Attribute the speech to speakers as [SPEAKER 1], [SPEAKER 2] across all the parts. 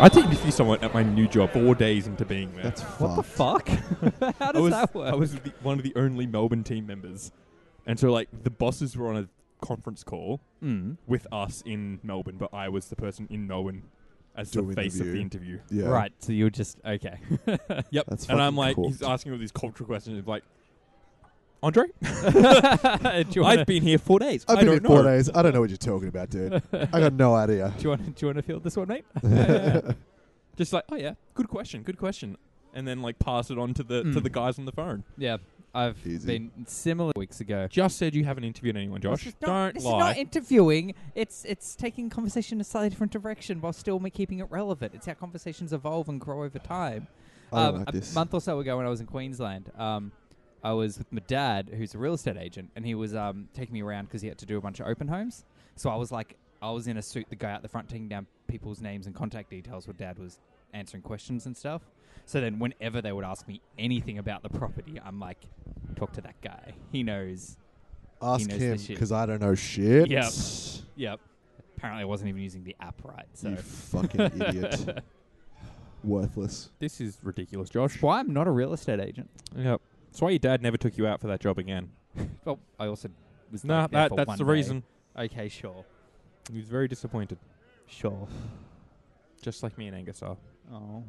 [SPEAKER 1] I did interview someone at my new job four days into being there.
[SPEAKER 2] That's
[SPEAKER 3] What the
[SPEAKER 2] fucked.
[SPEAKER 3] fuck? How
[SPEAKER 1] I
[SPEAKER 3] does
[SPEAKER 1] was,
[SPEAKER 3] that work?
[SPEAKER 1] I was the, one of the only Melbourne team members, and so like the bosses were on a conference call
[SPEAKER 3] Mm.
[SPEAKER 1] with us in Melbourne, but I was the person in Melbourne as
[SPEAKER 2] Doing
[SPEAKER 1] the
[SPEAKER 2] the
[SPEAKER 1] face of
[SPEAKER 2] view.
[SPEAKER 1] the interview.
[SPEAKER 2] Yeah.
[SPEAKER 3] Right, so you're just okay.
[SPEAKER 1] Yep,
[SPEAKER 2] That's
[SPEAKER 1] and I'm
[SPEAKER 2] fucking
[SPEAKER 1] like,
[SPEAKER 2] cool.
[SPEAKER 1] he's asking all these cultural questions of like, Andre,
[SPEAKER 3] do you want
[SPEAKER 1] I've
[SPEAKER 3] to
[SPEAKER 1] been here four days.
[SPEAKER 2] I've
[SPEAKER 1] I
[SPEAKER 2] been
[SPEAKER 1] don't
[SPEAKER 2] here
[SPEAKER 1] know.
[SPEAKER 2] four days. I don't know what you're talking about, dude. I got no idea.
[SPEAKER 3] do you want to field this one, mate?
[SPEAKER 1] Just like, oh yeah, good question, good question, and then like pass it on to the to
[SPEAKER 3] Mm.
[SPEAKER 1] the guys on the phone.
[SPEAKER 3] Yeah, I've
[SPEAKER 2] Easy.
[SPEAKER 3] been similar weeks ago.
[SPEAKER 1] Just said you haven't interviewed anyone, Josh.
[SPEAKER 3] This is not,
[SPEAKER 1] Don't
[SPEAKER 3] this
[SPEAKER 1] lie.
[SPEAKER 3] is not interviewing. It's it's taking conversation in a slightly different direction while still ma- keeping it relevant. It's how conversations evolve and grow over time.
[SPEAKER 2] I don't
[SPEAKER 3] um,
[SPEAKER 2] like
[SPEAKER 3] a
[SPEAKER 2] this.
[SPEAKER 3] month or so ago, when I was in Queensland, um, I was with my dad, who's a real estate agent, and he was um, taking me around because he had to do a bunch of open homes. So I was like, I was in a suit, the guy out the front taking down people's names and contact details, while dad was answering questions and stuff. So then, whenever they would ask me anything about the property, I'm like, talk to that guy. He knows
[SPEAKER 2] Ask
[SPEAKER 3] knows
[SPEAKER 2] him
[SPEAKER 3] this shit.
[SPEAKER 2] because I don't know shit.
[SPEAKER 3] Yep. Yep. Apparently, I wasn't even using the app right. So
[SPEAKER 2] You fucking idiot. Worthless.
[SPEAKER 1] This is ridiculous, Josh.
[SPEAKER 3] why I'm not a real estate agent?
[SPEAKER 1] Yep. That's why your dad never took you out for that job again.
[SPEAKER 3] Well, I also was
[SPEAKER 1] Nah,
[SPEAKER 3] like there
[SPEAKER 1] that,
[SPEAKER 3] for
[SPEAKER 1] that's
[SPEAKER 3] one
[SPEAKER 1] the
[SPEAKER 3] day.
[SPEAKER 1] reason.
[SPEAKER 3] Okay, sure,
[SPEAKER 1] He was very disappointed,
[SPEAKER 3] sure.
[SPEAKER 1] just like me and Angus are.
[SPEAKER 3] Oh,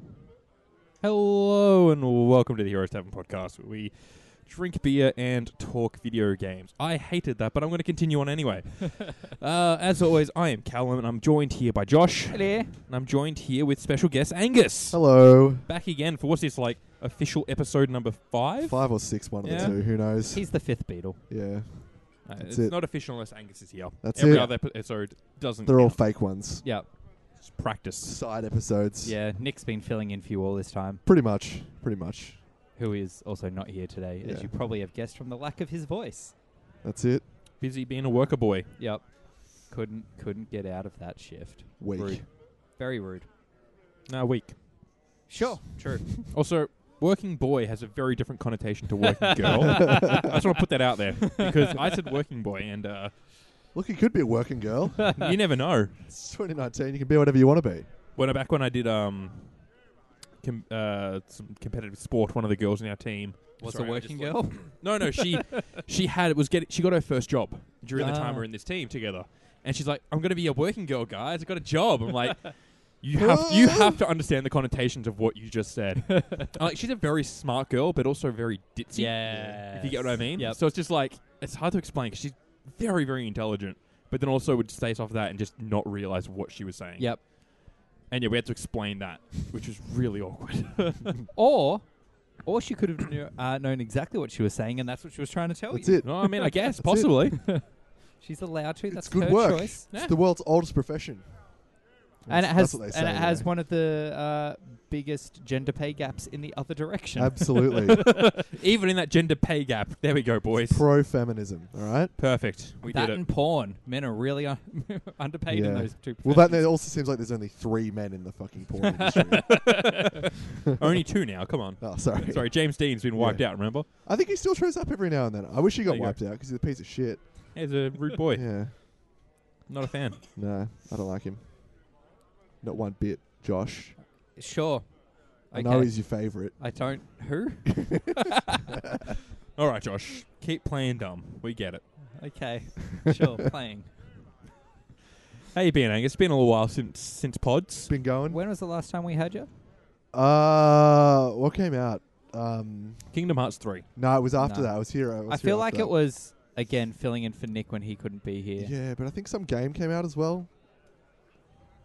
[SPEAKER 1] Hello and welcome to the Heroes Tavern podcast, where we drink beer and talk video games. I hated that, but I'm going to continue on anyway. uh, as always, I am Callum, and I'm joined here by Josh, and
[SPEAKER 3] clear.
[SPEAKER 1] I'm joined here with special guest Angus.
[SPEAKER 2] Hello.
[SPEAKER 1] Back again for what's this like official episode number five?
[SPEAKER 2] Five or six, one
[SPEAKER 1] Yeah.
[SPEAKER 2] of the two. Who knows?
[SPEAKER 3] He's the fifth beetle.
[SPEAKER 2] yeah.
[SPEAKER 1] Uh,
[SPEAKER 2] That's
[SPEAKER 1] it's
[SPEAKER 2] it.
[SPEAKER 1] not official unless Angus is here.
[SPEAKER 2] That's
[SPEAKER 1] Every
[SPEAKER 2] it.
[SPEAKER 1] other episode doesn't.
[SPEAKER 2] They're all
[SPEAKER 1] count.
[SPEAKER 2] fake ones.
[SPEAKER 3] Yeah,
[SPEAKER 1] It's practice.
[SPEAKER 2] Side episodes.
[SPEAKER 3] yeah. Nick's been filling in for you all this time,
[SPEAKER 2] Pretty much. Pretty much.
[SPEAKER 3] who is also not here today, as
[SPEAKER 2] Yeah.
[SPEAKER 3] you probably have guessed from the lack of his voice.
[SPEAKER 2] That's it.
[SPEAKER 1] Busy being a worker boy.
[SPEAKER 3] Yep, couldn't couldn't get out of that shift.
[SPEAKER 2] Weak.
[SPEAKER 1] Rude.
[SPEAKER 3] Very rude.
[SPEAKER 1] Now week.
[SPEAKER 3] Sure, true.
[SPEAKER 1] Also, working boy has a very different connotation to working girl. I just want to put that out there because I said working boy, and uh,
[SPEAKER 2] Look, you could be a working girl.
[SPEAKER 1] you never know.
[SPEAKER 2] it's 2019. You can be whatever you want to be.
[SPEAKER 1] When I, back when I did um, com- uh, some competitive sport, one of the girls in our team
[SPEAKER 3] Was
[SPEAKER 1] Sorry,
[SPEAKER 3] a
[SPEAKER 1] I
[SPEAKER 3] working
[SPEAKER 1] just
[SPEAKER 3] girl.
[SPEAKER 1] No, no, she she had was getting she got her first job during the time
[SPEAKER 3] Ah.
[SPEAKER 1] we are in this team together, and she's like, "I'm going to be a working girl, guys. I got a job." I'm like. You have you have to understand the connotations of what you just said. Uh, like she's a very smart girl, but also very ditzy.
[SPEAKER 3] yeah.
[SPEAKER 1] If you get what I mean?
[SPEAKER 3] Yep.
[SPEAKER 1] So it's just like, it's hard to explain 'cause she's very, very intelligent, but then also would stay off that and just not realize what she was saying.
[SPEAKER 3] Yep.
[SPEAKER 1] And yeah, we had to explain that, which was really awkward.
[SPEAKER 3] Or, or she could have knew, uh, known exactly what she was saying, and that's what she was trying to tell
[SPEAKER 2] That's
[SPEAKER 3] you.
[SPEAKER 2] it.
[SPEAKER 1] no, I mean, I guess,
[SPEAKER 2] That's it.
[SPEAKER 1] possibly.
[SPEAKER 3] She's allowed to.
[SPEAKER 2] It's
[SPEAKER 3] That's
[SPEAKER 2] good
[SPEAKER 3] her
[SPEAKER 2] work.
[SPEAKER 3] choice.
[SPEAKER 1] Yeah.
[SPEAKER 2] It's the world's oldest profession.
[SPEAKER 3] And it
[SPEAKER 2] That's-
[SPEAKER 3] has,
[SPEAKER 2] that's what they
[SPEAKER 3] and
[SPEAKER 2] say,
[SPEAKER 3] it has
[SPEAKER 2] yeah.
[SPEAKER 3] one of the uh, biggest gender pay gaps in the other direction.
[SPEAKER 2] Absolutely.
[SPEAKER 1] Even in that gender pay gap. There we go, boys.
[SPEAKER 2] Pro feminism, all right?
[SPEAKER 1] Perfect. We
[SPEAKER 3] that
[SPEAKER 1] did it.
[SPEAKER 3] and porn. Men are really un- underpaid in
[SPEAKER 2] Yeah.
[SPEAKER 3] those two.
[SPEAKER 2] Well, that
[SPEAKER 3] professions.
[SPEAKER 2] that also seems like there's only three men in the fucking porn industry.
[SPEAKER 1] Only two now. Come on.
[SPEAKER 2] Oh, sorry.
[SPEAKER 1] Sorry, James Dean's been wiped out, remember?
[SPEAKER 2] I think he still shows up every now and then. I wish he
[SPEAKER 1] There
[SPEAKER 2] got
[SPEAKER 1] you go.
[SPEAKER 2] wiped out because he's a piece of shit.
[SPEAKER 1] He's a rude boy.
[SPEAKER 2] Yeah.
[SPEAKER 1] Not a fan.
[SPEAKER 2] No, I don't like him. Not one bit, Josh.
[SPEAKER 3] sure.
[SPEAKER 2] I
[SPEAKER 3] Okay.
[SPEAKER 2] know he's your favourite.
[SPEAKER 3] I don't. Who?
[SPEAKER 1] All right, Josh. Keep playing dumb. We get it.
[SPEAKER 3] Okay. Sure. playing.
[SPEAKER 1] How you been, Angus? It's been a little while since since pods.
[SPEAKER 2] Been going.
[SPEAKER 3] When was the last time we had you?
[SPEAKER 2] Uh, what came out? Um,
[SPEAKER 1] Kingdom Hearts 3.
[SPEAKER 2] no, it was after
[SPEAKER 3] No.
[SPEAKER 2] that. I was here. I, was
[SPEAKER 3] I
[SPEAKER 2] here
[SPEAKER 3] feel like
[SPEAKER 2] after.
[SPEAKER 3] it was again filling in for Nick when he couldn't be here.
[SPEAKER 2] Yeah, but I think some game came out as well.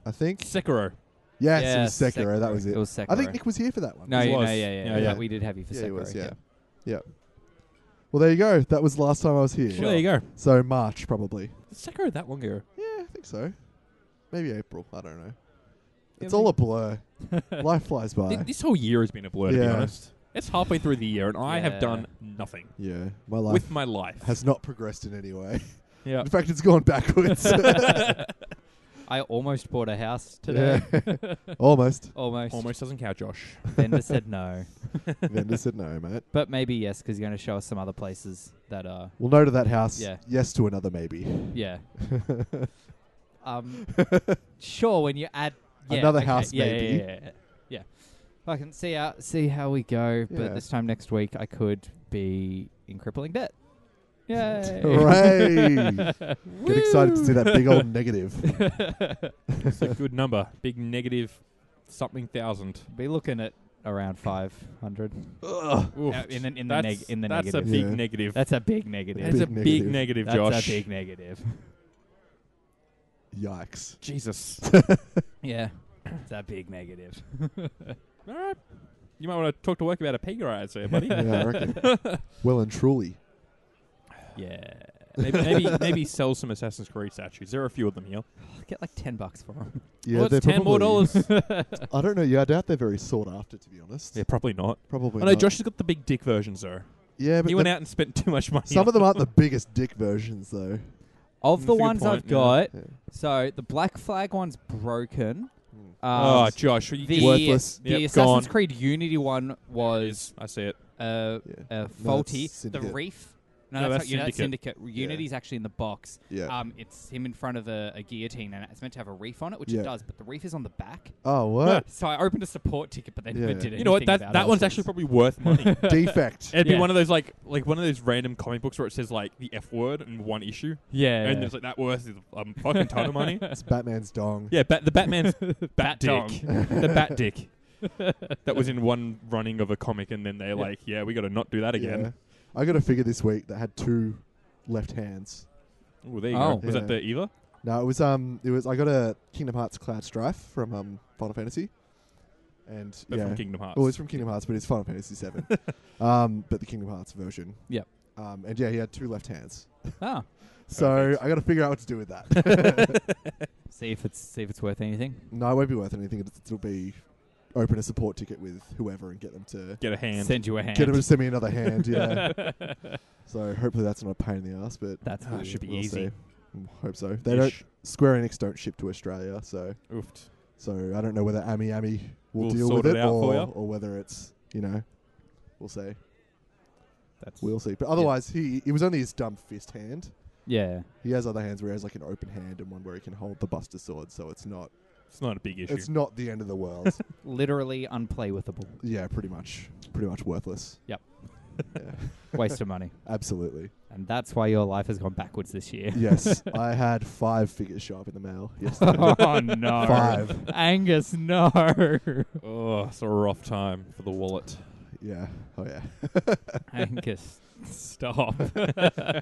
[SPEAKER 2] I think.
[SPEAKER 1] Sekiro.
[SPEAKER 2] Yes,
[SPEAKER 3] Yeah,
[SPEAKER 2] it was Sekiro. That was it.
[SPEAKER 3] It was Sekiro.
[SPEAKER 2] I think Nick was here for that one.
[SPEAKER 3] No,
[SPEAKER 1] It
[SPEAKER 3] you know,
[SPEAKER 1] was.
[SPEAKER 3] yeah, yeah,
[SPEAKER 1] Yeah,
[SPEAKER 3] yeah,
[SPEAKER 2] yeah.
[SPEAKER 3] We did have you for
[SPEAKER 2] Yeah,
[SPEAKER 3] Sekiro.
[SPEAKER 2] he was, yeah. Well, there you go. That was last time I was here.
[SPEAKER 3] Sure.
[SPEAKER 1] Well, there you go.
[SPEAKER 2] So March probably.
[SPEAKER 1] Sekiro that long ago.
[SPEAKER 2] Yeah, I think so. Maybe April. I don't know.
[SPEAKER 3] Yeah,
[SPEAKER 2] It's all a
[SPEAKER 3] maybe.
[SPEAKER 2] blur. Life flies by.
[SPEAKER 1] Th- this whole year has been a blur, to be
[SPEAKER 2] Yeah.
[SPEAKER 1] honest. It's halfway through the year, and I have
[SPEAKER 3] Yeah.
[SPEAKER 1] done nothing
[SPEAKER 2] yeah, my life
[SPEAKER 1] with my life.
[SPEAKER 2] has not progressed in any way.
[SPEAKER 1] yeah.
[SPEAKER 2] In fact, it's gone backwards.
[SPEAKER 3] I almost bought a house today.
[SPEAKER 2] Yeah. Almost.
[SPEAKER 3] Almost.
[SPEAKER 1] Almost doesn't count, Josh.
[SPEAKER 3] Vendor said no.
[SPEAKER 2] Vendor said no, mate.
[SPEAKER 3] But maybe yes, because you're going to show us some other places that are.
[SPEAKER 2] Well, no to that house.
[SPEAKER 3] Yeah.
[SPEAKER 2] Yes to another maybe.
[SPEAKER 3] Yeah. um, sure, when you add
[SPEAKER 2] Another
[SPEAKER 3] okay,
[SPEAKER 2] house,
[SPEAKER 3] yeah,
[SPEAKER 2] maybe.
[SPEAKER 3] Yeah, yeah, yeah, yeah. Fucking see how see how we go.
[SPEAKER 2] Yeah.
[SPEAKER 3] But this time next week, I could be in crippling debt. Yay!
[SPEAKER 2] Hooray! Get excited to see that big old negative.
[SPEAKER 1] It's a good number. Big negative something thousand.
[SPEAKER 3] Be looking at around five hundred.
[SPEAKER 1] Oof.
[SPEAKER 3] in the in the,
[SPEAKER 1] that's,
[SPEAKER 3] neg- in the
[SPEAKER 1] that's
[SPEAKER 3] negative.
[SPEAKER 1] a big
[SPEAKER 2] Yeah.
[SPEAKER 1] negative.
[SPEAKER 3] That's a big negative.
[SPEAKER 1] That's a
[SPEAKER 2] Big
[SPEAKER 1] big
[SPEAKER 2] negative.
[SPEAKER 1] negative,
[SPEAKER 3] That's
[SPEAKER 1] Josh.
[SPEAKER 3] a big negative.
[SPEAKER 2] Yikes.
[SPEAKER 1] Jesus.
[SPEAKER 3] yeah. It's a big negative.
[SPEAKER 1] All right. You might want to talk to work about a pig rise there, buddy.
[SPEAKER 2] Yeah, I reckon. well and truly.
[SPEAKER 3] Yeah.
[SPEAKER 1] maybe, maybe maybe sell some Assassin's Creed statues. There are a few of them here.
[SPEAKER 3] I'll get like 10 bucks for them.
[SPEAKER 2] Yeah,
[SPEAKER 1] well,
[SPEAKER 2] they're
[SPEAKER 1] it's ten more
[SPEAKER 2] probably-
[SPEAKER 1] dollars.
[SPEAKER 2] I don't know. Yeah, I doubt they're very sought after, to be honest.
[SPEAKER 1] yeah, probably not.
[SPEAKER 2] Probably.
[SPEAKER 1] I know
[SPEAKER 2] not.
[SPEAKER 1] Josh has got the big dick versions though.
[SPEAKER 2] Yeah, but
[SPEAKER 1] He
[SPEAKER 2] the-
[SPEAKER 1] went out and spent too much money.
[SPEAKER 2] some
[SPEAKER 1] on
[SPEAKER 2] of them aren't the biggest dick versions, though.
[SPEAKER 1] That's
[SPEAKER 3] Of the
[SPEAKER 1] a good
[SPEAKER 3] ones
[SPEAKER 1] point,
[SPEAKER 3] I've
[SPEAKER 1] yeah.
[SPEAKER 3] got,
[SPEAKER 2] Yeah.
[SPEAKER 3] so the Black Flag one's broken.
[SPEAKER 2] Mm.
[SPEAKER 3] Um,
[SPEAKER 1] Oh, Josh, you
[SPEAKER 3] the,
[SPEAKER 2] Worthless.
[SPEAKER 3] The
[SPEAKER 1] Yep,
[SPEAKER 3] Assassin's
[SPEAKER 1] gone.
[SPEAKER 3] Creed Unity one was
[SPEAKER 1] I see it.
[SPEAKER 3] uh,
[SPEAKER 2] Yeah.
[SPEAKER 3] uh,
[SPEAKER 2] that's
[SPEAKER 3] faulty. the
[SPEAKER 2] Syndicate.
[SPEAKER 3] Reef. No,
[SPEAKER 1] No,
[SPEAKER 3] that's,
[SPEAKER 1] that's
[SPEAKER 3] not, that's
[SPEAKER 1] Syndicate.
[SPEAKER 3] Syndicate. Unity's actually in the box.
[SPEAKER 2] Yeah.
[SPEAKER 3] Um, it's him in front of a, a guillotine, and it's meant to have a reef on it, which
[SPEAKER 2] Yeah.
[SPEAKER 3] it does. But the reef is on the back.
[SPEAKER 2] oh, what?
[SPEAKER 3] So I opened a support ticket, but they never
[SPEAKER 2] Yeah.
[SPEAKER 3] did anything.
[SPEAKER 1] You know what? That
[SPEAKER 3] about
[SPEAKER 1] that
[SPEAKER 3] it.
[SPEAKER 1] one's actually probably worth money.
[SPEAKER 2] Defect.
[SPEAKER 1] It'd
[SPEAKER 3] Yeah.
[SPEAKER 1] be one of those like like one of those random comic books where it says like the F word in one issue,
[SPEAKER 3] yeah.
[SPEAKER 1] and it's like that worth a um, fucking ton of money.
[SPEAKER 2] It's Batman's dong.
[SPEAKER 1] Yeah, bat, the Batman's bat,
[SPEAKER 3] Bat
[SPEAKER 1] dick,
[SPEAKER 3] dong.
[SPEAKER 1] the bat dick. that was in one running of a comic, and then they're like, "Yeah, we got to not do that again."
[SPEAKER 2] I got a figure this week that had two left hands.
[SPEAKER 1] Oh, there you
[SPEAKER 3] Oh.
[SPEAKER 1] go. Was
[SPEAKER 2] Yeah.
[SPEAKER 1] that the either?
[SPEAKER 2] No, it was um, it was I got a Kingdom Hearts Cloud Strife from um Final Fantasy, and
[SPEAKER 1] But
[SPEAKER 2] yeah,
[SPEAKER 1] from Kingdom Hearts.
[SPEAKER 2] well, it's from Kingdom Hearts, but it's Final Fantasy Seven, um, but the Kingdom Hearts version.
[SPEAKER 3] Yep.
[SPEAKER 2] Um, and yeah, he had two left hands,
[SPEAKER 3] oh.
[SPEAKER 2] so
[SPEAKER 1] Perfect.
[SPEAKER 2] I got to figure out what to do with that.
[SPEAKER 3] See if it's see if it's worth anything.
[SPEAKER 2] no, it won't be worth anything. It'll- It'll be open a support ticket with whoever and get them to
[SPEAKER 1] Get a hand.
[SPEAKER 3] Send you a hand.
[SPEAKER 2] get them to send me another hand. Yeah. so hopefully that's not a pain in the ass, but
[SPEAKER 3] That's
[SPEAKER 1] Ah,
[SPEAKER 3] weird.
[SPEAKER 1] should be
[SPEAKER 2] we'll
[SPEAKER 1] easy.
[SPEAKER 2] see. Mm, Hope so. They don't.
[SPEAKER 1] Ish.
[SPEAKER 2] Square Enix don't ship to Australia, so
[SPEAKER 1] Oofed.
[SPEAKER 2] so I don't know whether Ami Ami will
[SPEAKER 1] We'll
[SPEAKER 2] deal
[SPEAKER 1] sort
[SPEAKER 2] with
[SPEAKER 1] it
[SPEAKER 2] it,
[SPEAKER 1] out for
[SPEAKER 2] or,
[SPEAKER 1] ya.
[SPEAKER 2] or whether it's you know, we'll see.
[SPEAKER 1] That's
[SPEAKER 2] We'll see. But otherwise, he it was only his dumb fist hand.
[SPEAKER 3] Yeah.
[SPEAKER 2] He has other hands where he has like an open hand and one where he can hold the Buster Sword. So it's not
[SPEAKER 1] it's not a big issue.
[SPEAKER 2] it's not the end of the world.
[SPEAKER 3] Literally unplaywithable.
[SPEAKER 2] yeah, pretty much, pretty much worthless.
[SPEAKER 3] Yep.
[SPEAKER 2] Yeah,
[SPEAKER 3] Waste of money.
[SPEAKER 2] absolutely.
[SPEAKER 3] And that's why your life has gone backwards this year.
[SPEAKER 2] Yes, I had five figures show up in the mail yesterday.
[SPEAKER 3] oh no.
[SPEAKER 2] Five.
[SPEAKER 3] Angus, no.
[SPEAKER 1] oh, it's a rough time for the wallet.
[SPEAKER 2] Yeah. Oh yeah.
[SPEAKER 3] Angus, stop.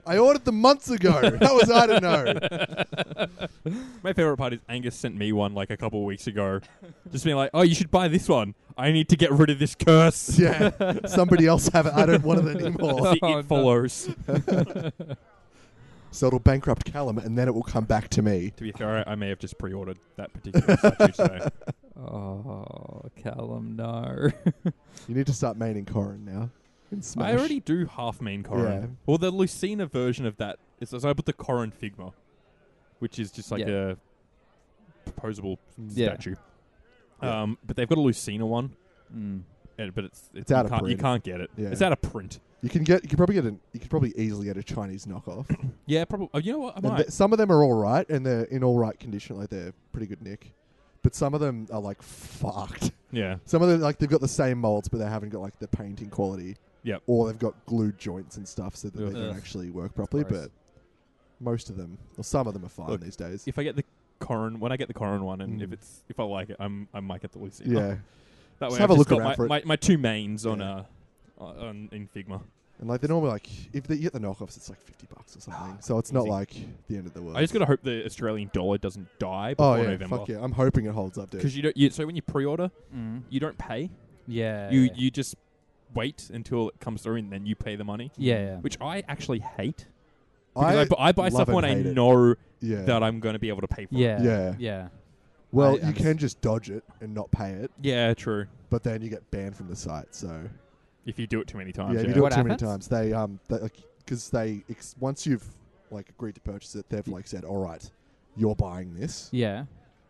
[SPEAKER 2] I ordered them months ago. How was I to know?
[SPEAKER 1] My favorite part is Angus sent me one like a couple weeks ago, just being like, "Oh, you should buy this one. I need to get rid of this curse."
[SPEAKER 2] Yeah. Somebody else have it. I don't want it anymore.
[SPEAKER 1] The it follows.
[SPEAKER 2] So it'll bankrupt Callum, and then it will come back to me.
[SPEAKER 1] To be fair, I I may have just pre-ordered that particular statue today.
[SPEAKER 3] Oh, Callum, no.
[SPEAKER 2] You need to start maining Corin now. In Smash.
[SPEAKER 1] I already do half main Corrin.
[SPEAKER 2] Yeah.
[SPEAKER 1] Well, the Lucina version of that is so I put the Corrin Figma, which is just like
[SPEAKER 3] Yeah.
[SPEAKER 1] a proposable
[SPEAKER 2] Mm.
[SPEAKER 3] Yeah.
[SPEAKER 1] statue.
[SPEAKER 2] Yeah.
[SPEAKER 1] Um, but they've got a Lucina one,
[SPEAKER 3] Mm.
[SPEAKER 1] and, but it's, it's,
[SPEAKER 2] It's out
[SPEAKER 1] you
[SPEAKER 2] of
[SPEAKER 1] can't, You
[SPEAKER 2] print.
[SPEAKER 1] can't get it.
[SPEAKER 2] Yeah.
[SPEAKER 1] It's out of print.
[SPEAKER 2] You can get. You can probably get an. You could probably easily get a Chinese knockoff.
[SPEAKER 1] Yeah, probably. Oh, you know what? I
[SPEAKER 2] And
[SPEAKER 1] might.
[SPEAKER 2] th- some of them are all right, and they're in all right condition. Like they're pretty good nick. But some of them are like fucked.
[SPEAKER 1] yeah.
[SPEAKER 2] Some of them like they've got the same molds, but they haven't got like the painting quality.
[SPEAKER 1] Yep.
[SPEAKER 2] Or they've got glued joints and stuff, so that
[SPEAKER 1] Ugh.
[SPEAKER 2] they don't
[SPEAKER 3] Ugh.
[SPEAKER 2] actually work properly.
[SPEAKER 3] gross.
[SPEAKER 2] But most of them, or some of them, are fine
[SPEAKER 1] Look,
[SPEAKER 2] these days.
[SPEAKER 1] If I get the Corrin, when I get the Corrin one, and
[SPEAKER 2] Mm.
[SPEAKER 1] if it's if I like it, I'm I might get the Lucina.
[SPEAKER 2] yeah.
[SPEAKER 1] That way,
[SPEAKER 2] Just
[SPEAKER 1] I've
[SPEAKER 2] have a
[SPEAKER 1] just
[SPEAKER 2] look
[SPEAKER 1] got
[SPEAKER 2] around
[SPEAKER 1] my,
[SPEAKER 2] for it.
[SPEAKER 1] my my two mains on
[SPEAKER 2] Yeah.
[SPEAKER 1] uh on, on in Figma.
[SPEAKER 2] And like they're normally like if they, you get the knockoffs, it's like fifty bucks or something. So it's not
[SPEAKER 1] Ah, Easy.
[SPEAKER 2] like the end of the world.
[SPEAKER 1] I just gotta hope the Australian dollar doesn't die before
[SPEAKER 2] oh yeah,
[SPEAKER 1] November.
[SPEAKER 2] fuck yeah! I'm hoping it holds up, dude.
[SPEAKER 1] Because you don't. You, so when you pre-order,
[SPEAKER 3] Mm.
[SPEAKER 1] you don't pay.
[SPEAKER 3] Yeah.
[SPEAKER 1] You you just wait until it comes through and then you pay the money,
[SPEAKER 3] yeah.
[SPEAKER 1] which I actually hate. Because I,
[SPEAKER 2] I,
[SPEAKER 1] bu- I buy
[SPEAKER 2] love
[SPEAKER 1] stuff
[SPEAKER 2] and
[SPEAKER 1] when I
[SPEAKER 2] hate it.
[SPEAKER 1] know
[SPEAKER 2] yeah,
[SPEAKER 1] that I'm going to be able to pay for. it.
[SPEAKER 3] Yeah.
[SPEAKER 2] Yeah.
[SPEAKER 3] Yeah.
[SPEAKER 2] Well,
[SPEAKER 1] I-
[SPEAKER 2] you
[SPEAKER 1] I'm
[SPEAKER 2] can just dodge it and not pay it,
[SPEAKER 1] Yeah, true.
[SPEAKER 2] but then you get banned from the site. So
[SPEAKER 1] If you do it too many times,
[SPEAKER 2] yeah,
[SPEAKER 1] yeah,
[SPEAKER 2] if you do
[SPEAKER 3] What
[SPEAKER 2] it too many
[SPEAKER 3] happens?
[SPEAKER 2] times, they um, they, like, because they ex- once you've like agreed to purchase it, they've like said, all right, you're buying this,
[SPEAKER 3] Yeah.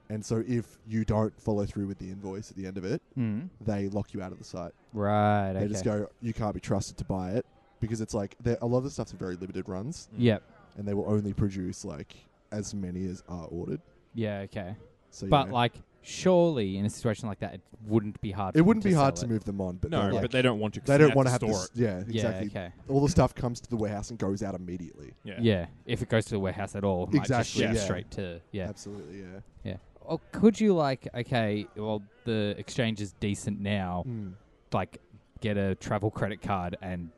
[SPEAKER 2] and so if you don't follow through with the invoice at the end of it,
[SPEAKER 3] Mm.
[SPEAKER 2] they lock you out of the site.
[SPEAKER 3] Right.
[SPEAKER 2] They
[SPEAKER 3] okay.
[SPEAKER 2] just go, you can't be trusted to buy it because it's like they're- a lot of the stuff's in very limited runs,
[SPEAKER 3] Mm. Yep.
[SPEAKER 2] and they will only produce like as many as are ordered.
[SPEAKER 3] Yeah. Okay.
[SPEAKER 2] So you
[SPEAKER 3] But
[SPEAKER 2] know,
[SPEAKER 3] like, surely in a situation like that, it wouldn't be hard.
[SPEAKER 2] It wouldn't be hard
[SPEAKER 3] sell
[SPEAKER 2] to
[SPEAKER 3] it.
[SPEAKER 2] move them on, but
[SPEAKER 1] no,
[SPEAKER 2] they're, like,
[SPEAKER 1] but they don't want to. 'cause
[SPEAKER 2] they don't
[SPEAKER 1] want to
[SPEAKER 2] have
[SPEAKER 1] store
[SPEAKER 2] this. Yeah,
[SPEAKER 3] Yeah.
[SPEAKER 2] exactly.
[SPEAKER 3] Okay.
[SPEAKER 2] All the stuff comes to the warehouse and goes out immediately.
[SPEAKER 1] it. Yeah.
[SPEAKER 3] Yeah. If it goes to the warehouse at all, it might just
[SPEAKER 2] Exactly,
[SPEAKER 3] ship
[SPEAKER 1] yeah.
[SPEAKER 3] straight to yeah.
[SPEAKER 2] Absolutely, yeah.
[SPEAKER 3] Or Oh, could you like okay, well the exchange is decent now.
[SPEAKER 2] Mm.
[SPEAKER 3] Like get a travel credit card and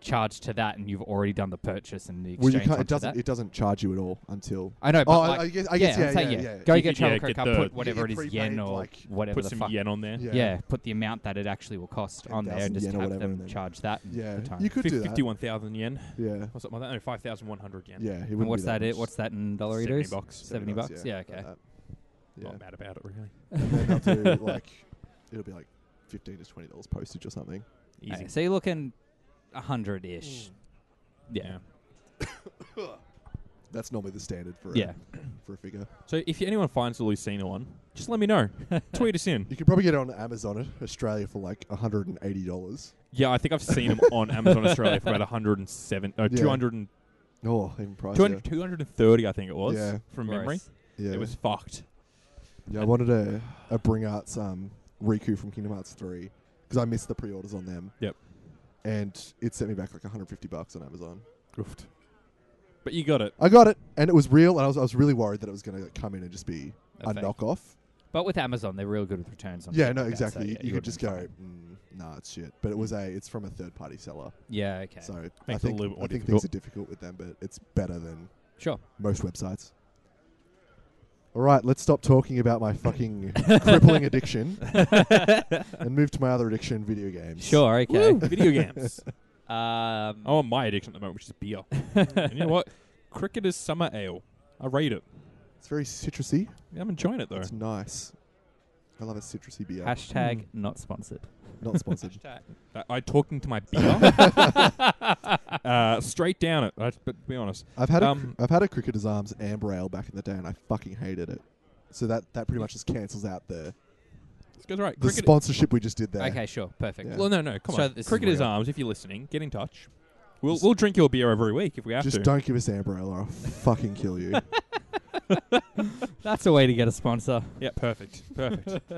[SPEAKER 3] charge to that, and you've already done the purchase and the
[SPEAKER 2] Well,
[SPEAKER 3] exchange.
[SPEAKER 2] you can't,
[SPEAKER 3] onto
[SPEAKER 2] it doesn't.
[SPEAKER 3] that?
[SPEAKER 2] It doesn't charge you at all until.
[SPEAKER 3] I know, but
[SPEAKER 2] Oh, I-
[SPEAKER 3] like,
[SPEAKER 2] I guess. I
[SPEAKER 3] yeah,
[SPEAKER 2] guess.
[SPEAKER 3] I'm
[SPEAKER 2] Yeah, yeah,
[SPEAKER 3] saying,
[SPEAKER 2] yeah.
[SPEAKER 3] yeah. Go
[SPEAKER 1] You
[SPEAKER 3] get
[SPEAKER 1] could,
[SPEAKER 3] travel
[SPEAKER 1] yeah,
[SPEAKER 3] credit
[SPEAKER 1] get
[SPEAKER 3] card,
[SPEAKER 1] the-
[SPEAKER 3] put whatever
[SPEAKER 2] Yeah,
[SPEAKER 3] it is,
[SPEAKER 2] prepaid,
[SPEAKER 3] yen or
[SPEAKER 2] like,
[SPEAKER 3] whatever
[SPEAKER 1] Put
[SPEAKER 3] the
[SPEAKER 1] some
[SPEAKER 3] fuck.
[SPEAKER 1] yen on there.
[SPEAKER 2] Yeah.
[SPEAKER 3] yeah. put the amount that it actually will cost on there,
[SPEAKER 2] 10,000
[SPEAKER 3] and just
[SPEAKER 2] yen or
[SPEAKER 3] have
[SPEAKER 2] whatever,
[SPEAKER 3] them
[SPEAKER 2] and then-
[SPEAKER 3] charge that. and
[SPEAKER 2] Yeah,
[SPEAKER 3] the time.
[SPEAKER 2] you could
[SPEAKER 1] Fif-
[SPEAKER 2] do that.
[SPEAKER 1] Fifty-one thousand yen
[SPEAKER 2] Yeah,
[SPEAKER 1] or something like that. No, five thousand one hundred yen.
[SPEAKER 2] yeah. It
[SPEAKER 3] And
[SPEAKER 2] wouldn't
[SPEAKER 3] what's
[SPEAKER 2] be
[SPEAKER 3] that?
[SPEAKER 2] that
[SPEAKER 3] it?
[SPEAKER 2] much.
[SPEAKER 3] What's that in
[SPEAKER 1] Seventy
[SPEAKER 3] dollaritos?
[SPEAKER 1] bucks.
[SPEAKER 3] Seventy bucks. Yeah.
[SPEAKER 2] like
[SPEAKER 3] Okay. Oh,
[SPEAKER 2] that. Uh, Yeah.
[SPEAKER 1] Not mad about it really.
[SPEAKER 2] And then they'll do like it'll be like fifteen to twenty dollars postage or something.
[SPEAKER 1] Easy.
[SPEAKER 3] Okay, so you're looking a hundred ish. Yeah.
[SPEAKER 2] That's normally the standard for
[SPEAKER 3] Yeah.
[SPEAKER 2] a, for a figure.
[SPEAKER 1] So if anyone finds the Lucina one, just let me know. Tweet us in.
[SPEAKER 2] You could probably get it on Amazon in Australia for like hundred and eighty dollars.
[SPEAKER 1] Yeah, I think I've seen them on Amazon Australia for about 107, uh,
[SPEAKER 2] Yeah.
[SPEAKER 1] 200 and,
[SPEAKER 2] Oh, even price.
[SPEAKER 1] 200 230, I think it was,
[SPEAKER 2] Yeah.
[SPEAKER 1] from memory.
[SPEAKER 3] Gross.
[SPEAKER 2] Yeah, yeah.
[SPEAKER 1] It was fucked.
[SPEAKER 2] yeah I wanted a a Bring Arts um Riku from Kingdom Hearts three because I missed the pre-orders on them.
[SPEAKER 1] Yep.
[SPEAKER 2] And it sent me back like 150 bucks on Amazon.
[SPEAKER 1] Oofed. But you got it.
[SPEAKER 2] I got it, and it was real, and I was I was really worried that it was going to like, come in and just be
[SPEAKER 3] A
[SPEAKER 2] a
[SPEAKER 3] fake.
[SPEAKER 2] knockoff.
[SPEAKER 3] But with Amazon, they're real good with returns on.
[SPEAKER 2] Yeah,
[SPEAKER 3] shit
[SPEAKER 2] no,
[SPEAKER 3] like that, so
[SPEAKER 2] exactly.
[SPEAKER 3] yeah,
[SPEAKER 2] you you could
[SPEAKER 3] would've
[SPEAKER 2] just
[SPEAKER 3] been
[SPEAKER 2] go,
[SPEAKER 3] fine.
[SPEAKER 2] mm, nah, it's shit. But it was a, it's from a third party seller,
[SPEAKER 3] Yeah. Okay.
[SPEAKER 2] so I
[SPEAKER 1] it a
[SPEAKER 2] think
[SPEAKER 1] little bit
[SPEAKER 2] I
[SPEAKER 1] more
[SPEAKER 2] think
[SPEAKER 1] difficult.
[SPEAKER 2] things are difficult with them, but it's better than
[SPEAKER 3] Sure.
[SPEAKER 2] most websites. All right, let's stop talking about my fucking crippling addiction and move to my other addiction, video games.
[SPEAKER 3] Sure. Okay.
[SPEAKER 1] Woo, video games.
[SPEAKER 3] Um.
[SPEAKER 1] I'm on my addiction at the moment, which is beer. and Oh. you know what? Cricketer's Summer Ale. I rate it.
[SPEAKER 2] it's very citrusy.
[SPEAKER 1] I'm enjoying it, though.
[SPEAKER 2] It's nice. I love a citrusy beer.
[SPEAKER 3] Hashtag not sponsored.
[SPEAKER 2] Not sponsored.
[SPEAKER 1] I, I talking to my beer. uh, straight down it. I, but to be honest,
[SPEAKER 2] I've had
[SPEAKER 1] Um,
[SPEAKER 2] a, cr- I've had a Cricketer's Arms amber ale back in the day, and I fucking hated it. So that, that pretty much just cancels out the
[SPEAKER 1] this goes right.
[SPEAKER 2] the
[SPEAKER 1] Cricket-
[SPEAKER 2] sponsorship we just did there.
[SPEAKER 3] Okay. Sure. Perfect.
[SPEAKER 2] Yeah.
[SPEAKER 1] Well, no, no. Come
[SPEAKER 3] So
[SPEAKER 1] on.
[SPEAKER 3] this is
[SPEAKER 1] Cricketers
[SPEAKER 3] real.
[SPEAKER 1] Arms, if you're listening, get in touch. We'll,
[SPEAKER 2] Just-
[SPEAKER 1] we'll drink your beer every week if we have
[SPEAKER 2] Just
[SPEAKER 1] to.
[SPEAKER 2] don't give us amber ale, or I'll fucking kill you.
[SPEAKER 3] That's a way to get a sponsor.
[SPEAKER 1] Yeah, perfect. Perfect.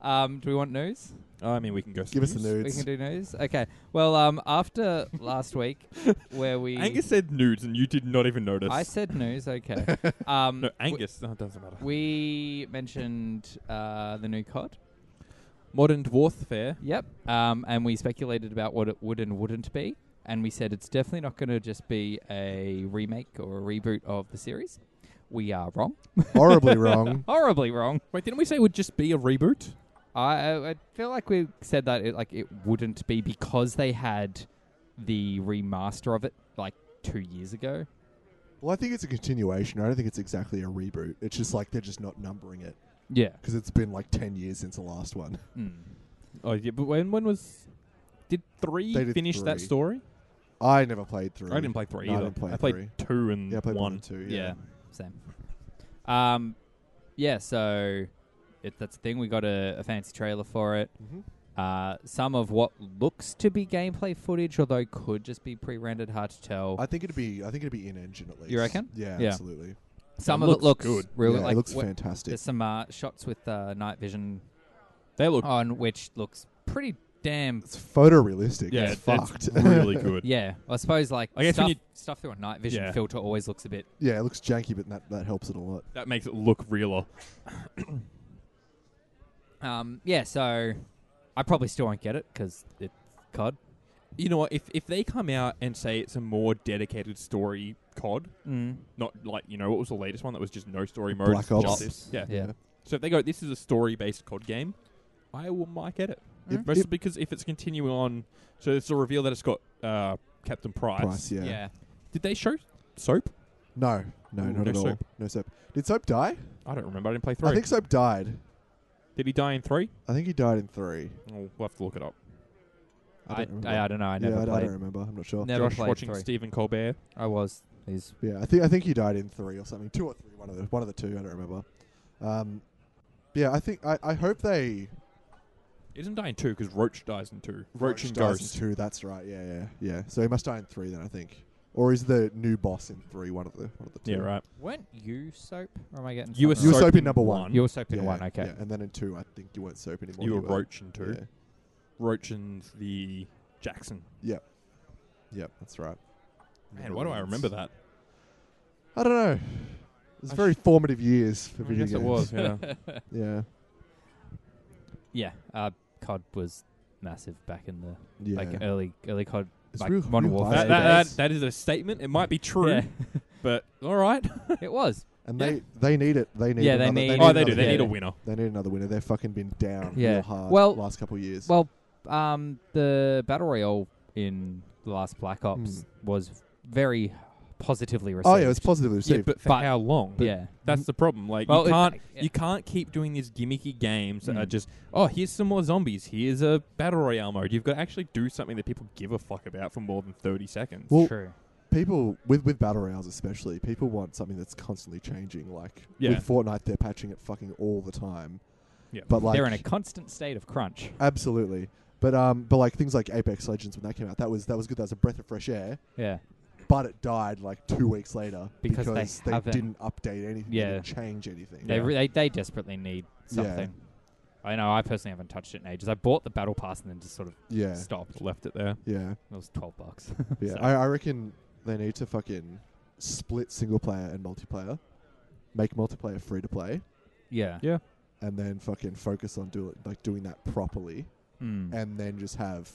[SPEAKER 3] Um. Do we want news?
[SPEAKER 1] I mean, we can go.
[SPEAKER 2] give us the
[SPEAKER 3] We
[SPEAKER 2] nudes.
[SPEAKER 3] can do news. Okay. Well. Um. After last week, where we
[SPEAKER 1] Angus said nudes, and you did not even notice.
[SPEAKER 3] I said news. Okay. Um.
[SPEAKER 1] no,
[SPEAKER 3] w-
[SPEAKER 1] Angus. No, it doesn't matter.
[SPEAKER 3] We mentioned uh, the new COD.
[SPEAKER 1] Modern Dwarf Fair.
[SPEAKER 3] Yep. Um, and we speculated about what it would and wouldn't be. And we said it's definitely not going to just be a remake or a reboot of the series. We are wrong.
[SPEAKER 2] Horribly wrong.
[SPEAKER 3] Horribly wrong.
[SPEAKER 1] Wait, didn't we say it would just be a reboot?
[SPEAKER 3] I, I, I feel like we said that it, like it wouldn't be because they had the remaster of it like two years ago.
[SPEAKER 2] Well, I think it's a continuation. I don't think it's exactly a reboot. It's just like they're just not numbering it
[SPEAKER 3] Yeah.
[SPEAKER 2] because it's been like ten years since the last one.
[SPEAKER 3] Mm.
[SPEAKER 1] Oh yeah, but when when was did three
[SPEAKER 2] They did
[SPEAKER 1] finish that
[SPEAKER 2] three.
[SPEAKER 1] story?
[SPEAKER 2] I never played through.
[SPEAKER 1] I didn't play three
[SPEAKER 2] No, I
[SPEAKER 1] either.
[SPEAKER 2] didn't play
[SPEAKER 1] played
[SPEAKER 2] three.
[SPEAKER 1] two and
[SPEAKER 2] Yeah, I played one,
[SPEAKER 1] one.
[SPEAKER 2] and two.
[SPEAKER 3] Yeah.
[SPEAKER 2] Yeah.
[SPEAKER 3] Same. Um, yeah. So it, that's the thing. We got a, a fancy trailer for it.
[SPEAKER 2] Mhm.
[SPEAKER 3] Uh, some of what looks to be gameplay footage, although could just be pre-rendered, hard to tell.
[SPEAKER 2] I think it'd be. I think it'd be in engine at least.
[SPEAKER 3] reckon?
[SPEAKER 2] Yeah,
[SPEAKER 3] Yeah.
[SPEAKER 2] absolutely.
[SPEAKER 3] some
[SPEAKER 1] it
[SPEAKER 3] of it
[SPEAKER 1] looks
[SPEAKER 3] looks
[SPEAKER 1] good.
[SPEAKER 3] real,
[SPEAKER 2] Yeah,
[SPEAKER 3] like
[SPEAKER 2] it looks
[SPEAKER 3] what-
[SPEAKER 2] fantastic.
[SPEAKER 3] there's some uh, shots with uh, night vision
[SPEAKER 1] They look.
[SPEAKER 3] on, which looks pretty damn.
[SPEAKER 2] It's photorealistic.
[SPEAKER 1] yeah,
[SPEAKER 2] it's
[SPEAKER 1] it's,
[SPEAKER 2] fucked.
[SPEAKER 1] it's really good.
[SPEAKER 3] Yeah, I suppose like
[SPEAKER 1] I guess when
[SPEAKER 3] stuff,
[SPEAKER 1] you-
[SPEAKER 3] stuff through a night vision
[SPEAKER 1] Yeah.
[SPEAKER 3] filter always looks a bit.
[SPEAKER 2] yeah, it looks janky, but that that helps it a lot.
[SPEAKER 1] That makes it look realer.
[SPEAKER 3] Um, yeah, so I probably still won't get it because it's COD.
[SPEAKER 1] You know what? If if they come out and say it's a more dedicated story COD,
[SPEAKER 3] Mm.
[SPEAKER 1] not like you know what was the latest one that was just no story mode.
[SPEAKER 2] Black
[SPEAKER 1] it's
[SPEAKER 2] Ops.
[SPEAKER 1] just this. Yeah.
[SPEAKER 3] Yeah.
[SPEAKER 1] So if they go, this is a story based COD game, I will might get it.
[SPEAKER 3] Mm-hmm.
[SPEAKER 2] If-
[SPEAKER 1] Mostly
[SPEAKER 2] if-
[SPEAKER 1] because if it's continuing on, so it's a reveal that it's got uh, Captain Price.
[SPEAKER 2] Price.
[SPEAKER 3] yeah,
[SPEAKER 2] Yeah.
[SPEAKER 1] Did they show soap?
[SPEAKER 2] No, no,
[SPEAKER 1] Ooh,
[SPEAKER 2] not
[SPEAKER 1] no
[SPEAKER 2] at all.
[SPEAKER 1] soap.
[SPEAKER 2] No soap. Did soap die?
[SPEAKER 1] I don't remember. I didn't play three.
[SPEAKER 2] I think soap died.
[SPEAKER 1] Did he die in three?
[SPEAKER 2] I think he died in three.
[SPEAKER 1] Oh, we'll have to look it up.
[SPEAKER 3] I,
[SPEAKER 2] don't remember.
[SPEAKER 3] I, I don't know. I never
[SPEAKER 2] yeah, I don't- I
[SPEAKER 3] played.
[SPEAKER 2] don't remember. I'm not sure.
[SPEAKER 3] Never
[SPEAKER 1] Josh
[SPEAKER 3] played
[SPEAKER 1] watching
[SPEAKER 3] three.
[SPEAKER 1] Stephen Colbert.
[SPEAKER 3] I was. He's
[SPEAKER 2] Yeah, I think I think he died in three or something, two or three, one of the one of the two. I don't remember. Um, yeah, I think I, I hope they
[SPEAKER 1] He doesn't die in two because Roach dies in two. Roach, and
[SPEAKER 2] dies in
[SPEAKER 1] Ghost.
[SPEAKER 2] two. That's right. Yeah, yeah, yeah. So he must die in three then. I think, Or is the new boss in three one of the one of the two?
[SPEAKER 1] Yeah, right.
[SPEAKER 3] Weren't you soap? Or am I getting
[SPEAKER 1] You were
[SPEAKER 2] You were
[SPEAKER 3] someone
[SPEAKER 2] soap
[SPEAKER 1] soap
[SPEAKER 2] in number one.
[SPEAKER 3] else?
[SPEAKER 1] one.
[SPEAKER 3] You were soap in
[SPEAKER 2] Yeah,
[SPEAKER 3] one. Okay.
[SPEAKER 2] Yeah, and then in two, I think you weren't soap anymore.
[SPEAKER 1] You were
[SPEAKER 2] were
[SPEAKER 1] Roach in two.
[SPEAKER 2] Yeah.
[SPEAKER 1] Roach and the Jackson.
[SPEAKER 2] Yep, that's right.
[SPEAKER 1] Man, why do I
[SPEAKER 2] Netherlands.
[SPEAKER 1] remember that?
[SPEAKER 2] I don't know. It was
[SPEAKER 1] I
[SPEAKER 2] very formative years for
[SPEAKER 1] I
[SPEAKER 2] video
[SPEAKER 1] guess
[SPEAKER 2] games.
[SPEAKER 1] it was. Yeah.
[SPEAKER 2] Yeah.
[SPEAKER 3] Yeah. Uh, COD was massive back in the
[SPEAKER 2] Yeah.
[SPEAKER 3] like
[SPEAKER 1] uh,
[SPEAKER 3] early early COD.
[SPEAKER 2] it's
[SPEAKER 3] like
[SPEAKER 2] real,
[SPEAKER 3] Modern
[SPEAKER 2] real
[SPEAKER 3] Warfare.
[SPEAKER 1] that, that,
[SPEAKER 2] violent
[SPEAKER 1] that,
[SPEAKER 2] days.
[SPEAKER 1] that is a statement. It might be true,
[SPEAKER 3] Yeah.
[SPEAKER 1] but all right.
[SPEAKER 3] it was.
[SPEAKER 2] and
[SPEAKER 1] yeah.
[SPEAKER 2] they they need it. They need.
[SPEAKER 3] Yeah, they
[SPEAKER 2] another,
[SPEAKER 3] need-
[SPEAKER 1] oh, they
[SPEAKER 2] another
[SPEAKER 1] do. They
[SPEAKER 2] winner.
[SPEAKER 1] need a
[SPEAKER 3] Yeah.
[SPEAKER 1] winner.
[SPEAKER 2] They need another winner. They've fucking been down
[SPEAKER 3] Yeah.
[SPEAKER 2] real hard
[SPEAKER 3] Well-
[SPEAKER 2] last couple of years.
[SPEAKER 3] Well, um, the battle royale in the last Black Ops was very positively received.
[SPEAKER 2] Hmm. oh yeah, it was positively
[SPEAKER 1] Yeah,
[SPEAKER 2] received.
[SPEAKER 1] but for
[SPEAKER 3] But-
[SPEAKER 1] how long?
[SPEAKER 3] yeah.
[SPEAKER 1] That's the problem. Like
[SPEAKER 3] Well,
[SPEAKER 1] you
[SPEAKER 3] it-
[SPEAKER 1] can't
[SPEAKER 3] yeah.
[SPEAKER 1] you can't keep doing these gimmicky games that are
[SPEAKER 3] Mm.
[SPEAKER 1] just oh here's some more zombies, here's a battle royale mode. You've got to actually do something that people give a fuck about for more than thirty seconds.
[SPEAKER 2] Well,
[SPEAKER 3] True.
[SPEAKER 2] people with with battle royals especially, people want something that's constantly changing. Like
[SPEAKER 1] Yeah.
[SPEAKER 2] with Fortnite, they're patching it fucking all the time.
[SPEAKER 1] Yeah.
[SPEAKER 2] but like
[SPEAKER 3] They're in a constant state of crunch.
[SPEAKER 2] absolutely. But um, but like things like Apex Legends when that came out, that was that was good. That was a breath of fresh air.
[SPEAKER 3] Yeah.
[SPEAKER 2] But it died like two weeks later
[SPEAKER 3] Because they
[SPEAKER 2] they,
[SPEAKER 3] haven't-
[SPEAKER 2] didn't update anything. they
[SPEAKER 3] Yeah.
[SPEAKER 2] didn't change anything.
[SPEAKER 3] They, re- they they desperately need
[SPEAKER 2] Yeah.
[SPEAKER 3] something. I know. I personally haven't touched it in ages. I bought the battle pass and then just sort of
[SPEAKER 2] yeah,
[SPEAKER 3] stopped.
[SPEAKER 1] left it there.
[SPEAKER 2] yeah.
[SPEAKER 3] It was twelve bucks.
[SPEAKER 2] Yeah,
[SPEAKER 3] So-
[SPEAKER 2] I, I reckon they need to fucking split single player and multiplayer, make multiplayer free to play,
[SPEAKER 3] yeah.
[SPEAKER 1] Yeah.
[SPEAKER 2] and then fucking focus on do like doing that properly,
[SPEAKER 3] Mm.
[SPEAKER 2] and then just have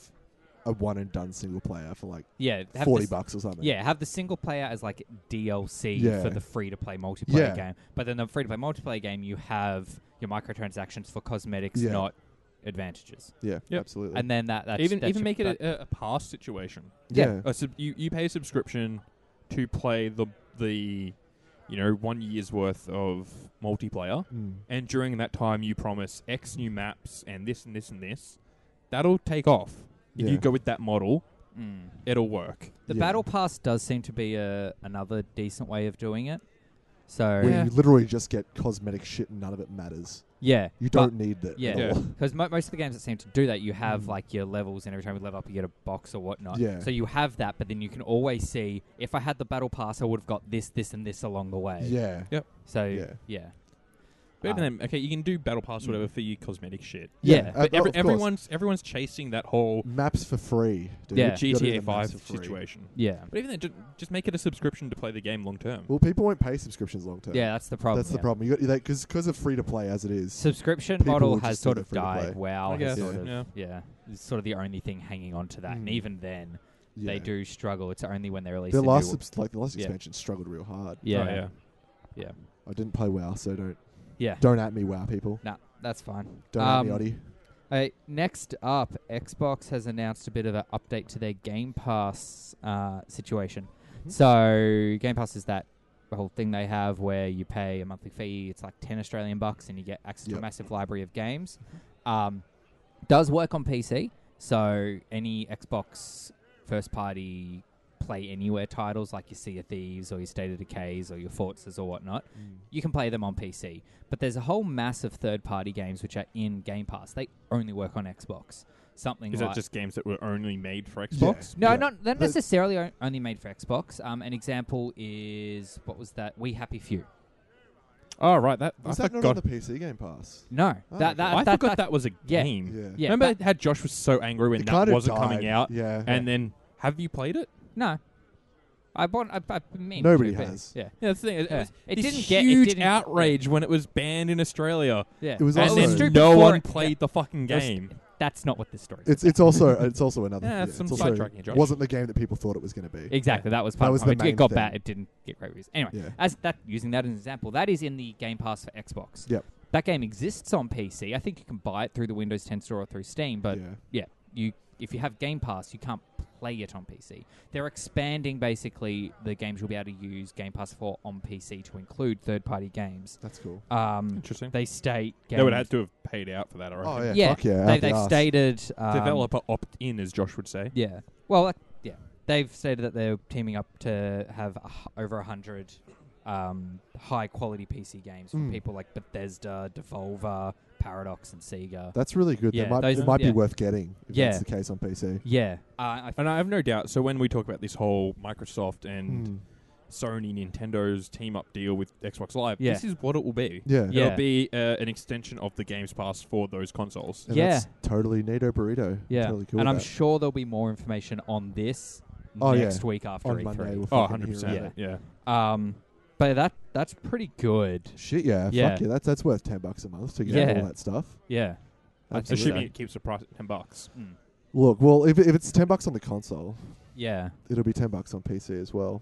[SPEAKER 2] a one and done single player for like
[SPEAKER 3] yeah. Have
[SPEAKER 2] forty
[SPEAKER 3] this-
[SPEAKER 2] bucks or something.
[SPEAKER 3] Yeah, have the single player as like DLC
[SPEAKER 2] Yeah.
[SPEAKER 3] for the free to play multiplayer
[SPEAKER 2] Yeah.
[SPEAKER 3] game. But then the free to play multiplayer game, you have your microtransactions for cosmetics,
[SPEAKER 2] Yeah.
[SPEAKER 3] not advantages.
[SPEAKER 2] yeah,
[SPEAKER 1] Yep.
[SPEAKER 2] absolutely.
[SPEAKER 3] And then that that's,
[SPEAKER 1] even
[SPEAKER 3] that's
[SPEAKER 1] even
[SPEAKER 3] your-
[SPEAKER 1] make it
[SPEAKER 3] that-
[SPEAKER 1] a, a pass situation.
[SPEAKER 2] yeah,
[SPEAKER 1] A sub- you you pay a subscription to play the the you know one year's worth of multiplayer,
[SPEAKER 2] Mm.
[SPEAKER 1] and during that time you promise X new maps and this and this and this. That'll take off if
[SPEAKER 2] Yeah.
[SPEAKER 1] you go with that model.
[SPEAKER 3] Mm.
[SPEAKER 1] It'll work.
[SPEAKER 3] The
[SPEAKER 2] Yeah.
[SPEAKER 3] battle pass does seem to be a another decent way of doing it. So
[SPEAKER 2] where
[SPEAKER 1] Yeah.
[SPEAKER 2] you literally just get cosmetic shit and none of it matters.
[SPEAKER 3] yeah,
[SPEAKER 2] You
[SPEAKER 3] but-
[SPEAKER 2] don't need that.
[SPEAKER 3] Yeah.
[SPEAKER 2] at all.
[SPEAKER 3] Because mo- most of the games that seem to do that, you have
[SPEAKER 2] Mm.
[SPEAKER 3] like your levels, and every time you level up, you get a box or whatnot.
[SPEAKER 2] Yeah.
[SPEAKER 3] So you have that, but then you can always see if I had the battle pass, I would have got this, this, and this along the way.
[SPEAKER 2] yeah,
[SPEAKER 3] So yeah,
[SPEAKER 2] Yeah.
[SPEAKER 3] yeah,
[SPEAKER 1] But even
[SPEAKER 3] Ah.
[SPEAKER 1] then, okay, you can do battle pass or whatever for your cosmetic shit.
[SPEAKER 3] Yeah.
[SPEAKER 2] uh,
[SPEAKER 1] But every,
[SPEAKER 2] Mm. of course.
[SPEAKER 1] everyone's everyone's chasing that whole
[SPEAKER 2] maps for free. Dude.
[SPEAKER 3] Yeah.
[SPEAKER 2] You gotta do the
[SPEAKER 1] GTA
[SPEAKER 2] maps
[SPEAKER 1] Five
[SPEAKER 2] for free.
[SPEAKER 1] situation.
[SPEAKER 3] yeah,
[SPEAKER 1] But even then, just, just make it a subscription to play the game long term.
[SPEAKER 2] Well, people won't pay subscriptions long term.
[SPEAKER 3] That's the problem.
[SPEAKER 2] That's the
[SPEAKER 3] yeah.
[SPEAKER 2] problem. You got because because of free to play as it is.
[SPEAKER 3] Subscription
[SPEAKER 2] People
[SPEAKER 3] model
[SPEAKER 2] will
[SPEAKER 3] has
[SPEAKER 2] just do
[SPEAKER 3] sort
[SPEAKER 2] the
[SPEAKER 3] of
[SPEAKER 2] free to play.
[SPEAKER 3] died. Wow,
[SPEAKER 1] I
[SPEAKER 3] has
[SPEAKER 1] guess,
[SPEAKER 3] sort of,
[SPEAKER 1] yeah.
[SPEAKER 3] yeah. it's sort of the only thing hanging on to that. And
[SPEAKER 2] Mm.
[SPEAKER 3] even then,
[SPEAKER 2] yeah.
[SPEAKER 3] they do struggle. It's only when they release
[SPEAKER 2] Their
[SPEAKER 3] a
[SPEAKER 2] last
[SPEAKER 3] new,
[SPEAKER 2] subs- like the last
[SPEAKER 3] Yeah.
[SPEAKER 2] expansion struggled real hard.
[SPEAKER 3] yeah,
[SPEAKER 1] Oh, yeah.
[SPEAKER 2] I didn't play WoW, so don't
[SPEAKER 3] yeah.
[SPEAKER 2] don't at me, WoW people.
[SPEAKER 3] Nah, that's fine.
[SPEAKER 2] Don't
[SPEAKER 3] um,
[SPEAKER 2] at me, Oddy.
[SPEAKER 3] Hey, next up, Xbox has announced a bit of an update to their Game Pass uh, situation.
[SPEAKER 1] Mm-hmm.
[SPEAKER 2] Mhm.
[SPEAKER 3] So, Game Pass is that whole thing they have where you pay a monthly fee. It's like ten Australian bucks, and you get access to a
[SPEAKER 2] Yep.
[SPEAKER 3] massive library of games.
[SPEAKER 1] Mm-hmm.
[SPEAKER 3] Um, does work on PC, so any Xbox first party play anywhere titles like your Sea of Thieves or your State of Decays or your Forzas or whatnot
[SPEAKER 2] Mm.
[SPEAKER 3] you can play them on PC. But there's a whole mass of third party games which are in Game Pass. They only work on Xbox. Something
[SPEAKER 1] Is
[SPEAKER 3] like
[SPEAKER 1] that just games that were only made for
[SPEAKER 2] Yeah.
[SPEAKER 1] Xbox?
[SPEAKER 2] Xbox?
[SPEAKER 3] no,
[SPEAKER 2] Yeah.
[SPEAKER 3] not not
[SPEAKER 2] But-
[SPEAKER 3] necessarily o- only made for Xbox. Um, an example is what was that? We Happy Few.
[SPEAKER 1] Oh right, that
[SPEAKER 2] Was
[SPEAKER 1] I
[SPEAKER 2] that not on
[SPEAKER 1] forgot.
[SPEAKER 2] the PC Game Pass?
[SPEAKER 3] No,
[SPEAKER 2] Oh,
[SPEAKER 3] that,
[SPEAKER 2] okay.
[SPEAKER 3] that,
[SPEAKER 1] I
[SPEAKER 3] that,
[SPEAKER 1] forgot that,
[SPEAKER 3] that-
[SPEAKER 1] was a
[SPEAKER 3] Yeah.
[SPEAKER 1] game.
[SPEAKER 2] Yeah.
[SPEAKER 3] Yeah,
[SPEAKER 1] Remember
[SPEAKER 3] that-
[SPEAKER 1] how Josh was so angry when
[SPEAKER 2] Mm. It
[SPEAKER 1] that
[SPEAKER 2] kinda
[SPEAKER 1] wasn't coming
[SPEAKER 2] died.
[SPEAKER 1] out,
[SPEAKER 2] Yeah.
[SPEAKER 1] and then have you played it?
[SPEAKER 3] no. I bought. I, I mean,
[SPEAKER 2] Nobody
[SPEAKER 3] but-
[SPEAKER 2] has.
[SPEAKER 3] Yeah,
[SPEAKER 1] Yeah, that's the thing. It,
[SPEAKER 3] yeah.
[SPEAKER 1] was this huge outrage
[SPEAKER 3] Yeah,
[SPEAKER 1] when it was banned in Australia,
[SPEAKER 3] yeah.
[SPEAKER 2] It was
[SPEAKER 1] and
[SPEAKER 2] also-
[SPEAKER 1] then
[SPEAKER 3] stupid
[SPEAKER 1] no
[SPEAKER 3] for
[SPEAKER 1] one
[SPEAKER 3] it.
[SPEAKER 1] played
[SPEAKER 3] Yeah,
[SPEAKER 1] the fucking
[SPEAKER 3] That's-
[SPEAKER 1] game.
[SPEAKER 3] That's not what this story.
[SPEAKER 2] It's it's also it's also another.
[SPEAKER 1] Yeah,
[SPEAKER 2] yeah,
[SPEAKER 1] some
[SPEAKER 2] it's also
[SPEAKER 1] sidetracking, Josh.
[SPEAKER 2] wasn't the game that people thought it was going to be.
[SPEAKER 3] Exactly. That was part
[SPEAKER 2] was
[SPEAKER 3] of
[SPEAKER 2] the
[SPEAKER 3] it.
[SPEAKER 2] main
[SPEAKER 3] It got
[SPEAKER 2] thing.
[SPEAKER 3] bad. It didn't get great reviews. Anyway,
[SPEAKER 2] yeah.
[SPEAKER 3] as that using that as an example, that is in the Game Pass for Xbox.
[SPEAKER 2] Yep.
[SPEAKER 3] That game exists on PC. I think you can buy it through the Windows 10 store or through Steam, but
[SPEAKER 2] yeah.
[SPEAKER 3] you if you have Game Pass, you can't play it on PC. They're expanding basically the games you'll be able to use Game Pass for on PC to include third-party games.
[SPEAKER 2] That's cool.
[SPEAKER 3] Um,
[SPEAKER 1] Interesting.
[SPEAKER 3] they state
[SPEAKER 1] They
[SPEAKER 3] games.
[SPEAKER 1] would have to have paid out for that. I reckon.
[SPEAKER 2] Oh yeah.
[SPEAKER 3] Yeah,
[SPEAKER 2] Fuck yeah.
[SPEAKER 3] they,
[SPEAKER 2] out the
[SPEAKER 3] they've
[SPEAKER 2] arse.
[SPEAKER 3] stated um,
[SPEAKER 1] Developer opt in, as Josh would say.
[SPEAKER 3] Yeah. Well, like, yeah. They've stated that they're teaming up to have a h- over a hundred um, high quality PC games from
[SPEAKER 2] Mm.
[SPEAKER 3] people like Bethesda, Devolver, Paradox and Sega.
[SPEAKER 2] That's really good.
[SPEAKER 3] Yeah,
[SPEAKER 2] that might,
[SPEAKER 3] those-
[SPEAKER 2] it might
[SPEAKER 3] yeah.
[SPEAKER 2] be worth getting if
[SPEAKER 3] Yeah. Mm.
[SPEAKER 2] that's the case on PC.
[SPEAKER 3] yeah, Uh, I, I
[SPEAKER 1] And I have no doubt. So when we talk about this whole Microsoft and
[SPEAKER 2] Mm.
[SPEAKER 1] Sony, Nintendo's team up deal with Xbox Live,
[SPEAKER 3] Yeah.
[SPEAKER 1] this is what it will be.
[SPEAKER 2] Yeah.
[SPEAKER 3] Yeah.
[SPEAKER 1] It'll be uh, an extension of the Games Pass for those consoles.
[SPEAKER 2] And
[SPEAKER 3] Yeah.
[SPEAKER 2] That's totally Nato burrito.
[SPEAKER 3] Yeah,
[SPEAKER 2] Totally cool.
[SPEAKER 3] and
[SPEAKER 2] with
[SPEAKER 3] I'm
[SPEAKER 2] that.
[SPEAKER 3] sure there'll be more information on this
[SPEAKER 2] Oh,
[SPEAKER 3] next
[SPEAKER 2] yeah.
[SPEAKER 3] week after
[SPEAKER 2] on
[SPEAKER 3] E3.
[SPEAKER 2] Monday. We'll
[SPEAKER 1] Oh,
[SPEAKER 2] fucking hear
[SPEAKER 1] 100%.
[SPEAKER 2] about it.
[SPEAKER 1] yeah.
[SPEAKER 3] Um, but that that's pretty good.
[SPEAKER 2] Shit, yeah.
[SPEAKER 3] Yeah.
[SPEAKER 2] Fuck yeah. That's, that's worth 10 bucks a month to get
[SPEAKER 3] Yeah.
[SPEAKER 2] all that stuff.
[SPEAKER 3] Yeah,
[SPEAKER 2] Absolutely.
[SPEAKER 1] Assuming it keeps the price at 10 bucks.
[SPEAKER 3] Mm.
[SPEAKER 2] Look, well, if, if it's 10 bucks on the console,
[SPEAKER 3] yeah,
[SPEAKER 2] it'll be 10 bucks on PC as well.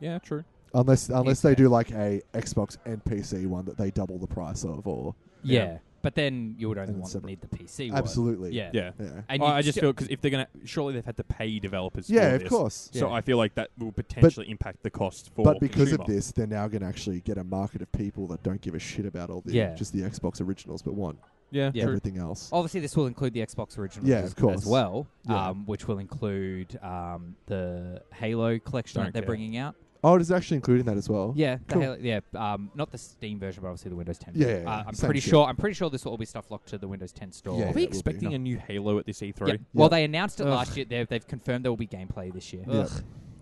[SPEAKER 1] Yeah, true.
[SPEAKER 2] Unless unless
[SPEAKER 3] Yeah.
[SPEAKER 2] they do like a Xbox and PC one that they double the price of or
[SPEAKER 3] yeah,
[SPEAKER 1] Yeah.
[SPEAKER 3] But then you would only
[SPEAKER 2] And
[SPEAKER 3] want
[SPEAKER 2] separate.
[SPEAKER 3] need the PC. one.
[SPEAKER 2] absolutely.
[SPEAKER 3] Yeah.
[SPEAKER 1] Yeah.
[SPEAKER 2] Yeah.
[SPEAKER 3] And
[SPEAKER 1] Oh,
[SPEAKER 3] you
[SPEAKER 1] I just
[SPEAKER 3] still-
[SPEAKER 1] feel because if they're gonna, surely they've had to pay developers.
[SPEAKER 2] Yeah,
[SPEAKER 1] for
[SPEAKER 2] of
[SPEAKER 1] this.
[SPEAKER 2] course.
[SPEAKER 1] So
[SPEAKER 3] Yeah.
[SPEAKER 1] I feel like that will potentially impact the cost for.
[SPEAKER 2] But because
[SPEAKER 1] consumer.
[SPEAKER 2] of this, they're now going to actually get a market of people that don't give a shit about all the
[SPEAKER 3] Yeah.
[SPEAKER 2] just the Xbox originals, but want
[SPEAKER 1] yeah,
[SPEAKER 3] Yeah. Oh.
[SPEAKER 1] true.
[SPEAKER 2] everything else.
[SPEAKER 3] obviously this will include the Xbox original
[SPEAKER 2] Yeah,
[SPEAKER 3] as,
[SPEAKER 2] of course.
[SPEAKER 3] as well,
[SPEAKER 2] Yeah.
[SPEAKER 3] um, which will include um, the Halo collection
[SPEAKER 1] Don't
[SPEAKER 3] that they're
[SPEAKER 1] care.
[SPEAKER 3] bringing out.
[SPEAKER 2] Oh, it is actually including that as well.
[SPEAKER 3] Yeah, the
[SPEAKER 2] Cool.
[SPEAKER 3] Halo, yeah, um, not the Steam version, but obviously the Windows 10.
[SPEAKER 2] Yeah,
[SPEAKER 3] version.
[SPEAKER 2] yeah,
[SPEAKER 3] uh,
[SPEAKER 2] yeah,
[SPEAKER 3] I'm
[SPEAKER 2] same
[SPEAKER 3] pretty
[SPEAKER 2] shit.
[SPEAKER 3] sure. I'm pretty sure this will all be stuff locked to the Windows 10 store.
[SPEAKER 2] Yeah,
[SPEAKER 1] Are
[SPEAKER 2] it
[SPEAKER 1] we
[SPEAKER 2] will be.
[SPEAKER 1] expecting
[SPEAKER 2] No.
[SPEAKER 1] a new Halo at this E E3?
[SPEAKER 3] Yeah. Well,
[SPEAKER 2] Yep.
[SPEAKER 3] they announced it
[SPEAKER 1] Ugh.
[SPEAKER 3] last year. They've, they've confirmed there will be gameplay this year.
[SPEAKER 2] Yeah.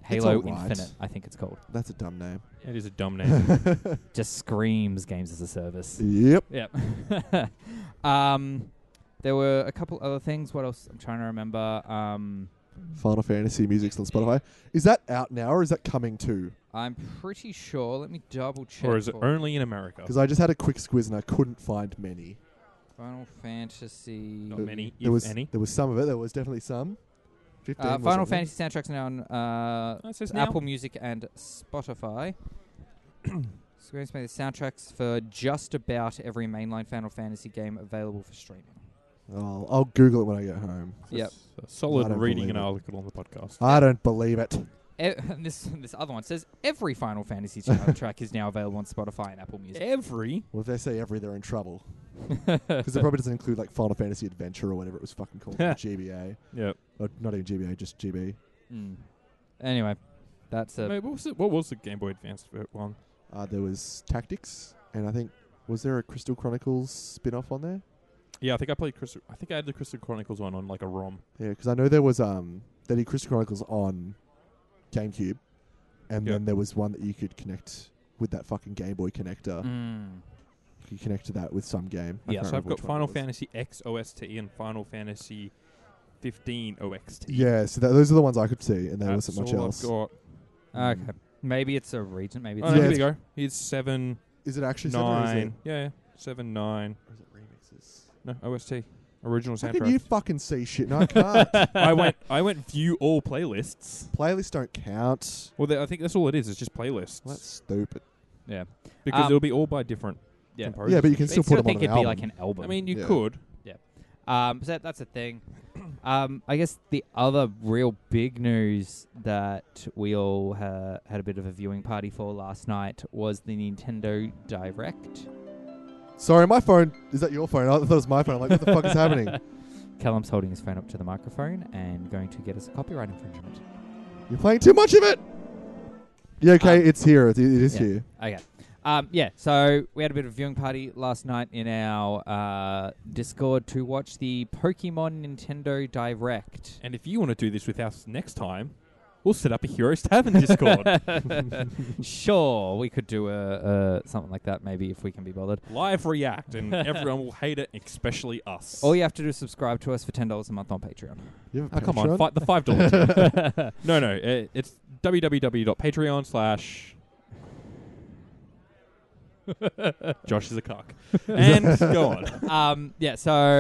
[SPEAKER 3] Halo
[SPEAKER 2] alright.
[SPEAKER 3] Infinite, I think it's called.
[SPEAKER 2] That's a dumb name.
[SPEAKER 1] It is a dumb name.
[SPEAKER 3] Just screams games as a service.
[SPEAKER 2] Yep.
[SPEAKER 3] Yep. um, there were a couple other things. What else? I'm trying to remember. Um,
[SPEAKER 2] Final Fantasy music's on Spotify. Is that out now or is that coming too?
[SPEAKER 3] I'm pretty sure. Let me double check.
[SPEAKER 1] or is it
[SPEAKER 3] for-
[SPEAKER 1] only in
[SPEAKER 3] Oh.
[SPEAKER 1] America?
[SPEAKER 2] Because I just had a quick squiz and I couldn't find many.
[SPEAKER 3] Final Fantasy?
[SPEAKER 1] Not
[SPEAKER 2] Uh,
[SPEAKER 1] many,
[SPEAKER 2] There
[SPEAKER 1] if
[SPEAKER 2] was
[SPEAKER 1] any.
[SPEAKER 2] there was some of it. There was definitely some. Fifteen.
[SPEAKER 3] Uh,
[SPEAKER 2] was
[SPEAKER 3] Final
[SPEAKER 2] on there.
[SPEAKER 3] Fantasy soundtracks now on uh,
[SPEAKER 1] Oh, it says now.
[SPEAKER 3] Apple Music and Spotify. Square's made the soundtracks for just about every mainline Final Fantasy game available for streaming.
[SPEAKER 2] I'll, Oh, I'll Google it when I get home.
[SPEAKER 1] That's
[SPEAKER 3] Yep.
[SPEAKER 1] a solid
[SPEAKER 2] I don't
[SPEAKER 1] reading
[SPEAKER 2] believe
[SPEAKER 1] an
[SPEAKER 2] it.
[SPEAKER 1] article on the podcast.
[SPEAKER 2] I don't believe it.
[SPEAKER 3] E- and this this other one says every Final Fantasy soundtrack is now available on Spotify and Apple Music.
[SPEAKER 1] Every
[SPEAKER 2] Well, if they say every, they're in trouble. Because it probably doesn't include like Final Fantasy Adventure or whatever it was fucking called, like GBA.
[SPEAKER 1] yeah.
[SPEAKER 2] Or not even GBA, just GB.
[SPEAKER 3] Mm. Anyway, that's a
[SPEAKER 1] Mate, what was it? What was the Game Boy Advance ver- one?
[SPEAKER 2] Uh, there was Tactics, and I think was there a Crystal Chronicles spin-off on there?
[SPEAKER 1] Yeah, I think I played Crystal. I think I had the Crystal Chronicles one on like a ROM.
[SPEAKER 2] Yeah, because I know there was um they did Crystal Chronicles on GameCube, and
[SPEAKER 1] Yeah.
[SPEAKER 2] then there was one that you could connect with that fucking Game Boy connector.
[SPEAKER 3] Mm.
[SPEAKER 2] You connect to that with some game. I
[SPEAKER 3] Yeah,
[SPEAKER 2] can't
[SPEAKER 1] so I've
[SPEAKER 2] remember
[SPEAKER 1] got
[SPEAKER 2] which one it
[SPEAKER 1] Final
[SPEAKER 2] was.
[SPEAKER 1] Fantasy X OST and Final Fantasy 15 OXT.
[SPEAKER 2] Yeah, so tha- those are the ones I could see, and there
[SPEAKER 1] That's
[SPEAKER 2] wasn't much
[SPEAKER 1] all
[SPEAKER 2] else.
[SPEAKER 1] I've got.
[SPEAKER 3] okay.
[SPEAKER 2] Mm.
[SPEAKER 3] Maybe it's a region. Maybe it's
[SPEAKER 1] Oh,
[SPEAKER 2] Yeah,
[SPEAKER 1] here we
[SPEAKER 2] it's-
[SPEAKER 1] go. Here's seven
[SPEAKER 2] Is it actually seven or is it-
[SPEAKER 1] nine. Yeah, yeah, seven nine.
[SPEAKER 2] or is it remixes?
[SPEAKER 1] No OST original
[SPEAKER 2] How can you
[SPEAKER 1] soundtrack.
[SPEAKER 2] fucking see shit? No, I can't.
[SPEAKER 1] I went. I went view all playlists.
[SPEAKER 2] Playlists don't count.
[SPEAKER 1] Well, th- I think that's all it is. It's just playlists
[SPEAKER 2] Well, that's stupid.
[SPEAKER 3] yeah.
[SPEAKER 1] because
[SPEAKER 3] Um,
[SPEAKER 1] it'll be all by different
[SPEAKER 3] Yeah.
[SPEAKER 1] composers.
[SPEAKER 2] Yeah, but you can
[SPEAKER 3] They
[SPEAKER 2] still put them
[SPEAKER 3] think
[SPEAKER 2] on an
[SPEAKER 3] it'd
[SPEAKER 2] album.
[SPEAKER 3] be like an album.
[SPEAKER 1] I mean, you
[SPEAKER 2] Yeah.
[SPEAKER 1] could.
[SPEAKER 3] Um, so that, that's a thing. Um, I guess the other real big news that we all ha- had a bit of a viewing party for last night was the Nintendo Direct.
[SPEAKER 2] Sorry, my phone. Is that your phone? I thought it was my phone. I'm like, what the fuck is happening?
[SPEAKER 3] Callum's holding his phone up to the microphone and going to get us a copyright infringement.
[SPEAKER 2] You're playing too much of it. Yeah, okay,
[SPEAKER 3] Um,
[SPEAKER 2] it's here. It, it is
[SPEAKER 3] yeah.
[SPEAKER 2] here.
[SPEAKER 3] Okay. Um, yeah, so we had a bit of a viewing party last night in our uh, Discord to watch the Pokemon Nintendo Direct.
[SPEAKER 1] And if you want to do this with us next time, we'll set up a Heroes Tavern Discord
[SPEAKER 3] sure, we could do a, a something like that maybe if we can be bothered.
[SPEAKER 1] live react, and everyone will hate it, especially us.
[SPEAKER 3] All you have to do is subscribe to us for ten dollars a month on Patreon.
[SPEAKER 2] You have a
[SPEAKER 1] Oh, come on,
[SPEAKER 2] Patreon?
[SPEAKER 1] fi- the five dollars. no, no, uh, it's www.patreon slash. Josh is a cock. And go on.
[SPEAKER 3] um, yeah. So,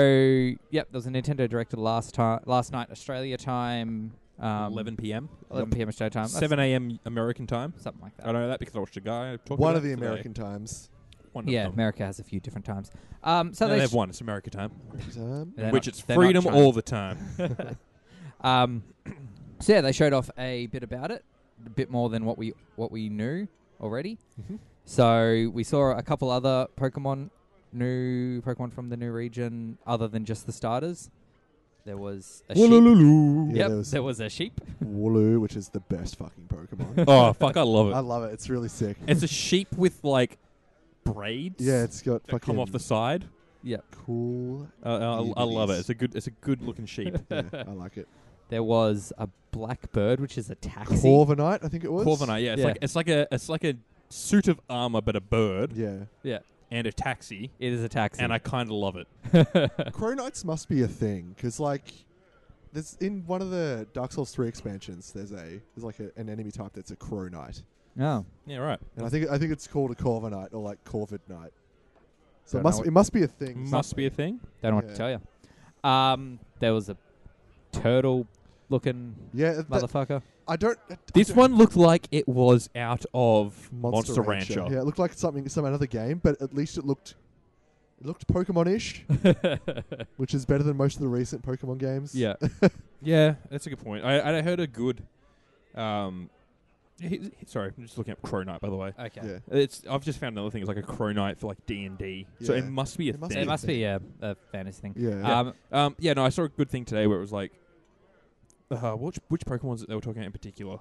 [SPEAKER 3] yep, there was a Nintendo Director last time, last night Australia time, um,
[SPEAKER 1] 11 p.m.
[SPEAKER 3] 11 p.m. Australia time, That's
[SPEAKER 1] 7 a.m. American time.
[SPEAKER 3] something like that.
[SPEAKER 1] I don't know that because I watched a guy talk
[SPEAKER 2] One
[SPEAKER 1] about
[SPEAKER 2] of the
[SPEAKER 1] it today.
[SPEAKER 2] American times.
[SPEAKER 1] One
[SPEAKER 3] yeah,
[SPEAKER 1] of them.
[SPEAKER 3] America has a few different times. Um, so
[SPEAKER 1] No, they
[SPEAKER 3] they
[SPEAKER 1] have one. It's America time,
[SPEAKER 2] Um,
[SPEAKER 3] They're
[SPEAKER 1] which
[SPEAKER 3] not-
[SPEAKER 1] it's
[SPEAKER 3] they're not
[SPEAKER 1] freedom
[SPEAKER 3] China.
[SPEAKER 1] all the time.
[SPEAKER 3] Um, so yeah, they showed off a bit about it, a bit more than what we what we knew already.
[SPEAKER 2] Mhm.
[SPEAKER 3] So we saw a couple other Pokemon, new Pokemon from the new region, other than just the starters. There was a sheep.
[SPEAKER 2] Yeah,
[SPEAKER 1] Woolaloo.
[SPEAKER 3] yep,
[SPEAKER 2] there was-
[SPEAKER 3] there was a sheep.
[SPEAKER 2] Wooloo, which is the best fucking Pokemon.
[SPEAKER 1] oh fuck! I love it.
[SPEAKER 2] I love it. It's really sick.
[SPEAKER 1] It's a sheep with like braids.
[SPEAKER 2] Yeah, it's got
[SPEAKER 1] that
[SPEAKER 2] fucking.
[SPEAKER 1] come off the side.
[SPEAKER 3] Yep.
[SPEAKER 2] Cool.
[SPEAKER 1] Uh, I, I love it.
[SPEAKER 2] Yeezys.
[SPEAKER 1] It's a good. It's a good looking sheep.
[SPEAKER 2] Yeah, I like it.
[SPEAKER 3] There was a blackbird, which is a taxi.
[SPEAKER 2] Corviknight, I think it was.
[SPEAKER 1] Corviknight. Yeah. It's
[SPEAKER 3] Yeah.
[SPEAKER 1] like it's like a it's like a suit of armor, but a bird
[SPEAKER 2] Yeah.
[SPEAKER 1] and a taxi.
[SPEAKER 3] It is a taxi.
[SPEAKER 1] And I kind of love it.
[SPEAKER 2] Crow Knights must be a thing because, like, there's in one of the Dark Souls three expansions. There's a there's like a, an enemy type that's a Crow Knight,
[SPEAKER 3] oh,
[SPEAKER 1] Yeah. Right.
[SPEAKER 2] and I think I think it's called a Corviknight or like Corvid Knight. So it
[SPEAKER 3] Don't know
[SPEAKER 2] must
[SPEAKER 3] what-
[SPEAKER 2] it must be a thing.
[SPEAKER 1] Must be a
[SPEAKER 2] somewhere.
[SPEAKER 1] thing.
[SPEAKER 3] don't know what to
[SPEAKER 2] Yeah.
[SPEAKER 3] tell you. Um, there was a turtle-looking
[SPEAKER 2] Yeah, that-
[SPEAKER 3] motherfucker.
[SPEAKER 2] I don't. I
[SPEAKER 1] This
[SPEAKER 2] don't-
[SPEAKER 1] one looked like it was out of Monster, Rancher.
[SPEAKER 2] Yeah, it looked like something some another game, but at least it looked it looked Pokemon-ish, which is better than most of the recent Pokemon games.
[SPEAKER 1] Yeah, yeah, that's a good point. I I heard a good, um, he, he- sorry, I'm just looking up Crow Knight by the way.
[SPEAKER 3] Okay.
[SPEAKER 2] yeah.
[SPEAKER 1] It's I've just found another thing. It's like a Crow Knight for like D and D. So
[SPEAKER 2] Yeah.
[SPEAKER 1] it must be a
[SPEAKER 2] It must
[SPEAKER 1] thing.
[SPEAKER 3] It must be yeah, a fantasy thing.
[SPEAKER 2] Yeah.
[SPEAKER 3] Um,
[SPEAKER 1] um, yeah, no, I saw a good thing today where it was like, uh, which which Pokemon's that they were talking about in particular.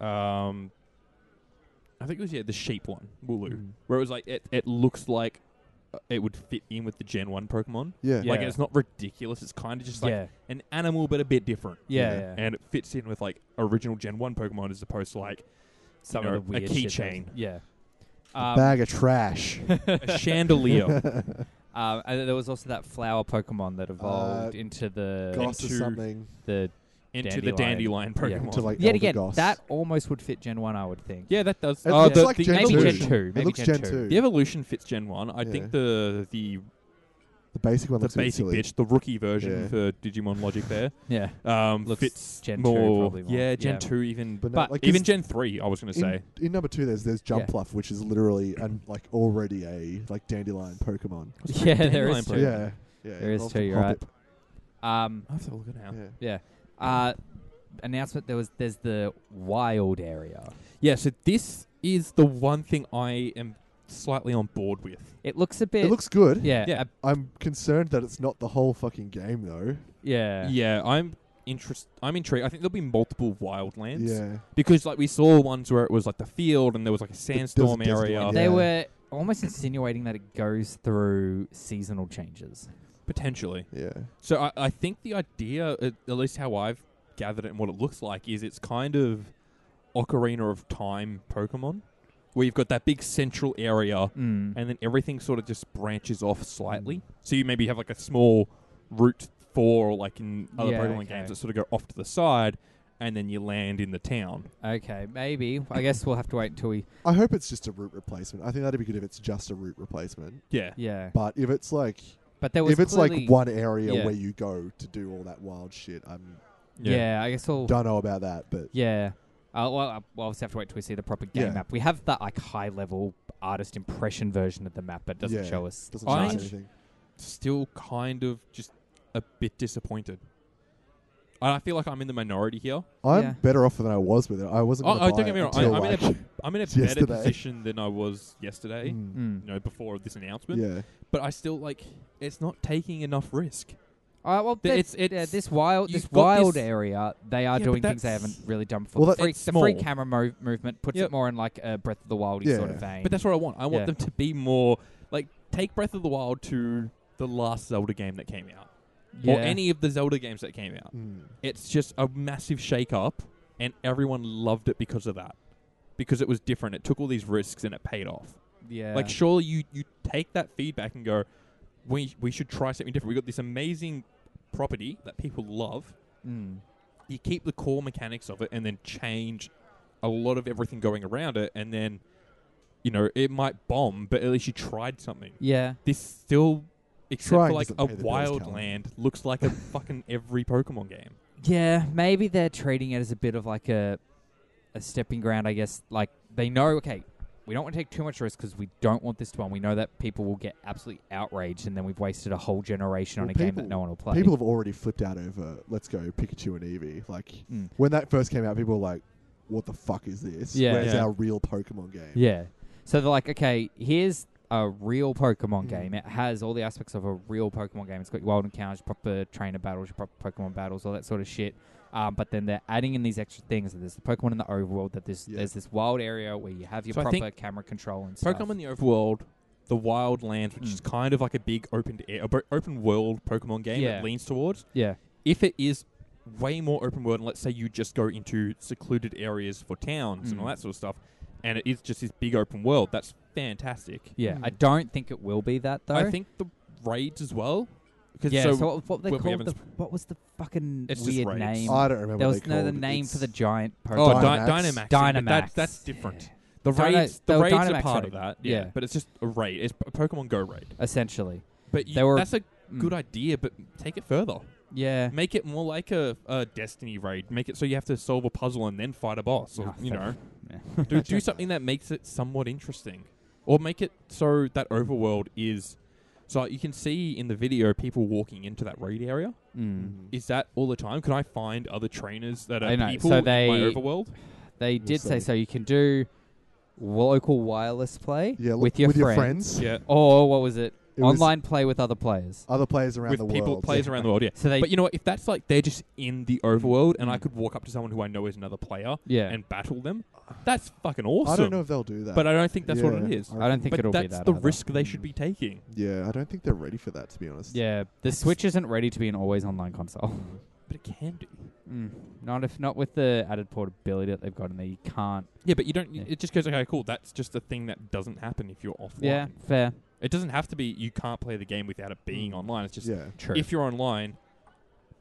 [SPEAKER 1] Um, I think it was yeah the sheep one, Wooloo,
[SPEAKER 3] Mm.
[SPEAKER 1] where it was like it it looks like uh, it would fit in with the Gen One Pokemon.
[SPEAKER 2] yeah,
[SPEAKER 3] yeah.
[SPEAKER 1] Like it's not ridiculous. It's kind of just like
[SPEAKER 3] yeah,
[SPEAKER 1] an animal, but a bit different.
[SPEAKER 3] yeah,
[SPEAKER 2] yeah.
[SPEAKER 3] yeah.
[SPEAKER 1] and it fits in with like original Gen One Pokemon as opposed to like
[SPEAKER 3] Some
[SPEAKER 1] you know,
[SPEAKER 3] of the weird
[SPEAKER 1] a
[SPEAKER 3] shit that
[SPEAKER 1] keychain.
[SPEAKER 3] was- Yeah.
[SPEAKER 2] A
[SPEAKER 1] um,
[SPEAKER 2] bag of trash.
[SPEAKER 1] a chandelier.
[SPEAKER 3] Um, and there was also that flower Pokemon
[SPEAKER 2] Uh,
[SPEAKER 3] that evolved into the
[SPEAKER 2] Goss or
[SPEAKER 1] Into-
[SPEAKER 2] something.
[SPEAKER 3] the.
[SPEAKER 1] into
[SPEAKER 3] Dandelion.
[SPEAKER 1] the dandelion
[SPEAKER 3] Yeah,
[SPEAKER 1] Pokemon.
[SPEAKER 2] Into like
[SPEAKER 3] Yet
[SPEAKER 2] Elder
[SPEAKER 3] again,
[SPEAKER 2] Goss.
[SPEAKER 3] that almost would fit Gen One, I would think.
[SPEAKER 1] yeah, that does.
[SPEAKER 2] It
[SPEAKER 1] uh,
[SPEAKER 2] looks
[SPEAKER 1] the,
[SPEAKER 2] like
[SPEAKER 1] the
[SPEAKER 2] Gen
[SPEAKER 3] maybe
[SPEAKER 1] evolution,
[SPEAKER 3] Gen Two. Maybe
[SPEAKER 2] it looks
[SPEAKER 3] Gen,
[SPEAKER 2] Gen two.
[SPEAKER 1] The evolution fits Gen One. I
[SPEAKER 2] Yeah.
[SPEAKER 1] think the the
[SPEAKER 2] The basic one
[SPEAKER 1] the
[SPEAKER 2] looks a bit
[SPEAKER 1] basic
[SPEAKER 2] silly.
[SPEAKER 1] bitch, the rookie version
[SPEAKER 2] Yeah.
[SPEAKER 1] for Digimon logic there,
[SPEAKER 3] Yeah,
[SPEAKER 1] um,
[SPEAKER 3] Looks
[SPEAKER 1] fits
[SPEAKER 3] Gen 2
[SPEAKER 1] more,
[SPEAKER 3] probably more.
[SPEAKER 1] Yeah, Gen
[SPEAKER 3] Yeah.
[SPEAKER 1] Two even,
[SPEAKER 2] But
[SPEAKER 1] but,
[SPEAKER 2] no, like
[SPEAKER 1] even
[SPEAKER 2] this-
[SPEAKER 1] Gen Three. I was gonna say.
[SPEAKER 2] In, in number two, there's there's
[SPEAKER 3] Yeah.
[SPEAKER 2] Jumpluff, which is literally an, like already a like dandelion Pokemon.
[SPEAKER 3] yeah, there
[SPEAKER 1] Dandelion
[SPEAKER 3] is
[SPEAKER 1] Pokemon.
[SPEAKER 3] two.
[SPEAKER 2] Yeah, yeah.
[SPEAKER 3] There is
[SPEAKER 2] evolved
[SPEAKER 3] two,
[SPEAKER 2] from
[SPEAKER 3] you're right.
[SPEAKER 2] Hoppip.
[SPEAKER 3] Um,
[SPEAKER 1] I have to have a look at now. Yeah.
[SPEAKER 2] Yeah.
[SPEAKER 3] uh, announcement. There was there's the wild area.
[SPEAKER 1] so this is the one thing I am slightly on board with.
[SPEAKER 3] It looks a bit.
[SPEAKER 2] It looks good.
[SPEAKER 3] yeah,
[SPEAKER 1] Yeah.
[SPEAKER 3] a-
[SPEAKER 2] I'm concerned that it's not the whole fucking game though.
[SPEAKER 3] yeah,
[SPEAKER 1] Yeah, I'm interest. I'm intrigued. I think there'll be multiple wildlands.
[SPEAKER 2] Yeah.
[SPEAKER 1] because like we saw ones where it was like the field and there was like a
[SPEAKER 2] was a
[SPEAKER 1] sandstorm
[SPEAKER 2] desert
[SPEAKER 1] area
[SPEAKER 2] one,
[SPEAKER 3] They
[SPEAKER 2] Yeah.
[SPEAKER 3] were almost insinuating that it goes through seasonal changes.
[SPEAKER 1] potentially
[SPEAKER 2] Yeah.
[SPEAKER 1] so I, I think the idea at at least how i've gathered it and what it looks like is it's kind of ocarina of time pokemon where you've got that big central area
[SPEAKER 3] Mm.
[SPEAKER 1] and then everything sort of just branches off slightly so you maybe have like a small route for like in other
[SPEAKER 3] Yeah,
[SPEAKER 1] pokemon
[SPEAKER 3] okay.
[SPEAKER 1] games that sort of go off to the side and then you land in the town
[SPEAKER 3] Okay, maybe. I guess we'll have to wait until we.
[SPEAKER 2] I hope it's just a root replacement. I think that'd be good if it's just a root replacement.
[SPEAKER 1] yeah
[SPEAKER 3] Yeah,
[SPEAKER 2] But if it's like
[SPEAKER 3] but there was
[SPEAKER 2] if it's
[SPEAKER 3] clearly-
[SPEAKER 2] like one area
[SPEAKER 3] yeah.
[SPEAKER 2] where you go to do all that wild shit, I'm
[SPEAKER 3] Yeah, I guess we'll.
[SPEAKER 2] don't know about that, but
[SPEAKER 3] Yeah. Uh, well, uh, we'll obviously have to wait till we see the proper game
[SPEAKER 2] Yeah.
[SPEAKER 3] map. We have that like high level artist impression version of the map, but it doesn't
[SPEAKER 2] Yeah.
[SPEAKER 3] show us.
[SPEAKER 2] doesn't
[SPEAKER 1] I-
[SPEAKER 2] change anything.
[SPEAKER 1] still kind of just a bit disappointed. And I feel like I'm in the minority here.
[SPEAKER 2] I'm
[SPEAKER 3] Yeah.
[SPEAKER 2] better off than I was with it. I wasn't.
[SPEAKER 1] Oh,
[SPEAKER 2] gonna
[SPEAKER 1] oh,
[SPEAKER 2] buy
[SPEAKER 1] don't get me
[SPEAKER 2] it
[SPEAKER 1] wrong, I-
[SPEAKER 2] until,
[SPEAKER 1] I mean,
[SPEAKER 2] like,
[SPEAKER 1] it- I'm in a better
[SPEAKER 2] Yesterday.
[SPEAKER 1] position than I was yesterday,
[SPEAKER 2] mm,
[SPEAKER 3] Mm.
[SPEAKER 1] you know, before this announcement.
[SPEAKER 2] yeah,
[SPEAKER 1] But I still like it's not taking enough risk.
[SPEAKER 3] Uh, well,
[SPEAKER 1] Th-
[SPEAKER 3] it's,
[SPEAKER 1] it's- it's-
[SPEAKER 3] yeah, this wild,
[SPEAKER 1] you've
[SPEAKER 3] this
[SPEAKER 1] got
[SPEAKER 3] wild
[SPEAKER 1] this-
[SPEAKER 3] area. They are
[SPEAKER 1] Yeah,
[SPEAKER 3] doing
[SPEAKER 1] but
[SPEAKER 3] things they haven't
[SPEAKER 1] that's-
[SPEAKER 3] really done before.
[SPEAKER 2] Well,
[SPEAKER 3] the, free,
[SPEAKER 1] that's
[SPEAKER 3] the free
[SPEAKER 1] small.
[SPEAKER 3] camera mo- movement puts it
[SPEAKER 1] Yep.
[SPEAKER 3] more in like a Breath of the Wildy sort of
[SPEAKER 2] Yeah.
[SPEAKER 3] vein.
[SPEAKER 1] But that's what I want. I want
[SPEAKER 3] Yeah.
[SPEAKER 1] them to be more like take Breath of the Wild to the last Zelda game that came out,
[SPEAKER 3] yeah.
[SPEAKER 1] or any of the Zelda games that came out.
[SPEAKER 2] mm,
[SPEAKER 1] It's just a massive shake up, and everyone loved it because of that, because it was different. It took all these risks and it paid off.
[SPEAKER 3] yeah,
[SPEAKER 1] Like, surely you you take that feedback and go, we we should try something different. We got this amazing property that people love.
[SPEAKER 3] mm.
[SPEAKER 1] You keep the core mechanics of it and then change a lot of everything going around it, and then you know it might bomb, but at least you tried something.
[SPEAKER 3] yeah,
[SPEAKER 1] This still. Except
[SPEAKER 2] Trying
[SPEAKER 1] for like
[SPEAKER 2] doesn't
[SPEAKER 1] a
[SPEAKER 2] pay the bills,
[SPEAKER 1] wild
[SPEAKER 2] Callum.
[SPEAKER 1] land looks like a fucking every Pokemon game.
[SPEAKER 3] yeah. Maybe they're treating it as a bit of like a a stepping ground. I guess like they know. Okay, we don't want to take too much risk because we don't want this to one. We know that people will get absolutely outraged, and then we've wasted a whole generation on
[SPEAKER 2] Well,
[SPEAKER 3] a game that
[SPEAKER 2] people-
[SPEAKER 3] no one will play.
[SPEAKER 2] people have already flipped out over. Let's go Pikachu and Eevee. Like
[SPEAKER 3] Mm.
[SPEAKER 2] when that first came out, people were like, "What the fuck is this?
[SPEAKER 3] Yeah.
[SPEAKER 2] Where's
[SPEAKER 1] Yeah.
[SPEAKER 2] our real Pokemon game?"
[SPEAKER 3] Yeah. So they're like, okay, here's a real Pokemon
[SPEAKER 2] Mm.
[SPEAKER 3] game. It has all the aspects of a real Pokemon game. It's got your wild encounters, proper trainer battles, your proper Pokemon battles, all that sort of shit. Um, but then they're adding in these extra things. That there's the Pokemon in the overworld. That there's
[SPEAKER 2] Yeah.
[SPEAKER 3] there's this wild area where you have your
[SPEAKER 1] So I think
[SPEAKER 3] proper camera control and stuff.
[SPEAKER 1] Pokemon in the overworld the wild lands, which
[SPEAKER 3] Mm.
[SPEAKER 1] is kind of like a big open air, a bo- open world Pokemon game
[SPEAKER 3] Yeah.
[SPEAKER 1] that leans towards.
[SPEAKER 3] Yeah.
[SPEAKER 1] If it is way more open world, and let's say you just go into secluded areas for towns and all
[SPEAKER 3] Mm.
[SPEAKER 1] that sort of stuff, and it is just this big open world, that's fantastic.
[SPEAKER 3] Yeah.
[SPEAKER 2] Hmm.
[SPEAKER 3] I don't think it will be that though.
[SPEAKER 1] I think the raids as well. 'cause
[SPEAKER 3] Yeah.
[SPEAKER 1] so
[SPEAKER 3] So, what, what they
[SPEAKER 1] when we
[SPEAKER 3] called
[SPEAKER 1] haven't
[SPEAKER 3] the what was the fucking
[SPEAKER 1] It's just
[SPEAKER 3] weird
[SPEAKER 1] raids.
[SPEAKER 3] name?
[SPEAKER 2] I don't remember.
[SPEAKER 3] there
[SPEAKER 2] what
[SPEAKER 3] was
[SPEAKER 2] they
[SPEAKER 3] no the
[SPEAKER 2] called it.
[SPEAKER 3] name for
[SPEAKER 2] It's-
[SPEAKER 3] the giant
[SPEAKER 1] Oh,
[SPEAKER 3] Pokemon.
[SPEAKER 1] Dy-
[SPEAKER 2] Dynamax.
[SPEAKER 1] Dynamax. But that-
[SPEAKER 3] Dynamax.
[SPEAKER 1] that's different. The
[SPEAKER 3] Dyna-
[SPEAKER 1] raids, the
[SPEAKER 3] they were
[SPEAKER 1] raids are
[SPEAKER 3] Dynamax
[SPEAKER 1] part of
[SPEAKER 3] raid.
[SPEAKER 1] that. Yeah.
[SPEAKER 3] Yeah.
[SPEAKER 1] but it's just a raid. It's a Pokemon Go raid.
[SPEAKER 3] essentially.
[SPEAKER 1] But you,
[SPEAKER 3] They were-
[SPEAKER 1] that's a
[SPEAKER 3] Mm.
[SPEAKER 1] good idea. But take it further.
[SPEAKER 3] Yeah.
[SPEAKER 1] Make it more like a, a Destiny raid. Make it so you have to solve a puzzle and then fight a boss. Or,
[SPEAKER 3] Ah,
[SPEAKER 1] you
[SPEAKER 3] fair
[SPEAKER 1] know,
[SPEAKER 3] enough. Yeah.
[SPEAKER 1] do, do something that makes it somewhat interesting, or make it so that overworld is. So you can see in the video people walking into that raid area.
[SPEAKER 3] Mm.
[SPEAKER 2] Mhm.
[SPEAKER 1] Is that all the time? Can I find other trainers that are
[SPEAKER 3] I know,
[SPEAKER 1] people
[SPEAKER 3] so
[SPEAKER 1] in my
[SPEAKER 3] they-
[SPEAKER 1] overworld?
[SPEAKER 3] They
[SPEAKER 2] We'll
[SPEAKER 3] did say
[SPEAKER 2] see.
[SPEAKER 3] so. You can do local wireless play
[SPEAKER 2] Yeah, look,
[SPEAKER 3] with your friends,
[SPEAKER 2] friends.
[SPEAKER 1] Yeah,
[SPEAKER 3] or what was it?
[SPEAKER 2] It was
[SPEAKER 3] Online play with other players.
[SPEAKER 2] Other players around
[SPEAKER 1] with
[SPEAKER 2] the world.
[SPEAKER 1] people players
[SPEAKER 2] yeah.
[SPEAKER 1] around the world. Yeah,
[SPEAKER 3] So they,
[SPEAKER 1] but you know what? If that's like they're just in the overworld, and I
[SPEAKER 3] Mm.
[SPEAKER 1] could walk up to someone who I know is another player
[SPEAKER 3] yeah,
[SPEAKER 1] and battle them, that's fucking awesome.
[SPEAKER 2] I don't know if they'll do that.
[SPEAKER 1] but I don't think that's what
[SPEAKER 2] Yeah,
[SPEAKER 1] it is.
[SPEAKER 3] I don't think
[SPEAKER 1] but
[SPEAKER 3] it'll
[SPEAKER 1] that's
[SPEAKER 3] be that.
[SPEAKER 1] the
[SPEAKER 3] either.
[SPEAKER 1] risk they should
[SPEAKER 2] Mm.
[SPEAKER 1] be taking.
[SPEAKER 2] Yeah, I don't think they're ready for that. To be honest.
[SPEAKER 3] Yeah, the Switch isn't ready to be an always online console.
[SPEAKER 1] But it can do.
[SPEAKER 3] Mm. Not if not with the added portability that they've got in there. You can't.
[SPEAKER 1] Yeah, but you don't.
[SPEAKER 3] Yeah.
[SPEAKER 1] It just goes okay, cool. That's just a thing that doesn't happen if you're offline.
[SPEAKER 3] Yeah, fair.
[SPEAKER 1] It doesn't have to be. You can't play the game without it being
[SPEAKER 2] Mm.
[SPEAKER 1] online. It's just
[SPEAKER 2] Yeah.
[SPEAKER 3] True.
[SPEAKER 1] if you're online,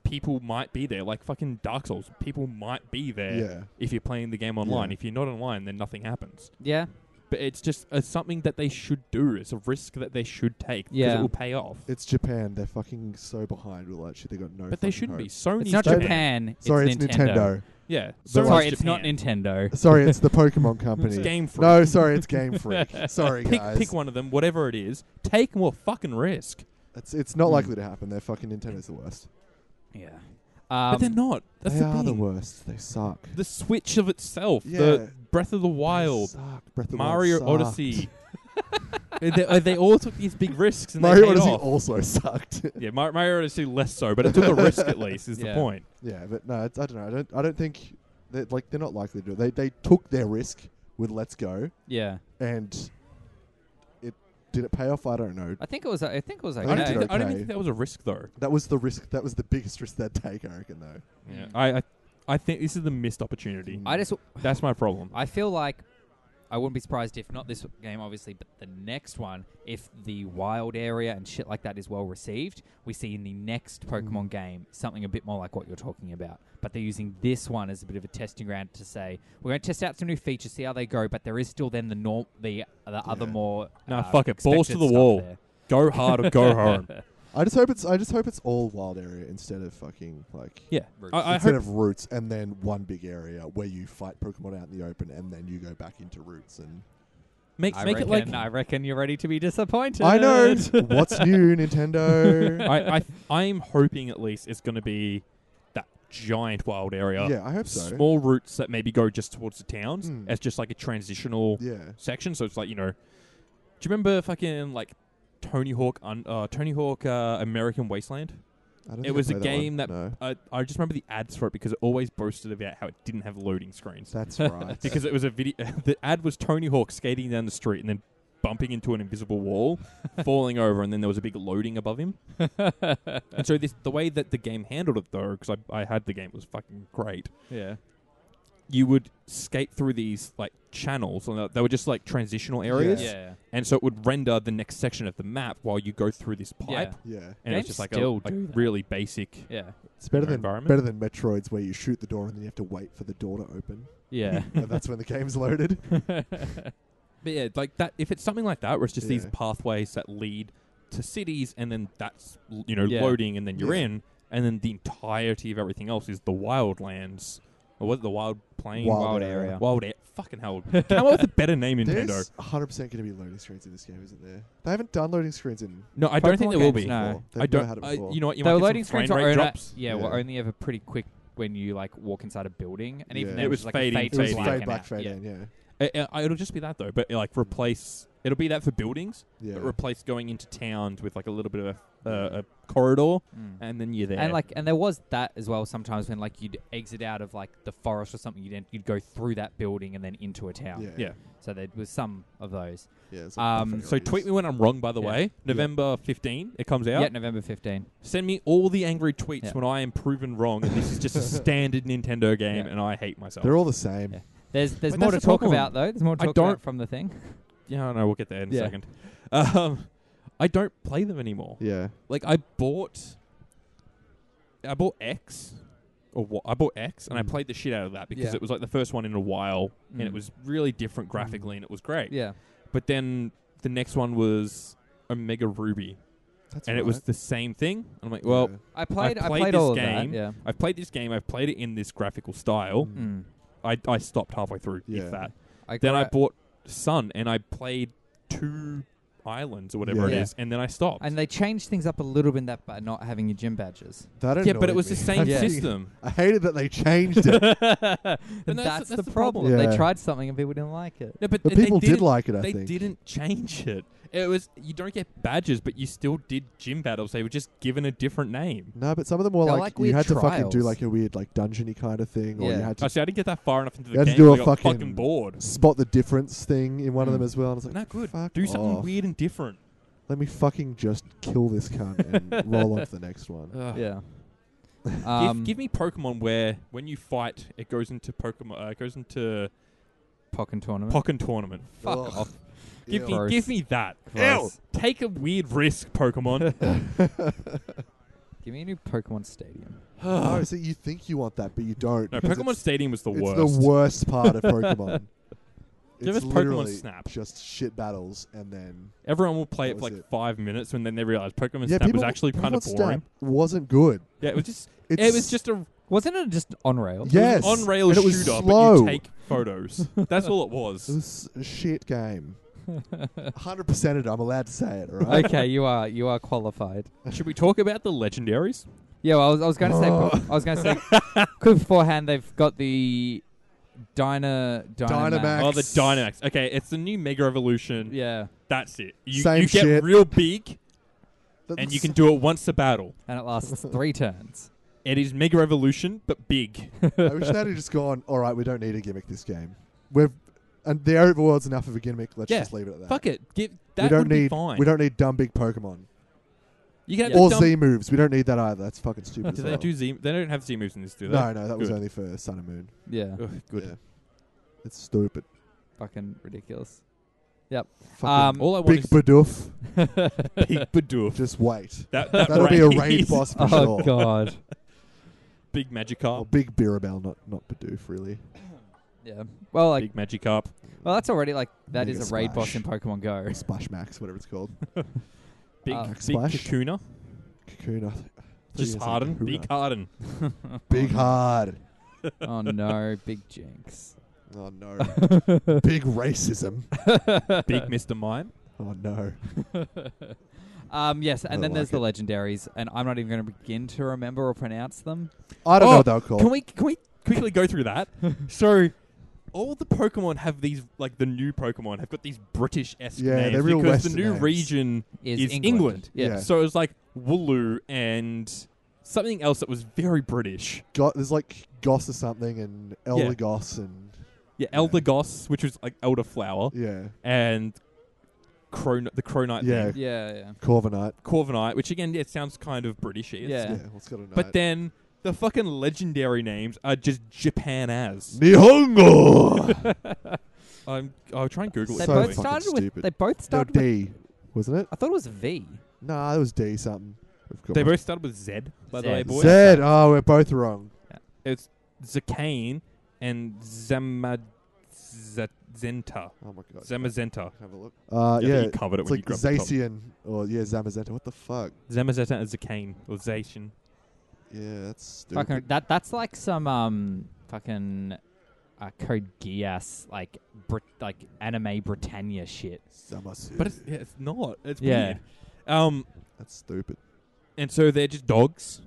[SPEAKER 1] people might be there. Like fucking Dark Souls, people might be there
[SPEAKER 2] Yeah.
[SPEAKER 1] if you're playing the game online.
[SPEAKER 2] Yeah.
[SPEAKER 1] If you're not online, then nothing happens.
[SPEAKER 3] yeah,
[SPEAKER 1] But it's just it's something that they should do. It's a risk that they should take because
[SPEAKER 3] Yeah.
[SPEAKER 1] it will pay off.
[SPEAKER 2] It's Japan. They're fucking so behind with all that shit. They got no.
[SPEAKER 1] but they
[SPEAKER 2] fucking
[SPEAKER 1] shouldn't
[SPEAKER 2] hope.
[SPEAKER 1] be. Sony.
[SPEAKER 3] it's not
[SPEAKER 2] Japan.
[SPEAKER 3] Japan.
[SPEAKER 2] Sorry,
[SPEAKER 3] it's
[SPEAKER 2] it's Nintendo.
[SPEAKER 1] Yeah.
[SPEAKER 2] Sorry,
[SPEAKER 1] Sony's
[SPEAKER 3] Sorry, it's
[SPEAKER 1] Japan.
[SPEAKER 3] not Nintendo.
[SPEAKER 2] Sorry, it's the Pokemon
[SPEAKER 1] It's
[SPEAKER 2] Company.
[SPEAKER 1] Game Freak.
[SPEAKER 2] no, sorry, it's Game Freak. sorry,
[SPEAKER 1] pick,
[SPEAKER 2] guys.
[SPEAKER 1] pick one of them, whatever it is. Take more fucking risk.
[SPEAKER 2] It's it's not
[SPEAKER 3] Hmm.
[SPEAKER 2] likely to happen. They're fucking Nintendo's the worst.
[SPEAKER 3] Yeah, um,
[SPEAKER 1] but they're not. That's
[SPEAKER 2] they
[SPEAKER 1] the
[SPEAKER 2] are
[SPEAKER 1] thing.
[SPEAKER 2] the worst. They suck.
[SPEAKER 1] The Switch of itself.
[SPEAKER 2] Yeah.
[SPEAKER 1] The Breath of the
[SPEAKER 2] They
[SPEAKER 1] Wild.
[SPEAKER 2] suck. Breath of the Wild
[SPEAKER 1] Mario
[SPEAKER 2] sucked.
[SPEAKER 1] Odyssey. they, uh, they all took these big risks and
[SPEAKER 2] Mario
[SPEAKER 1] they paid
[SPEAKER 2] Odyssey
[SPEAKER 1] off.
[SPEAKER 2] also sucked.
[SPEAKER 1] Yeah, Mar- Mario Odyssey less so, but it took a risk at least. Is
[SPEAKER 3] Yeah.
[SPEAKER 1] the point?
[SPEAKER 2] yeah, but no, it's, I don't know. I don't. I don't think that like they're not likely to do it. They they took their risk with Let's Go
[SPEAKER 3] yeah.
[SPEAKER 2] and it did it pay off? I don't know.
[SPEAKER 3] I think it was. I think it was okay.
[SPEAKER 2] I
[SPEAKER 1] I don't,
[SPEAKER 2] did
[SPEAKER 1] think I don't
[SPEAKER 2] okay.
[SPEAKER 1] even think that was a risk though.
[SPEAKER 2] That was the risk. That was the biggest risk they'd take. I reckon though.
[SPEAKER 1] Yeah, Mm.
[SPEAKER 3] Mm.
[SPEAKER 1] I, I, I think this is the missed opportunity.
[SPEAKER 3] I just
[SPEAKER 1] That's my problem.
[SPEAKER 3] I feel like I wouldn't be surprised if not this game, obviously, but the next one, if the wild area and shit like that is well received, we see in the next
[SPEAKER 1] Mm.
[SPEAKER 3] Pokemon game something a bit more like what you're talking about. But they're using this one as a bit of a testing ground to say we're going to test out some new features, see how they go. But there is still then the norm, the uh, the other
[SPEAKER 2] Yeah.
[SPEAKER 3] more
[SPEAKER 1] Nah,
[SPEAKER 3] uh,
[SPEAKER 1] fuck it, balls to
[SPEAKER 3] expected
[SPEAKER 1] the
[SPEAKER 3] stuff
[SPEAKER 1] wall.
[SPEAKER 3] there.
[SPEAKER 1] Go hard or go home.
[SPEAKER 2] I just hope it's. I just hope it's all wild area instead of fucking like
[SPEAKER 1] Yeah,
[SPEAKER 3] Roots.
[SPEAKER 1] I, I
[SPEAKER 2] instead
[SPEAKER 1] hope.
[SPEAKER 2] of roots and then one big area where you fight Pokemon out in the open and then you go back into roots and.
[SPEAKER 1] Make,
[SPEAKER 3] I
[SPEAKER 1] make
[SPEAKER 3] reckon,
[SPEAKER 1] it like.
[SPEAKER 3] I reckon you're ready to be disappointed.
[SPEAKER 2] I know what's new, Nintendo.
[SPEAKER 1] I, I, I'm hoping at least it's going to be that giant wild area.
[SPEAKER 2] yeah, I hope so.
[SPEAKER 1] Small routes that maybe go just towards the towns
[SPEAKER 2] Mm.
[SPEAKER 1] as just like a transitional
[SPEAKER 2] Yeah,
[SPEAKER 1] section. So it's like you know, do you remember fucking like Tony Hawk? Un, uh, Tony Hawk uh, American Wasteland.
[SPEAKER 2] I don't
[SPEAKER 1] It
[SPEAKER 2] think I
[SPEAKER 1] was a
[SPEAKER 2] played that one.
[SPEAKER 1] game that-
[SPEAKER 2] No,
[SPEAKER 1] I, I just remember the ads for it because it always boasted about how it didn't have loading screens.
[SPEAKER 2] that's right.
[SPEAKER 1] because it was a video. The ad was Tony Hawk skating down the street and then bumping into an invisible wall, falling over, and then there was a big loading above him. and so this, the way that the game handled it, though, because I, I had the game, it was fucking great.
[SPEAKER 3] yeah.
[SPEAKER 1] You would skate through these like channels, and they were just like transitional areas,
[SPEAKER 2] Yeah.
[SPEAKER 3] Yeah.
[SPEAKER 1] and so it would render the next section of the map while you go through this pipe.
[SPEAKER 3] Yeah.
[SPEAKER 2] yeah,
[SPEAKER 1] And it was
[SPEAKER 3] Games
[SPEAKER 1] just like a
[SPEAKER 3] still
[SPEAKER 1] like
[SPEAKER 3] do that.
[SPEAKER 1] really basic.
[SPEAKER 3] Yeah.
[SPEAKER 2] it's better
[SPEAKER 1] Your
[SPEAKER 2] than
[SPEAKER 1] environment?
[SPEAKER 2] better than Metroids where you shoot the door and then you have to wait for the door to open
[SPEAKER 3] Yeah.
[SPEAKER 2] and that's when the game's loaded.
[SPEAKER 1] But yeah, like that. If it's something like that, where it's just these
[SPEAKER 2] Yeah.
[SPEAKER 1] pathways that lead to cities, and then that's l- you know
[SPEAKER 3] Yeah.
[SPEAKER 1] loading, and then you're
[SPEAKER 2] Yeah.
[SPEAKER 1] in, and then the entirety of everything else is the wildlands, or was it the wild plain,
[SPEAKER 2] Wild
[SPEAKER 3] wild
[SPEAKER 2] area.
[SPEAKER 3] area.
[SPEAKER 1] wild air. Fucking hell! Come up with a better name, Nintendo.
[SPEAKER 2] There's 100 percent going to be loading screens in this game, isn't there? They haven't done loading screens in.
[SPEAKER 1] No, I don't
[SPEAKER 3] Pokemon
[SPEAKER 1] think there will
[SPEAKER 3] games,
[SPEAKER 1] be.
[SPEAKER 3] No.
[SPEAKER 2] before. They've
[SPEAKER 1] I don't.
[SPEAKER 2] Never had it
[SPEAKER 1] I-
[SPEAKER 2] before.
[SPEAKER 1] you know what? You
[SPEAKER 3] the
[SPEAKER 1] might
[SPEAKER 3] loading
[SPEAKER 1] get some
[SPEAKER 3] screens
[SPEAKER 1] frame
[SPEAKER 3] were
[SPEAKER 1] rate
[SPEAKER 3] only,
[SPEAKER 1] drops.
[SPEAKER 3] yeah,
[SPEAKER 2] Yeah.
[SPEAKER 3] were only ever pretty quick when you like walk inside a building, and even
[SPEAKER 2] Yeah.
[SPEAKER 3] then
[SPEAKER 2] It
[SPEAKER 3] it was
[SPEAKER 1] was
[SPEAKER 3] like
[SPEAKER 1] fading,
[SPEAKER 3] a fade
[SPEAKER 2] it
[SPEAKER 1] It
[SPEAKER 3] to
[SPEAKER 2] was
[SPEAKER 1] fading.
[SPEAKER 3] black
[SPEAKER 2] fade back,
[SPEAKER 3] and out.
[SPEAKER 2] fade
[SPEAKER 3] yeah.
[SPEAKER 2] in. Yeah,
[SPEAKER 1] I- I- it'll just be that though, but like replace. It'll be that for buildings,
[SPEAKER 2] Mm. Yeah.
[SPEAKER 1] but replace going into towns with like a little bit of a, uh, a corridor,
[SPEAKER 3] Mm.
[SPEAKER 1] and then you're there.
[SPEAKER 3] And like, and there was that as well. Sometimes when like you'd exit out of like the forest or something, you'd en- you'd go through that building and then into a town.
[SPEAKER 2] yeah.
[SPEAKER 1] yeah.
[SPEAKER 3] So there was some of those.
[SPEAKER 2] Yeah, it's
[SPEAKER 3] Um,
[SPEAKER 2] buffet
[SPEAKER 1] So
[SPEAKER 2] ideas.
[SPEAKER 1] tweet me when I'm wrong. By the
[SPEAKER 3] Yeah.
[SPEAKER 1] way, November 15, it comes out.
[SPEAKER 3] Yeah, November fifteen.
[SPEAKER 1] Send me all the angry tweets
[SPEAKER 3] Yeah.
[SPEAKER 1] when I am proven wrong, and this is just a standard Nintendo game,
[SPEAKER 3] Yeah.
[SPEAKER 1] and I hate myself.
[SPEAKER 2] They're all the same.
[SPEAKER 3] Yeah. There's there's
[SPEAKER 1] But
[SPEAKER 3] more to
[SPEAKER 1] that's the
[SPEAKER 3] talk
[SPEAKER 1] problem.
[SPEAKER 3] about though. There's more to
[SPEAKER 1] I
[SPEAKER 3] talk
[SPEAKER 1] don't-
[SPEAKER 3] about from the thing.
[SPEAKER 1] yeah, I know. We'll get there in a
[SPEAKER 3] Yeah.
[SPEAKER 1] second. Um, I don't play them anymore.
[SPEAKER 2] Yeah.
[SPEAKER 1] Like I bought, I bought X, or what? I bought X, and I
[SPEAKER 2] Mm.
[SPEAKER 1] played the shit out of that because
[SPEAKER 3] Yeah.
[SPEAKER 1] it was like the first one in a while, and it
[SPEAKER 3] Mm.
[SPEAKER 1] was really different graphically, and it was great.
[SPEAKER 3] Yeah.
[SPEAKER 1] But then the next one was Omega Ruby,
[SPEAKER 2] That's
[SPEAKER 1] and it
[SPEAKER 2] right.
[SPEAKER 1] was the same thing. I'm like, well,
[SPEAKER 2] Yeah.
[SPEAKER 3] I played. I
[SPEAKER 1] played
[SPEAKER 3] played,
[SPEAKER 1] this
[SPEAKER 3] all
[SPEAKER 1] game.
[SPEAKER 3] of that.
[SPEAKER 1] I've played this game. I've played it in this graphical style.
[SPEAKER 3] Yeah.
[SPEAKER 2] Mm.
[SPEAKER 3] Mm.
[SPEAKER 1] I, I stopped halfway through,
[SPEAKER 2] Yeah.
[SPEAKER 1] if that.
[SPEAKER 3] I
[SPEAKER 1] Then I
[SPEAKER 3] gra-
[SPEAKER 1] bought Sun, and I played two islands or whatever
[SPEAKER 2] Yeah.
[SPEAKER 1] it is, and then I stopped.
[SPEAKER 3] And they changed things up a little bit in that by not having your gym badges.
[SPEAKER 2] That
[SPEAKER 1] yeah, but
[SPEAKER 2] annoyed
[SPEAKER 1] it was
[SPEAKER 2] me.
[SPEAKER 1] the same
[SPEAKER 3] Yeah.
[SPEAKER 1] system.
[SPEAKER 2] I hated that they changed it.
[SPEAKER 3] And
[SPEAKER 1] that's-
[SPEAKER 3] that's,
[SPEAKER 1] that's
[SPEAKER 3] the,
[SPEAKER 1] the problem.
[SPEAKER 3] problem.
[SPEAKER 2] Yeah.
[SPEAKER 3] They tried something and people didn't like it.
[SPEAKER 1] No, but,
[SPEAKER 2] But
[SPEAKER 1] they
[SPEAKER 2] people did
[SPEAKER 1] didn't-
[SPEAKER 2] like it, I
[SPEAKER 1] They
[SPEAKER 2] think.
[SPEAKER 1] didn't change it. It was you don't get badges, but you still did gym battles. They were just given a different name.
[SPEAKER 2] No, but some of them were
[SPEAKER 3] They're
[SPEAKER 2] like,
[SPEAKER 3] like
[SPEAKER 2] you
[SPEAKER 3] weird
[SPEAKER 2] had to fucking do
[SPEAKER 3] trials.
[SPEAKER 2] like a weird like dungeony kind of thing, or you
[SPEAKER 3] Yeah.
[SPEAKER 2] had to
[SPEAKER 1] I see. I didn't get that far enough into
[SPEAKER 2] You
[SPEAKER 1] the
[SPEAKER 2] had to
[SPEAKER 1] game.
[SPEAKER 2] do
[SPEAKER 1] so
[SPEAKER 2] a
[SPEAKER 1] I got fucking,
[SPEAKER 2] fucking-
[SPEAKER 1] bored.
[SPEAKER 2] spot the difference thing in one of
[SPEAKER 3] Mm.
[SPEAKER 2] them as well. And I was like,
[SPEAKER 1] Not good.
[SPEAKER 2] Fuck
[SPEAKER 1] Do something
[SPEAKER 2] off.
[SPEAKER 1] weird and different.
[SPEAKER 2] Let me fucking just kill this cunt and roll on to the next one.
[SPEAKER 1] Ugh.
[SPEAKER 3] Yeah.
[SPEAKER 1] Give,
[SPEAKER 3] Um,
[SPEAKER 1] give me Pokemon where when you fight, it goes into Pokemon. Uh, it goes into
[SPEAKER 3] Pokken tournament.
[SPEAKER 1] Pokken tournament.
[SPEAKER 3] Fuck
[SPEAKER 2] Ugh.
[SPEAKER 3] off.
[SPEAKER 1] Give
[SPEAKER 2] Ew.
[SPEAKER 1] me,
[SPEAKER 3] Gross.
[SPEAKER 1] give me that.
[SPEAKER 3] Gross.
[SPEAKER 1] Ew. Take a weird risk, Pokemon.
[SPEAKER 3] Give me a new Pokemon Stadium.
[SPEAKER 2] Oh,
[SPEAKER 1] no,
[SPEAKER 2] so you think you want that, but you don't. because
[SPEAKER 1] Pokemon Stadium was the
[SPEAKER 2] it's,
[SPEAKER 1] worst.
[SPEAKER 2] it's the worst part of Pokemon.
[SPEAKER 1] Give
[SPEAKER 2] it's
[SPEAKER 1] us Pokemon
[SPEAKER 2] literally
[SPEAKER 1] Snap.
[SPEAKER 2] Just shit battles and then
[SPEAKER 1] Everyone will play
[SPEAKER 2] That
[SPEAKER 1] it for
[SPEAKER 2] was
[SPEAKER 1] like
[SPEAKER 2] it.
[SPEAKER 1] five minutes, and then they realize Pokemon
[SPEAKER 2] yeah,
[SPEAKER 1] Snap
[SPEAKER 2] people,
[SPEAKER 1] was actually kind of
[SPEAKER 2] Pokemon Snap
[SPEAKER 1] boring.
[SPEAKER 2] wasn't good.
[SPEAKER 1] Yeah, it was just
[SPEAKER 2] It's,
[SPEAKER 1] it was just a
[SPEAKER 3] Wasn't it just on rails?
[SPEAKER 2] Yeah. Yes,
[SPEAKER 1] on rail
[SPEAKER 2] and it
[SPEAKER 1] shooter,
[SPEAKER 2] was
[SPEAKER 1] but
[SPEAKER 2] slow.
[SPEAKER 1] you take photos. That's all it
[SPEAKER 2] it
[SPEAKER 1] was.
[SPEAKER 2] was a shit game. Hundred percent it. I'm allowed to say it. all Right?
[SPEAKER 3] okay, you are you are qualified.
[SPEAKER 1] Should we talk about the legendaries?
[SPEAKER 3] Yeah, well, I was I was going to say I was going to say quick beforehand they've got the Dyna Dynamax.
[SPEAKER 2] Dynamax.
[SPEAKER 1] Oh, the Dynamax. Okay, it's the new Mega Evolution.
[SPEAKER 3] Yeah,
[SPEAKER 1] That's it. You,
[SPEAKER 2] Same
[SPEAKER 1] you get
[SPEAKER 2] shit.
[SPEAKER 1] real big,
[SPEAKER 2] That's-
[SPEAKER 1] and you can do it once a battle.
[SPEAKER 3] and it lasts three turns.
[SPEAKER 1] It is Mega Evolution, but big.
[SPEAKER 2] I wish they'd have just gone. All right, we don't need a gimmick this game. We've and the overworld's enough of a gimmick. Let's
[SPEAKER 1] Yeah,
[SPEAKER 2] just leave it at that.
[SPEAKER 1] Fuck it. Give, that
[SPEAKER 2] we don't
[SPEAKER 1] would
[SPEAKER 2] need
[SPEAKER 1] be fine.
[SPEAKER 2] we don't need dumb big Pokemon
[SPEAKER 1] you can have
[SPEAKER 3] Yeah.
[SPEAKER 2] or
[SPEAKER 1] the dumb-
[SPEAKER 2] Z moves. We don't need that either. That's fucking stupid.
[SPEAKER 1] Do
[SPEAKER 2] as
[SPEAKER 1] they
[SPEAKER 2] well.
[SPEAKER 1] do Z? They don't have Z moves in this, do they?
[SPEAKER 2] No, no, that was
[SPEAKER 1] Good.
[SPEAKER 2] only for Sun and Moon.
[SPEAKER 3] Yeah,
[SPEAKER 1] Ugh, good.
[SPEAKER 2] Yeah. It's stupid.
[SPEAKER 3] fucking ridiculous.
[SPEAKER 2] Fucking
[SPEAKER 3] Um,
[SPEAKER 1] All I want
[SPEAKER 2] big
[SPEAKER 1] is
[SPEAKER 2] Bidoof.
[SPEAKER 1] big Bidoof.
[SPEAKER 2] Just wait.
[SPEAKER 1] That, that
[SPEAKER 2] That'll be a raid
[SPEAKER 1] raise-
[SPEAKER 2] boss for
[SPEAKER 3] Oh
[SPEAKER 2] sure.
[SPEAKER 3] god.
[SPEAKER 1] Big
[SPEAKER 2] Oh,
[SPEAKER 1] Magikarp.
[SPEAKER 2] big Birabel, not not Bidoof, really.
[SPEAKER 3] Yeah. Well, like
[SPEAKER 1] big Magikarp.
[SPEAKER 3] well, that's already like that
[SPEAKER 2] Mega
[SPEAKER 3] is a raid boss in
[SPEAKER 2] Splash.
[SPEAKER 3] Pokemon Go.
[SPEAKER 2] Or Splash Max, whatever it's called.
[SPEAKER 1] Big,
[SPEAKER 3] Uh,
[SPEAKER 1] big
[SPEAKER 2] Splash.
[SPEAKER 1] Kakuna.
[SPEAKER 2] Cocoon. I th- I thought you
[SPEAKER 1] Just
[SPEAKER 2] were gonna say
[SPEAKER 1] Harden.
[SPEAKER 2] Kakuna.
[SPEAKER 1] Big Harden.
[SPEAKER 2] Big hard. Uh,
[SPEAKER 3] oh no, big jinx.
[SPEAKER 2] Oh no. big racism.
[SPEAKER 1] Big Mr. Mime.
[SPEAKER 2] Oh no.
[SPEAKER 3] Um, yes,
[SPEAKER 2] I
[SPEAKER 3] and then
[SPEAKER 2] like
[SPEAKER 3] there's
[SPEAKER 2] it.
[SPEAKER 3] the legendaries, and I'm not even going to begin to remember or pronounce them.
[SPEAKER 2] I don't
[SPEAKER 1] Oh,
[SPEAKER 2] know what they're called.
[SPEAKER 1] Can we can we quickly go through that? so all the Pokemon have these like the new Pokemon have got these British esque
[SPEAKER 2] Yeah,
[SPEAKER 1] names
[SPEAKER 2] they're real
[SPEAKER 1] because
[SPEAKER 2] Western
[SPEAKER 1] the new
[SPEAKER 2] names.
[SPEAKER 1] region
[SPEAKER 3] Is,
[SPEAKER 1] Is
[SPEAKER 3] England?
[SPEAKER 1] England.
[SPEAKER 3] Yeah.
[SPEAKER 2] Yeah.
[SPEAKER 1] so it was like Wooloo and something else that was very British.
[SPEAKER 2] Go- there's like Goss or something and Elder Goss and
[SPEAKER 1] Yeah,
[SPEAKER 2] Yeah.
[SPEAKER 1] Eldegoss, which was like Elderflower,
[SPEAKER 2] yeah,
[SPEAKER 1] and Cron- the Cronite
[SPEAKER 2] Yeah.
[SPEAKER 1] thing.
[SPEAKER 3] yeah, yeah.
[SPEAKER 2] Corviknight.
[SPEAKER 1] Corviknight, which again it sounds kind of Britishy.
[SPEAKER 3] Yeah.
[SPEAKER 2] Yeah, what's got a
[SPEAKER 1] But then the fucking legendary names are just Japan as.
[SPEAKER 2] Nihongo.
[SPEAKER 1] I'm I'll try and Google
[SPEAKER 3] They
[SPEAKER 1] it.
[SPEAKER 2] So
[SPEAKER 1] quickly.
[SPEAKER 3] both
[SPEAKER 2] fucking
[SPEAKER 3] started
[SPEAKER 2] stupid.
[SPEAKER 3] with. They both
[SPEAKER 2] no
[SPEAKER 3] started. with,
[SPEAKER 2] D, wasn't it?
[SPEAKER 3] I thought it was V.
[SPEAKER 2] Nah, it was D something. Of course.
[SPEAKER 1] They both started with Z, by the
[SPEAKER 3] Z.
[SPEAKER 1] way, boys.
[SPEAKER 2] Zed. Oh, we're both wrong.
[SPEAKER 1] It's Zakane and Zamazenta.
[SPEAKER 2] Oh my god.
[SPEAKER 1] Zamazenta.
[SPEAKER 2] Have a look. Uh,
[SPEAKER 1] I think
[SPEAKER 2] yeah,
[SPEAKER 1] you covered it
[SPEAKER 2] it's
[SPEAKER 1] when
[SPEAKER 2] like
[SPEAKER 1] you grabbed the top.
[SPEAKER 2] Zacian or yeah Zamazenta. What the fuck?
[SPEAKER 1] Zamazenta and Zakane or Zacian.
[SPEAKER 2] Yeah, that's stupid.
[SPEAKER 3] Fucking that. That's like some um fucking uh, Code Geass like Brit like anime Britannia shit.
[SPEAKER 2] Zamazenta.
[SPEAKER 1] But it's, yeah, it's not. It's
[SPEAKER 3] Yeah.
[SPEAKER 1] weird. Um,
[SPEAKER 2] that's stupid.
[SPEAKER 1] and so they're just dogs.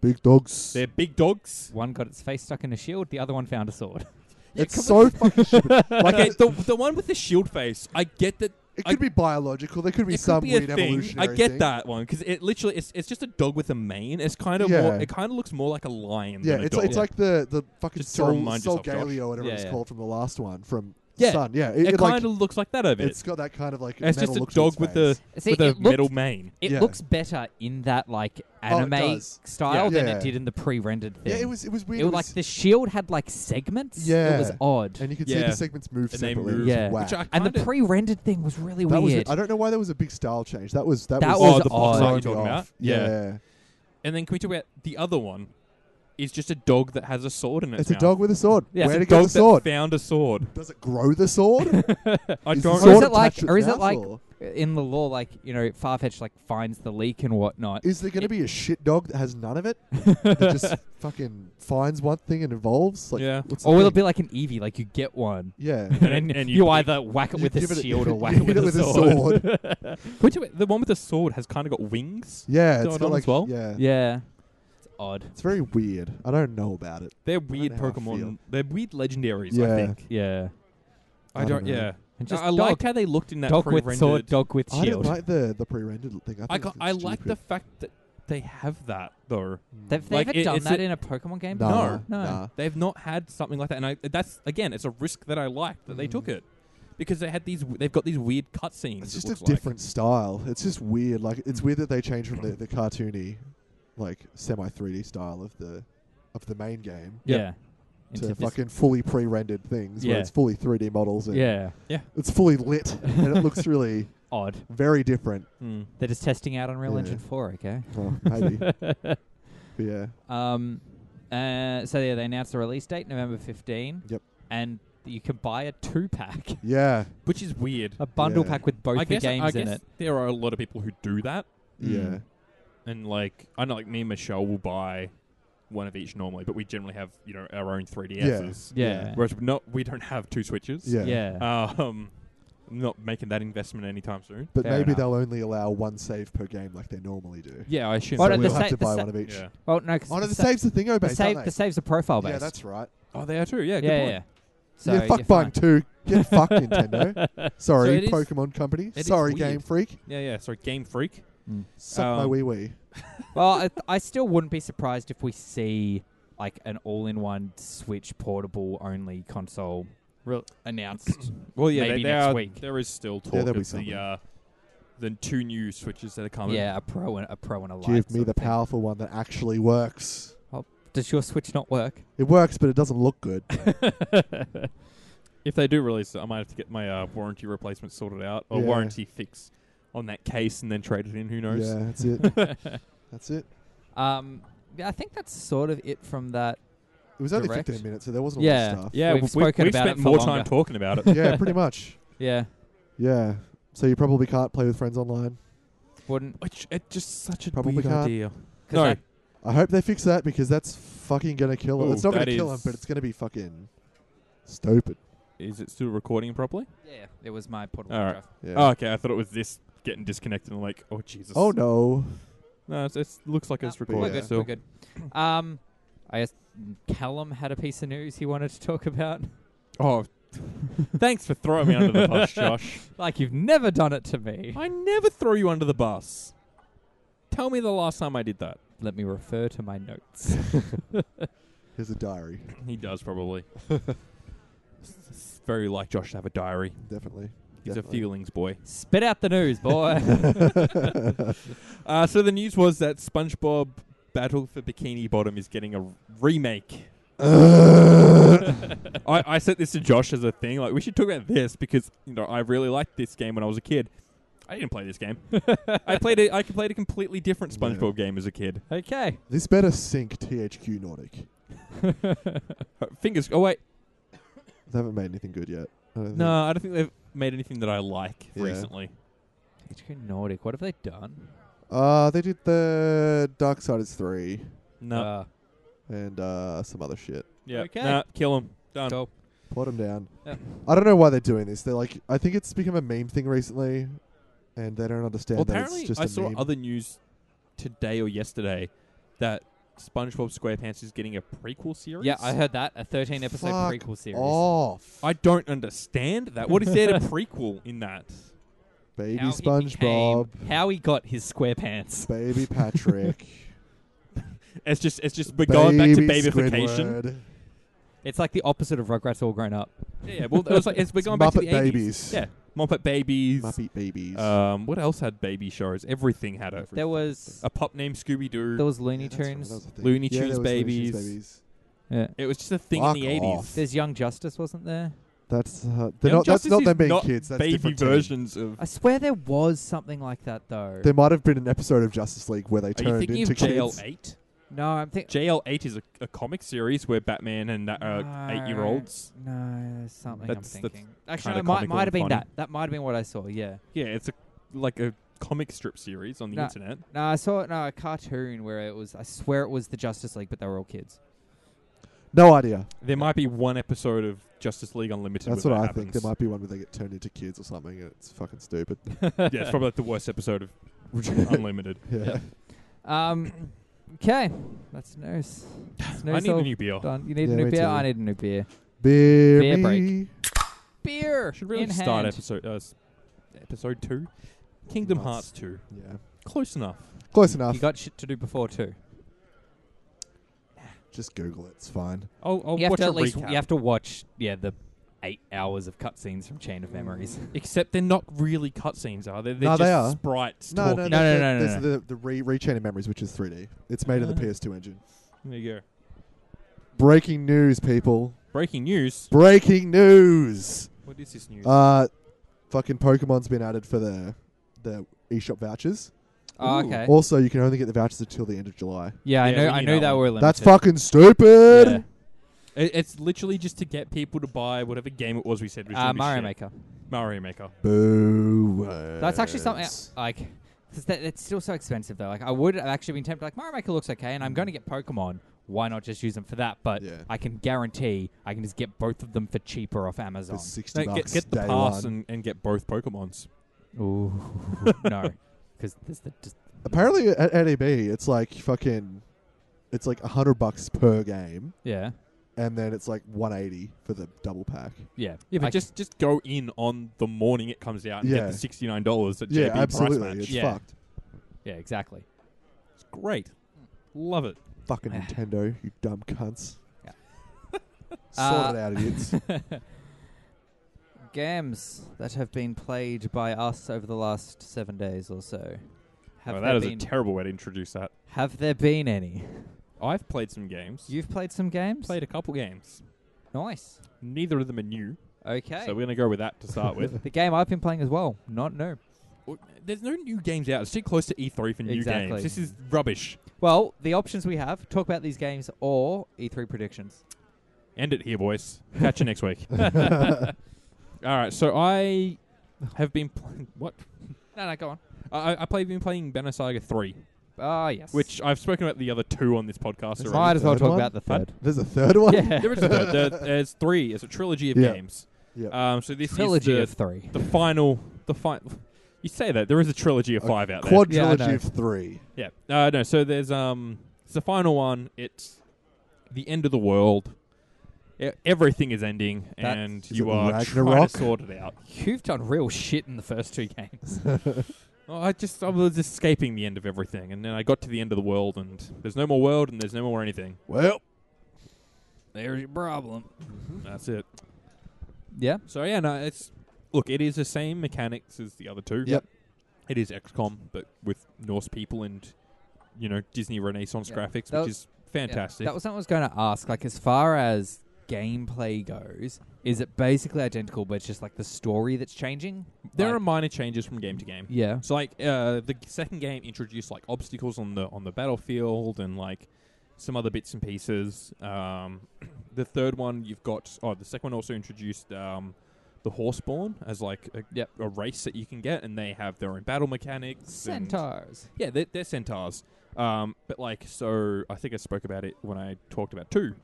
[SPEAKER 2] Big dogs.
[SPEAKER 1] They're big dogs.
[SPEAKER 3] One got its face stuck in a shield. The other one found a sword.
[SPEAKER 2] it's so fucking stupid. Like
[SPEAKER 1] okay, the the one with the shield face. I get that.
[SPEAKER 2] it
[SPEAKER 1] I-
[SPEAKER 2] could be biological. There could be
[SPEAKER 1] it
[SPEAKER 2] some
[SPEAKER 1] could be a
[SPEAKER 2] weird
[SPEAKER 1] thing. I
[SPEAKER 2] evolutionary.
[SPEAKER 1] get
[SPEAKER 2] thing.
[SPEAKER 1] that one because it literally it's, it's just a dog with a mane. It's kind of
[SPEAKER 2] Yeah.
[SPEAKER 1] more. It kind of looks more like a lion.
[SPEAKER 2] Yeah,
[SPEAKER 1] than a
[SPEAKER 2] it's
[SPEAKER 1] dog.
[SPEAKER 2] it's like the the fucking
[SPEAKER 1] Just to
[SPEAKER 2] Sol,
[SPEAKER 1] remind
[SPEAKER 2] Sol
[SPEAKER 1] yourself, Josh.
[SPEAKER 2] Galeo, whatever
[SPEAKER 3] Yeah,
[SPEAKER 2] it's
[SPEAKER 3] yeah.
[SPEAKER 2] called from the last one from
[SPEAKER 1] Yeah.
[SPEAKER 2] Sun. Yeah,
[SPEAKER 1] it,
[SPEAKER 2] it,
[SPEAKER 1] kind
[SPEAKER 2] like,
[SPEAKER 1] of looks like that a bit.
[SPEAKER 2] it's got that kind of like
[SPEAKER 1] It's
[SPEAKER 2] metal
[SPEAKER 1] just a
[SPEAKER 2] look to
[SPEAKER 1] dog
[SPEAKER 2] its
[SPEAKER 1] with
[SPEAKER 2] face.
[SPEAKER 1] a
[SPEAKER 3] See,
[SPEAKER 1] with a
[SPEAKER 3] it looked-
[SPEAKER 1] metal mane.
[SPEAKER 3] It
[SPEAKER 2] Yeah.
[SPEAKER 3] looks better in that like
[SPEAKER 2] Oh, it
[SPEAKER 3] anime
[SPEAKER 2] does.
[SPEAKER 3] style
[SPEAKER 2] Yeah.
[SPEAKER 3] than
[SPEAKER 2] Yeah.
[SPEAKER 3] it did in the pre-rendered thing.
[SPEAKER 2] yeah. It was it was weird.
[SPEAKER 3] It was like the shield had like segments. it was
[SPEAKER 2] Yeah.
[SPEAKER 3] odd.
[SPEAKER 2] and you could see
[SPEAKER 1] Yeah.
[SPEAKER 2] the segments move
[SPEAKER 1] And they
[SPEAKER 2] separately.
[SPEAKER 1] move.
[SPEAKER 2] It was
[SPEAKER 3] Yeah.
[SPEAKER 2] whack.
[SPEAKER 1] Which I
[SPEAKER 3] And the
[SPEAKER 1] kinda-
[SPEAKER 3] pre-rendered thing was really
[SPEAKER 2] that was
[SPEAKER 3] weird.
[SPEAKER 2] I don't know why there was a big style change. That was that,
[SPEAKER 3] That
[SPEAKER 2] was
[SPEAKER 1] oh,
[SPEAKER 3] was
[SPEAKER 1] the box
[SPEAKER 3] odd.
[SPEAKER 1] art
[SPEAKER 2] throwing
[SPEAKER 1] you're
[SPEAKER 2] me
[SPEAKER 1] talking
[SPEAKER 2] off.
[SPEAKER 1] about.
[SPEAKER 2] Yeah.
[SPEAKER 1] And then can we talk about the other one? Is just a dog that has a sword in its
[SPEAKER 2] It's a
[SPEAKER 1] mouth.
[SPEAKER 2] dog with a sword.
[SPEAKER 3] Yeah,
[SPEAKER 1] It's
[SPEAKER 2] Where did
[SPEAKER 1] a
[SPEAKER 2] it get
[SPEAKER 1] dog
[SPEAKER 2] the sword?
[SPEAKER 1] that found a sword.
[SPEAKER 2] Does it grow the sword?
[SPEAKER 1] I
[SPEAKER 2] Is
[SPEAKER 1] don't.
[SPEAKER 2] the
[SPEAKER 3] or is
[SPEAKER 2] sword
[SPEAKER 1] remember.
[SPEAKER 3] it like,
[SPEAKER 2] attached to
[SPEAKER 3] or is
[SPEAKER 2] its
[SPEAKER 3] it like
[SPEAKER 2] mouth,
[SPEAKER 3] in the law, like you know, Farfetch like finds the leak and whatnot?
[SPEAKER 2] Is there going to
[SPEAKER 3] It-
[SPEAKER 2] be a shit dog that has none of it? that just fucking finds one thing and evolves? Like,
[SPEAKER 1] Yeah.
[SPEAKER 2] What's the
[SPEAKER 3] or will it
[SPEAKER 2] thing?
[SPEAKER 3] be like an Eevee, like you get one
[SPEAKER 2] Yeah.
[SPEAKER 3] and,
[SPEAKER 1] And- and you
[SPEAKER 3] you,
[SPEAKER 1] pick-
[SPEAKER 3] either whack it
[SPEAKER 2] you
[SPEAKER 3] with
[SPEAKER 2] give it
[SPEAKER 3] a
[SPEAKER 2] a-
[SPEAKER 3] shield or
[SPEAKER 2] you
[SPEAKER 3] whack it
[SPEAKER 2] hit
[SPEAKER 3] with,
[SPEAKER 2] it
[SPEAKER 3] a,
[SPEAKER 2] with a
[SPEAKER 3] sword?
[SPEAKER 1] Which the one with the sword has kind of got wings.
[SPEAKER 2] Yeah. It's
[SPEAKER 1] Going
[SPEAKER 2] got
[SPEAKER 1] on
[SPEAKER 2] like
[SPEAKER 1] as well?
[SPEAKER 2] yeah.
[SPEAKER 3] yeah, it's odd.
[SPEAKER 2] It's very weird. I don't know about it.
[SPEAKER 1] They're weird
[SPEAKER 2] know how I feel.
[SPEAKER 1] Pokemon. They're weird legendaries.
[SPEAKER 2] Yeah.
[SPEAKER 1] I think.
[SPEAKER 3] Yeah,
[SPEAKER 1] I
[SPEAKER 2] I
[SPEAKER 1] don't.
[SPEAKER 2] don't know.
[SPEAKER 1] Yeah.
[SPEAKER 3] and
[SPEAKER 1] Just
[SPEAKER 3] just
[SPEAKER 1] I
[SPEAKER 3] dog,
[SPEAKER 1] liked how they looked in that
[SPEAKER 3] dog
[SPEAKER 1] pre-rendered.
[SPEAKER 3] with sword, dog with
[SPEAKER 2] I don't
[SPEAKER 3] shield.
[SPEAKER 2] like the the pre-rendered thing. I,
[SPEAKER 1] I,
[SPEAKER 2] think
[SPEAKER 1] ca-
[SPEAKER 2] it's
[SPEAKER 1] I like the
[SPEAKER 2] stupid. Mm.
[SPEAKER 1] fact that they have that though.
[SPEAKER 3] They've
[SPEAKER 1] Like,
[SPEAKER 3] never
[SPEAKER 1] it-
[SPEAKER 3] done
[SPEAKER 1] it's
[SPEAKER 3] that
[SPEAKER 1] a-
[SPEAKER 3] in a Pokemon game.
[SPEAKER 2] Nah,
[SPEAKER 1] No.
[SPEAKER 3] No.
[SPEAKER 2] nah.
[SPEAKER 1] They've not had something like that, and I, that's again, it's a risk that I liked that they took
[SPEAKER 2] Mm.
[SPEAKER 1] it because they had these. w- They've got these weird cutscenes.
[SPEAKER 2] It's
[SPEAKER 1] it
[SPEAKER 2] just
[SPEAKER 1] looks
[SPEAKER 2] a
[SPEAKER 1] like.
[SPEAKER 2] different style. It's just weird. Like it's
[SPEAKER 1] Mm.
[SPEAKER 2] weird that they changed from the, the cartoony, like semi 3D style of the of the main game
[SPEAKER 1] Yep.
[SPEAKER 3] Yeah. Into
[SPEAKER 2] to
[SPEAKER 3] this-
[SPEAKER 2] fucking fully pre-rendered things where
[SPEAKER 3] Yeah.
[SPEAKER 2] it's fully 3D models and
[SPEAKER 3] yeah.
[SPEAKER 2] it's fully lit and it looks really
[SPEAKER 3] Odd.
[SPEAKER 2] very different.
[SPEAKER 1] Mm.
[SPEAKER 3] They're just testing out Unreal
[SPEAKER 2] Yeah.
[SPEAKER 3] Engine 4, okay?
[SPEAKER 2] Oh, maybe. But yeah.
[SPEAKER 3] Um, uh, so yeah, they announced the release date, November 15.
[SPEAKER 2] Yep.
[SPEAKER 3] And you can buy a two pack,
[SPEAKER 2] Yeah.
[SPEAKER 1] which is weird.
[SPEAKER 3] a bundle
[SPEAKER 2] Yeah.
[SPEAKER 3] pack with both
[SPEAKER 1] I
[SPEAKER 3] the
[SPEAKER 1] guess,
[SPEAKER 3] games
[SPEAKER 1] I
[SPEAKER 3] in
[SPEAKER 1] guess
[SPEAKER 3] it.
[SPEAKER 1] there are a lot of people who do that,
[SPEAKER 2] Yeah.
[SPEAKER 3] Mm.
[SPEAKER 1] and like I know, like me and Michelle will buy one of each normally, but we generally have you know our own 3DSs.
[SPEAKER 3] Yeah.
[SPEAKER 1] Whereas not, we don't have two Switches.
[SPEAKER 2] Yeah.
[SPEAKER 3] Uh,
[SPEAKER 1] Um, I'm not making that investment anytime soon.
[SPEAKER 2] But
[SPEAKER 3] Fair
[SPEAKER 2] maybe
[SPEAKER 3] enough.
[SPEAKER 2] they'll only allow one save per game like they normally do.
[SPEAKER 1] Yeah, I assume.
[SPEAKER 3] Well,
[SPEAKER 2] so
[SPEAKER 3] no, the
[SPEAKER 2] we'll
[SPEAKER 3] sa-
[SPEAKER 2] have to
[SPEAKER 3] the
[SPEAKER 2] buy
[SPEAKER 3] sa-
[SPEAKER 2] one of each.
[SPEAKER 1] yeah.
[SPEAKER 3] Well, no, 'cause
[SPEAKER 2] Oh no, the
[SPEAKER 3] sa-
[SPEAKER 2] saves the thing
[SPEAKER 3] the
[SPEAKER 2] based,
[SPEAKER 3] save
[SPEAKER 2] aren't
[SPEAKER 3] the
[SPEAKER 2] they?
[SPEAKER 3] saves are profile based.
[SPEAKER 2] yeah, that's right.
[SPEAKER 1] Oh, they are too. Yeah. Good
[SPEAKER 3] yeah,
[SPEAKER 1] point.
[SPEAKER 3] yeah. So
[SPEAKER 2] yeah, fuck
[SPEAKER 3] you're
[SPEAKER 2] buying
[SPEAKER 3] fine.
[SPEAKER 2] two. Get fucked, Nintendo.
[SPEAKER 1] So
[SPEAKER 2] Sorry,
[SPEAKER 1] it is-
[SPEAKER 2] Pokemon Company.
[SPEAKER 1] it is
[SPEAKER 2] Sorry,
[SPEAKER 1] weird.
[SPEAKER 2] Game Freak.
[SPEAKER 1] Yeah, yeah. Sorry, Game Freak.
[SPEAKER 2] Suck my
[SPEAKER 1] Um,
[SPEAKER 2] wee wee.
[SPEAKER 3] well, I, I still wouldn't be surprised if we see like an all-in-one Switch portable only console
[SPEAKER 1] Real-
[SPEAKER 3] announced.
[SPEAKER 1] Well, yeah,
[SPEAKER 3] Maybe
[SPEAKER 1] they, they
[SPEAKER 3] next
[SPEAKER 1] are,
[SPEAKER 3] week.
[SPEAKER 1] There is still talk
[SPEAKER 2] there'll be
[SPEAKER 1] of
[SPEAKER 2] something.
[SPEAKER 1] the uh, the two new switches that are coming.
[SPEAKER 3] yeah, a pro and a pro and a light.
[SPEAKER 2] Give me
[SPEAKER 3] sort
[SPEAKER 2] the
[SPEAKER 3] of thing.
[SPEAKER 2] powerful one that actually works.
[SPEAKER 3] Does your Switch not work?
[SPEAKER 2] It works, but it doesn't look good.
[SPEAKER 1] If they do release it, I might have to get my uh, warranty replacement sorted out or
[SPEAKER 2] Yeah.
[SPEAKER 1] warranty fix on that case and then trade it in. Who knows?
[SPEAKER 2] yeah, that's it. that's it.
[SPEAKER 3] Um, yeah, I think that's sort of it from that.
[SPEAKER 2] It was only
[SPEAKER 3] Direct?
[SPEAKER 2] 15 minutes, so there wasn't
[SPEAKER 3] Yeah.
[SPEAKER 2] a lot of stuff.
[SPEAKER 1] Yeah,
[SPEAKER 3] We've
[SPEAKER 1] we-
[SPEAKER 3] spoken
[SPEAKER 1] we've
[SPEAKER 3] about
[SPEAKER 1] spent
[SPEAKER 3] it for
[SPEAKER 1] more time
[SPEAKER 3] longer.
[SPEAKER 1] talking about it.
[SPEAKER 2] yeah, pretty much.
[SPEAKER 3] Yeah,
[SPEAKER 2] Yeah. So you probably can't play with friends online.
[SPEAKER 3] wouldn't
[SPEAKER 1] Which it's just such a
[SPEAKER 2] Probably
[SPEAKER 1] weird
[SPEAKER 2] can't.
[SPEAKER 1] idea.
[SPEAKER 3] 'cause
[SPEAKER 1] No,
[SPEAKER 3] I-
[SPEAKER 2] I hope they fix that because that's fucking gonna kill him.
[SPEAKER 1] Ooh,
[SPEAKER 2] it's not gonna
[SPEAKER 1] that
[SPEAKER 2] kill him,
[SPEAKER 1] is-
[SPEAKER 2] but it's gonna be fucking stupid.
[SPEAKER 1] is it still recording properly?
[SPEAKER 3] yeah, it was my portable
[SPEAKER 1] All right.
[SPEAKER 3] drive.
[SPEAKER 2] Yeah.
[SPEAKER 1] Oh, okay. I thought it was this getting disconnected. and like, oh Jesus.
[SPEAKER 2] oh no.
[SPEAKER 1] No, it's, it's looks like it's
[SPEAKER 3] No,
[SPEAKER 1] recording.
[SPEAKER 3] Ah, We're
[SPEAKER 2] Yeah.
[SPEAKER 3] good.
[SPEAKER 1] still.
[SPEAKER 3] We're good. Um, I guess Callum had a piece of news he wanted to talk about.
[SPEAKER 1] Oh, thanks for throwing me under the bus, Josh.
[SPEAKER 3] like you've never done it to me.
[SPEAKER 1] I never throw you under the bus. Tell me the last time I did that.
[SPEAKER 3] Let me refer to my notes.
[SPEAKER 2] Here's a diary.
[SPEAKER 1] He does probably. it's very like Josh to have a diary.
[SPEAKER 2] Definitely.
[SPEAKER 1] He's
[SPEAKER 2] Definitely.
[SPEAKER 1] a feelings boy.
[SPEAKER 3] Spit out the news, boy.
[SPEAKER 1] Uh, so the news was that SpongeBob Battle for Bikini Bottom is getting a remake. I, I sent this to Josh as a thing. Like we should talk about this because you know I really liked this game when I was a kid. I didn't play this game. I played it. I played a completely different
[SPEAKER 2] Yeah.
[SPEAKER 1] SpongeBob game as a kid.
[SPEAKER 3] okay.
[SPEAKER 2] This better sync THQ Nordic.
[SPEAKER 1] Uh, Fingers. Oh wait,
[SPEAKER 2] They haven't made anything good yet. I don't think.
[SPEAKER 1] no, I don't think they've made anything that I like
[SPEAKER 2] Yeah.
[SPEAKER 1] recently.
[SPEAKER 3] HQ Nordic. What have they done?
[SPEAKER 2] Uh, they did the Darksiders 3
[SPEAKER 1] No.
[SPEAKER 3] Uh,
[SPEAKER 2] and uh, some other shit.
[SPEAKER 1] yeah.
[SPEAKER 3] okay.
[SPEAKER 1] Nah, kill him. Done.
[SPEAKER 3] cool.
[SPEAKER 2] Plot them down.
[SPEAKER 3] Yep.
[SPEAKER 2] I don't know why they're doing this. They're like, I think it's become a meme thing recently, and they don't understand
[SPEAKER 1] Well,
[SPEAKER 2] that
[SPEAKER 1] apparently,
[SPEAKER 2] it's just
[SPEAKER 1] I
[SPEAKER 2] a
[SPEAKER 1] saw
[SPEAKER 2] meme.
[SPEAKER 1] other news today or yesterday that SpongeBob SquarePants is getting a prequel series.
[SPEAKER 3] Uh, Yeah, I heard that a 13 episode
[SPEAKER 2] Fuck
[SPEAKER 3] prequel series.
[SPEAKER 2] Off,
[SPEAKER 1] I don't understand that. What is there to prequel in that?
[SPEAKER 2] baby
[SPEAKER 3] How he
[SPEAKER 2] SpongeBob,
[SPEAKER 3] became- how he got his square pants.
[SPEAKER 2] baby Patrick.
[SPEAKER 1] It's just, it's just we're going back to babyfication.
[SPEAKER 2] Squidward.
[SPEAKER 3] It's like the opposite of Rugrats all grown up.
[SPEAKER 1] Yeah, yeah, well, it's like it's, we're going back to
[SPEAKER 2] Muppet
[SPEAKER 1] the 80s.
[SPEAKER 2] babies.
[SPEAKER 1] Yeah, Muppet babies.
[SPEAKER 2] Muppet babies.
[SPEAKER 1] Um, what else had baby shows? Everything had a
[SPEAKER 3] There was
[SPEAKER 1] a pup named Scooby
[SPEAKER 3] there
[SPEAKER 1] Doo.
[SPEAKER 3] was Looney
[SPEAKER 2] Yeah, that's right, that
[SPEAKER 3] Tunes.
[SPEAKER 2] was a thing.
[SPEAKER 1] Looney
[SPEAKER 2] Yeah, there
[SPEAKER 1] Tunes
[SPEAKER 2] was Looney Tunes
[SPEAKER 1] babies.
[SPEAKER 2] babies.
[SPEAKER 3] Yeah.
[SPEAKER 1] It was just a thing
[SPEAKER 2] Fuck
[SPEAKER 1] in the eighties.
[SPEAKER 2] off.
[SPEAKER 3] There's Young Justice, wasn't there?
[SPEAKER 2] That's uh, they're
[SPEAKER 1] Young
[SPEAKER 2] not, that's
[SPEAKER 1] Justice
[SPEAKER 2] not
[SPEAKER 1] is
[SPEAKER 2] them being
[SPEAKER 1] not
[SPEAKER 2] kids. That's
[SPEAKER 1] Baby
[SPEAKER 2] different to me.
[SPEAKER 1] versions of.
[SPEAKER 3] I swear there was something like that though.
[SPEAKER 2] There might have been an episode of Justice League where they
[SPEAKER 1] Are you
[SPEAKER 2] turned
[SPEAKER 1] thinking of
[SPEAKER 2] into kids.
[SPEAKER 1] JL Eight?
[SPEAKER 3] no, I'm thinking.
[SPEAKER 1] JL Eight is a, a comic series where Batman and that uh, are eight year olds.
[SPEAKER 3] No, there's something
[SPEAKER 1] That's- that's
[SPEAKER 3] I'm thinking. Actually, no,
[SPEAKER 1] kinda
[SPEAKER 3] it might,
[SPEAKER 1] comical
[SPEAKER 3] might have
[SPEAKER 1] and
[SPEAKER 3] been
[SPEAKER 1] funny.
[SPEAKER 3] that. That might have been what I saw. Yeah.
[SPEAKER 1] Yeah, it's a like a comic strip series on the
[SPEAKER 3] No.
[SPEAKER 1] internet.
[SPEAKER 3] No, I saw it. No, a cartoon where it was. I swear it was the Justice League, but they were all kids.
[SPEAKER 2] No idea.
[SPEAKER 1] There might be one episode of Justice League Unlimited.
[SPEAKER 2] That's
[SPEAKER 1] where
[SPEAKER 2] what I
[SPEAKER 1] that
[SPEAKER 2] think. There
[SPEAKER 1] happens.
[SPEAKER 2] might be one where they get turned into kids or something, and it's fucking stupid.
[SPEAKER 1] yeah, it's probably like the worst episode of Unlimited.
[SPEAKER 2] yeah.
[SPEAKER 3] Um. Okay, that's nice. That's
[SPEAKER 1] I
[SPEAKER 3] nice
[SPEAKER 1] need a
[SPEAKER 3] all
[SPEAKER 1] new beer.
[SPEAKER 3] done. You need
[SPEAKER 2] Yeah,
[SPEAKER 3] a new
[SPEAKER 2] me
[SPEAKER 3] beer.
[SPEAKER 2] too.
[SPEAKER 3] I need a new beer.
[SPEAKER 2] Beer,
[SPEAKER 3] Beer
[SPEAKER 2] me.
[SPEAKER 3] break. Beer.
[SPEAKER 1] Should really
[SPEAKER 3] in
[SPEAKER 1] start
[SPEAKER 3] hand.
[SPEAKER 1] episode uh, s- episode two, Kingdom
[SPEAKER 2] Nice.
[SPEAKER 1] Hearts two.
[SPEAKER 2] Yeah.
[SPEAKER 1] Close enough.
[SPEAKER 2] Close enough.
[SPEAKER 3] You got shit to do before too.
[SPEAKER 2] Just Google it. It's fine.
[SPEAKER 1] I'll, I'll
[SPEAKER 3] you have
[SPEAKER 1] watch
[SPEAKER 3] to
[SPEAKER 1] a
[SPEAKER 3] at least
[SPEAKER 1] recap.
[SPEAKER 3] you have to watch yeah the eight hours of cutscenes from Chain of Memories.
[SPEAKER 1] Except they're not really cutscenes, are they? They're
[SPEAKER 2] No,
[SPEAKER 1] just
[SPEAKER 2] they are.
[SPEAKER 1] sprites
[SPEAKER 2] No,
[SPEAKER 1] talking.
[SPEAKER 2] no, no,
[SPEAKER 3] No, no,
[SPEAKER 2] no,
[SPEAKER 3] no, no,
[SPEAKER 2] There's
[SPEAKER 3] no.
[SPEAKER 2] the the re rechain of memories, which is 3D. It's made in the
[SPEAKER 1] Ah.
[SPEAKER 2] PS2 engine.
[SPEAKER 1] There you go.
[SPEAKER 2] Breaking news, people.
[SPEAKER 1] Breaking news.
[SPEAKER 2] Breaking news.
[SPEAKER 1] What is this news?
[SPEAKER 2] Uh, fucking Pokemon's been added for the the eShop vouchers.
[SPEAKER 3] Oh,
[SPEAKER 1] Ooh.
[SPEAKER 3] okay.
[SPEAKER 2] Also, you can only get the vouchers until the end of July.
[SPEAKER 3] Yeah, I
[SPEAKER 1] Yeah,
[SPEAKER 3] know.
[SPEAKER 1] we
[SPEAKER 3] I
[SPEAKER 1] knew
[SPEAKER 3] know
[SPEAKER 1] that
[SPEAKER 3] that
[SPEAKER 1] one.
[SPEAKER 3] were limited.
[SPEAKER 2] That's fucking stupid.
[SPEAKER 3] Yeah.
[SPEAKER 1] It, it's literally just to get people to buy whatever game it was we said was
[SPEAKER 3] Uh,
[SPEAKER 1] gonna be
[SPEAKER 3] Mario
[SPEAKER 1] shit.
[SPEAKER 3] Maker.
[SPEAKER 1] Mario Maker.
[SPEAKER 2] Boo.
[SPEAKER 3] That's actually something
[SPEAKER 2] words.
[SPEAKER 3] like. 'cause that- It's still so expensive though. Like I would have actually been tempted. Like Mario Maker looks okay,
[SPEAKER 1] Mm.
[SPEAKER 3] and I'm going to get Pokemon. Why not just use them for that? But
[SPEAKER 2] Yeah.
[SPEAKER 3] I can guarantee I can just get both of them for cheaper off
[SPEAKER 2] For
[SPEAKER 3] Amazon.
[SPEAKER 2] 60
[SPEAKER 1] No, get,
[SPEAKER 2] bucks
[SPEAKER 1] get the
[SPEAKER 2] day
[SPEAKER 1] pass
[SPEAKER 2] one.
[SPEAKER 1] and, and get both Pokemons.
[SPEAKER 3] Ooh, no, because there's the just
[SPEAKER 2] Apparently at at NEB, it's like fucking, it's like 100 bucks per game,
[SPEAKER 3] yeah,
[SPEAKER 2] and then it's like 180 for the double pack.
[SPEAKER 3] yeah,
[SPEAKER 1] Yeah, but
[SPEAKER 3] Like,
[SPEAKER 1] just just go in on the morning it comes out and
[SPEAKER 2] Yeah.
[SPEAKER 1] get the sixty nine dollars at
[SPEAKER 2] yeah,
[SPEAKER 1] JB price
[SPEAKER 2] absolutely.
[SPEAKER 1] match.
[SPEAKER 2] It's
[SPEAKER 3] Yeah.
[SPEAKER 2] fucked.
[SPEAKER 3] yeah, exactly.
[SPEAKER 1] It's great. Love it.
[SPEAKER 2] Fucking Nintendo, you dumb cunts.
[SPEAKER 3] Yeah.
[SPEAKER 2] Sort
[SPEAKER 3] Uh,
[SPEAKER 2] it out, idiots.
[SPEAKER 3] Games that have been played by us over the last seven days or so. Have
[SPEAKER 1] Well,
[SPEAKER 3] there
[SPEAKER 1] that is a
[SPEAKER 3] been,
[SPEAKER 1] terrible way to introduce that.
[SPEAKER 3] have there been any?
[SPEAKER 1] I've played some games.
[SPEAKER 3] You've played some games.
[SPEAKER 1] played a couple games.
[SPEAKER 3] nice.
[SPEAKER 1] Neither of them are new,
[SPEAKER 3] Okay.
[SPEAKER 1] so we're gonna go with that to start with.
[SPEAKER 3] the game I've been playing as well, not new.
[SPEAKER 1] Well, There's no new games out. It's too close to E3 for new
[SPEAKER 3] Exactly.
[SPEAKER 1] games. This is rubbish.
[SPEAKER 3] Well, the options we have: talk about these games or E3 predictions.
[SPEAKER 1] End it here, boys. Catch you next week. All right. So I have been playing what
[SPEAKER 3] No, no, go on.
[SPEAKER 1] I, I- I play, been playing Banner Saga Three,
[SPEAKER 3] Ah, yes.
[SPEAKER 1] which I've spoken about the other two on this podcast
[SPEAKER 2] That's
[SPEAKER 1] already.
[SPEAKER 3] might
[SPEAKER 2] the
[SPEAKER 3] as well
[SPEAKER 2] third
[SPEAKER 3] talk
[SPEAKER 2] one?
[SPEAKER 3] about the
[SPEAKER 1] Pardon?
[SPEAKER 3] third.
[SPEAKER 2] There's a third one?
[SPEAKER 3] Yeah.
[SPEAKER 1] There is a third. There- there's three. It's a trilogy of
[SPEAKER 2] Yeah.
[SPEAKER 1] games.
[SPEAKER 2] Yep.
[SPEAKER 1] Um, so this
[SPEAKER 3] Trilogy
[SPEAKER 1] is
[SPEAKER 3] of three.
[SPEAKER 1] the, the final. The final. You say that there is a trilogy of
[SPEAKER 2] A
[SPEAKER 1] five out there.
[SPEAKER 3] Yeah, I
[SPEAKER 2] Quadrilogy
[SPEAKER 3] know.
[SPEAKER 2] of three.
[SPEAKER 1] Yeah. Uh, no. So there's um. It's the final one. It's the end of the world. E- everything is ending,
[SPEAKER 3] That's-
[SPEAKER 1] and
[SPEAKER 2] Is
[SPEAKER 1] you
[SPEAKER 2] it
[SPEAKER 1] are trying
[SPEAKER 2] Ragnarok?
[SPEAKER 1] to sort it out.
[SPEAKER 3] You've done real shit in the first two games.
[SPEAKER 1] Oh, I just I was escaping the end of everything, and then I got to the end of the world, and there's no more world, and there's no more anything.
[SPEAKER 2] Well,
[SPEAKER 3] There's your problem.
[SPEAKER 1] That's it.
[SPEAKER 3] Mm-hmm. Yeah.
[SPEAKER 1] So yeah, no, it's look, it is the same mechanics as the other two.
[SPEAKER 2] Yep.
[SPEAKER 1] It is XCOM, but with Norse people and you know Disney Renaissance
[SPEAKER 3] Yeah.
[SPEAKER 1] graphics,
[SPEAKER 3] That
[SPEAKER 1] which
[SPEAKER 3] was-
[SPEAKER 1] is fantastic.
[SPEAKER 3] Yeah, that was something I was going to ask. Like, as far as gameplay goes, is it basically identical, but it's just like the story that's changing?
[SPEAKER 1] there
[SPEAKER 3] Like-
[SPEAKER 1] are minor changes from game to game.
[SPEAKER 3] Mm-hmm. Yeah.
[SPEAKER 1] So like uh, the second game introduced like obstacles on the on the battlefield and like some other bits and pieces. Um, the third one you've got oh the second one also introduced um, the horseborn as like a,
[SPEAKER 3] Yep.
[SPEAKER 1] a race that you can get and they have their own battle mechanics. and-
[SPEAKER 3] Centaurs.
[SPEAKER 1] Yeah, they're, they're centaurs. Um, but like, so I think I spoke about it when I talked about two.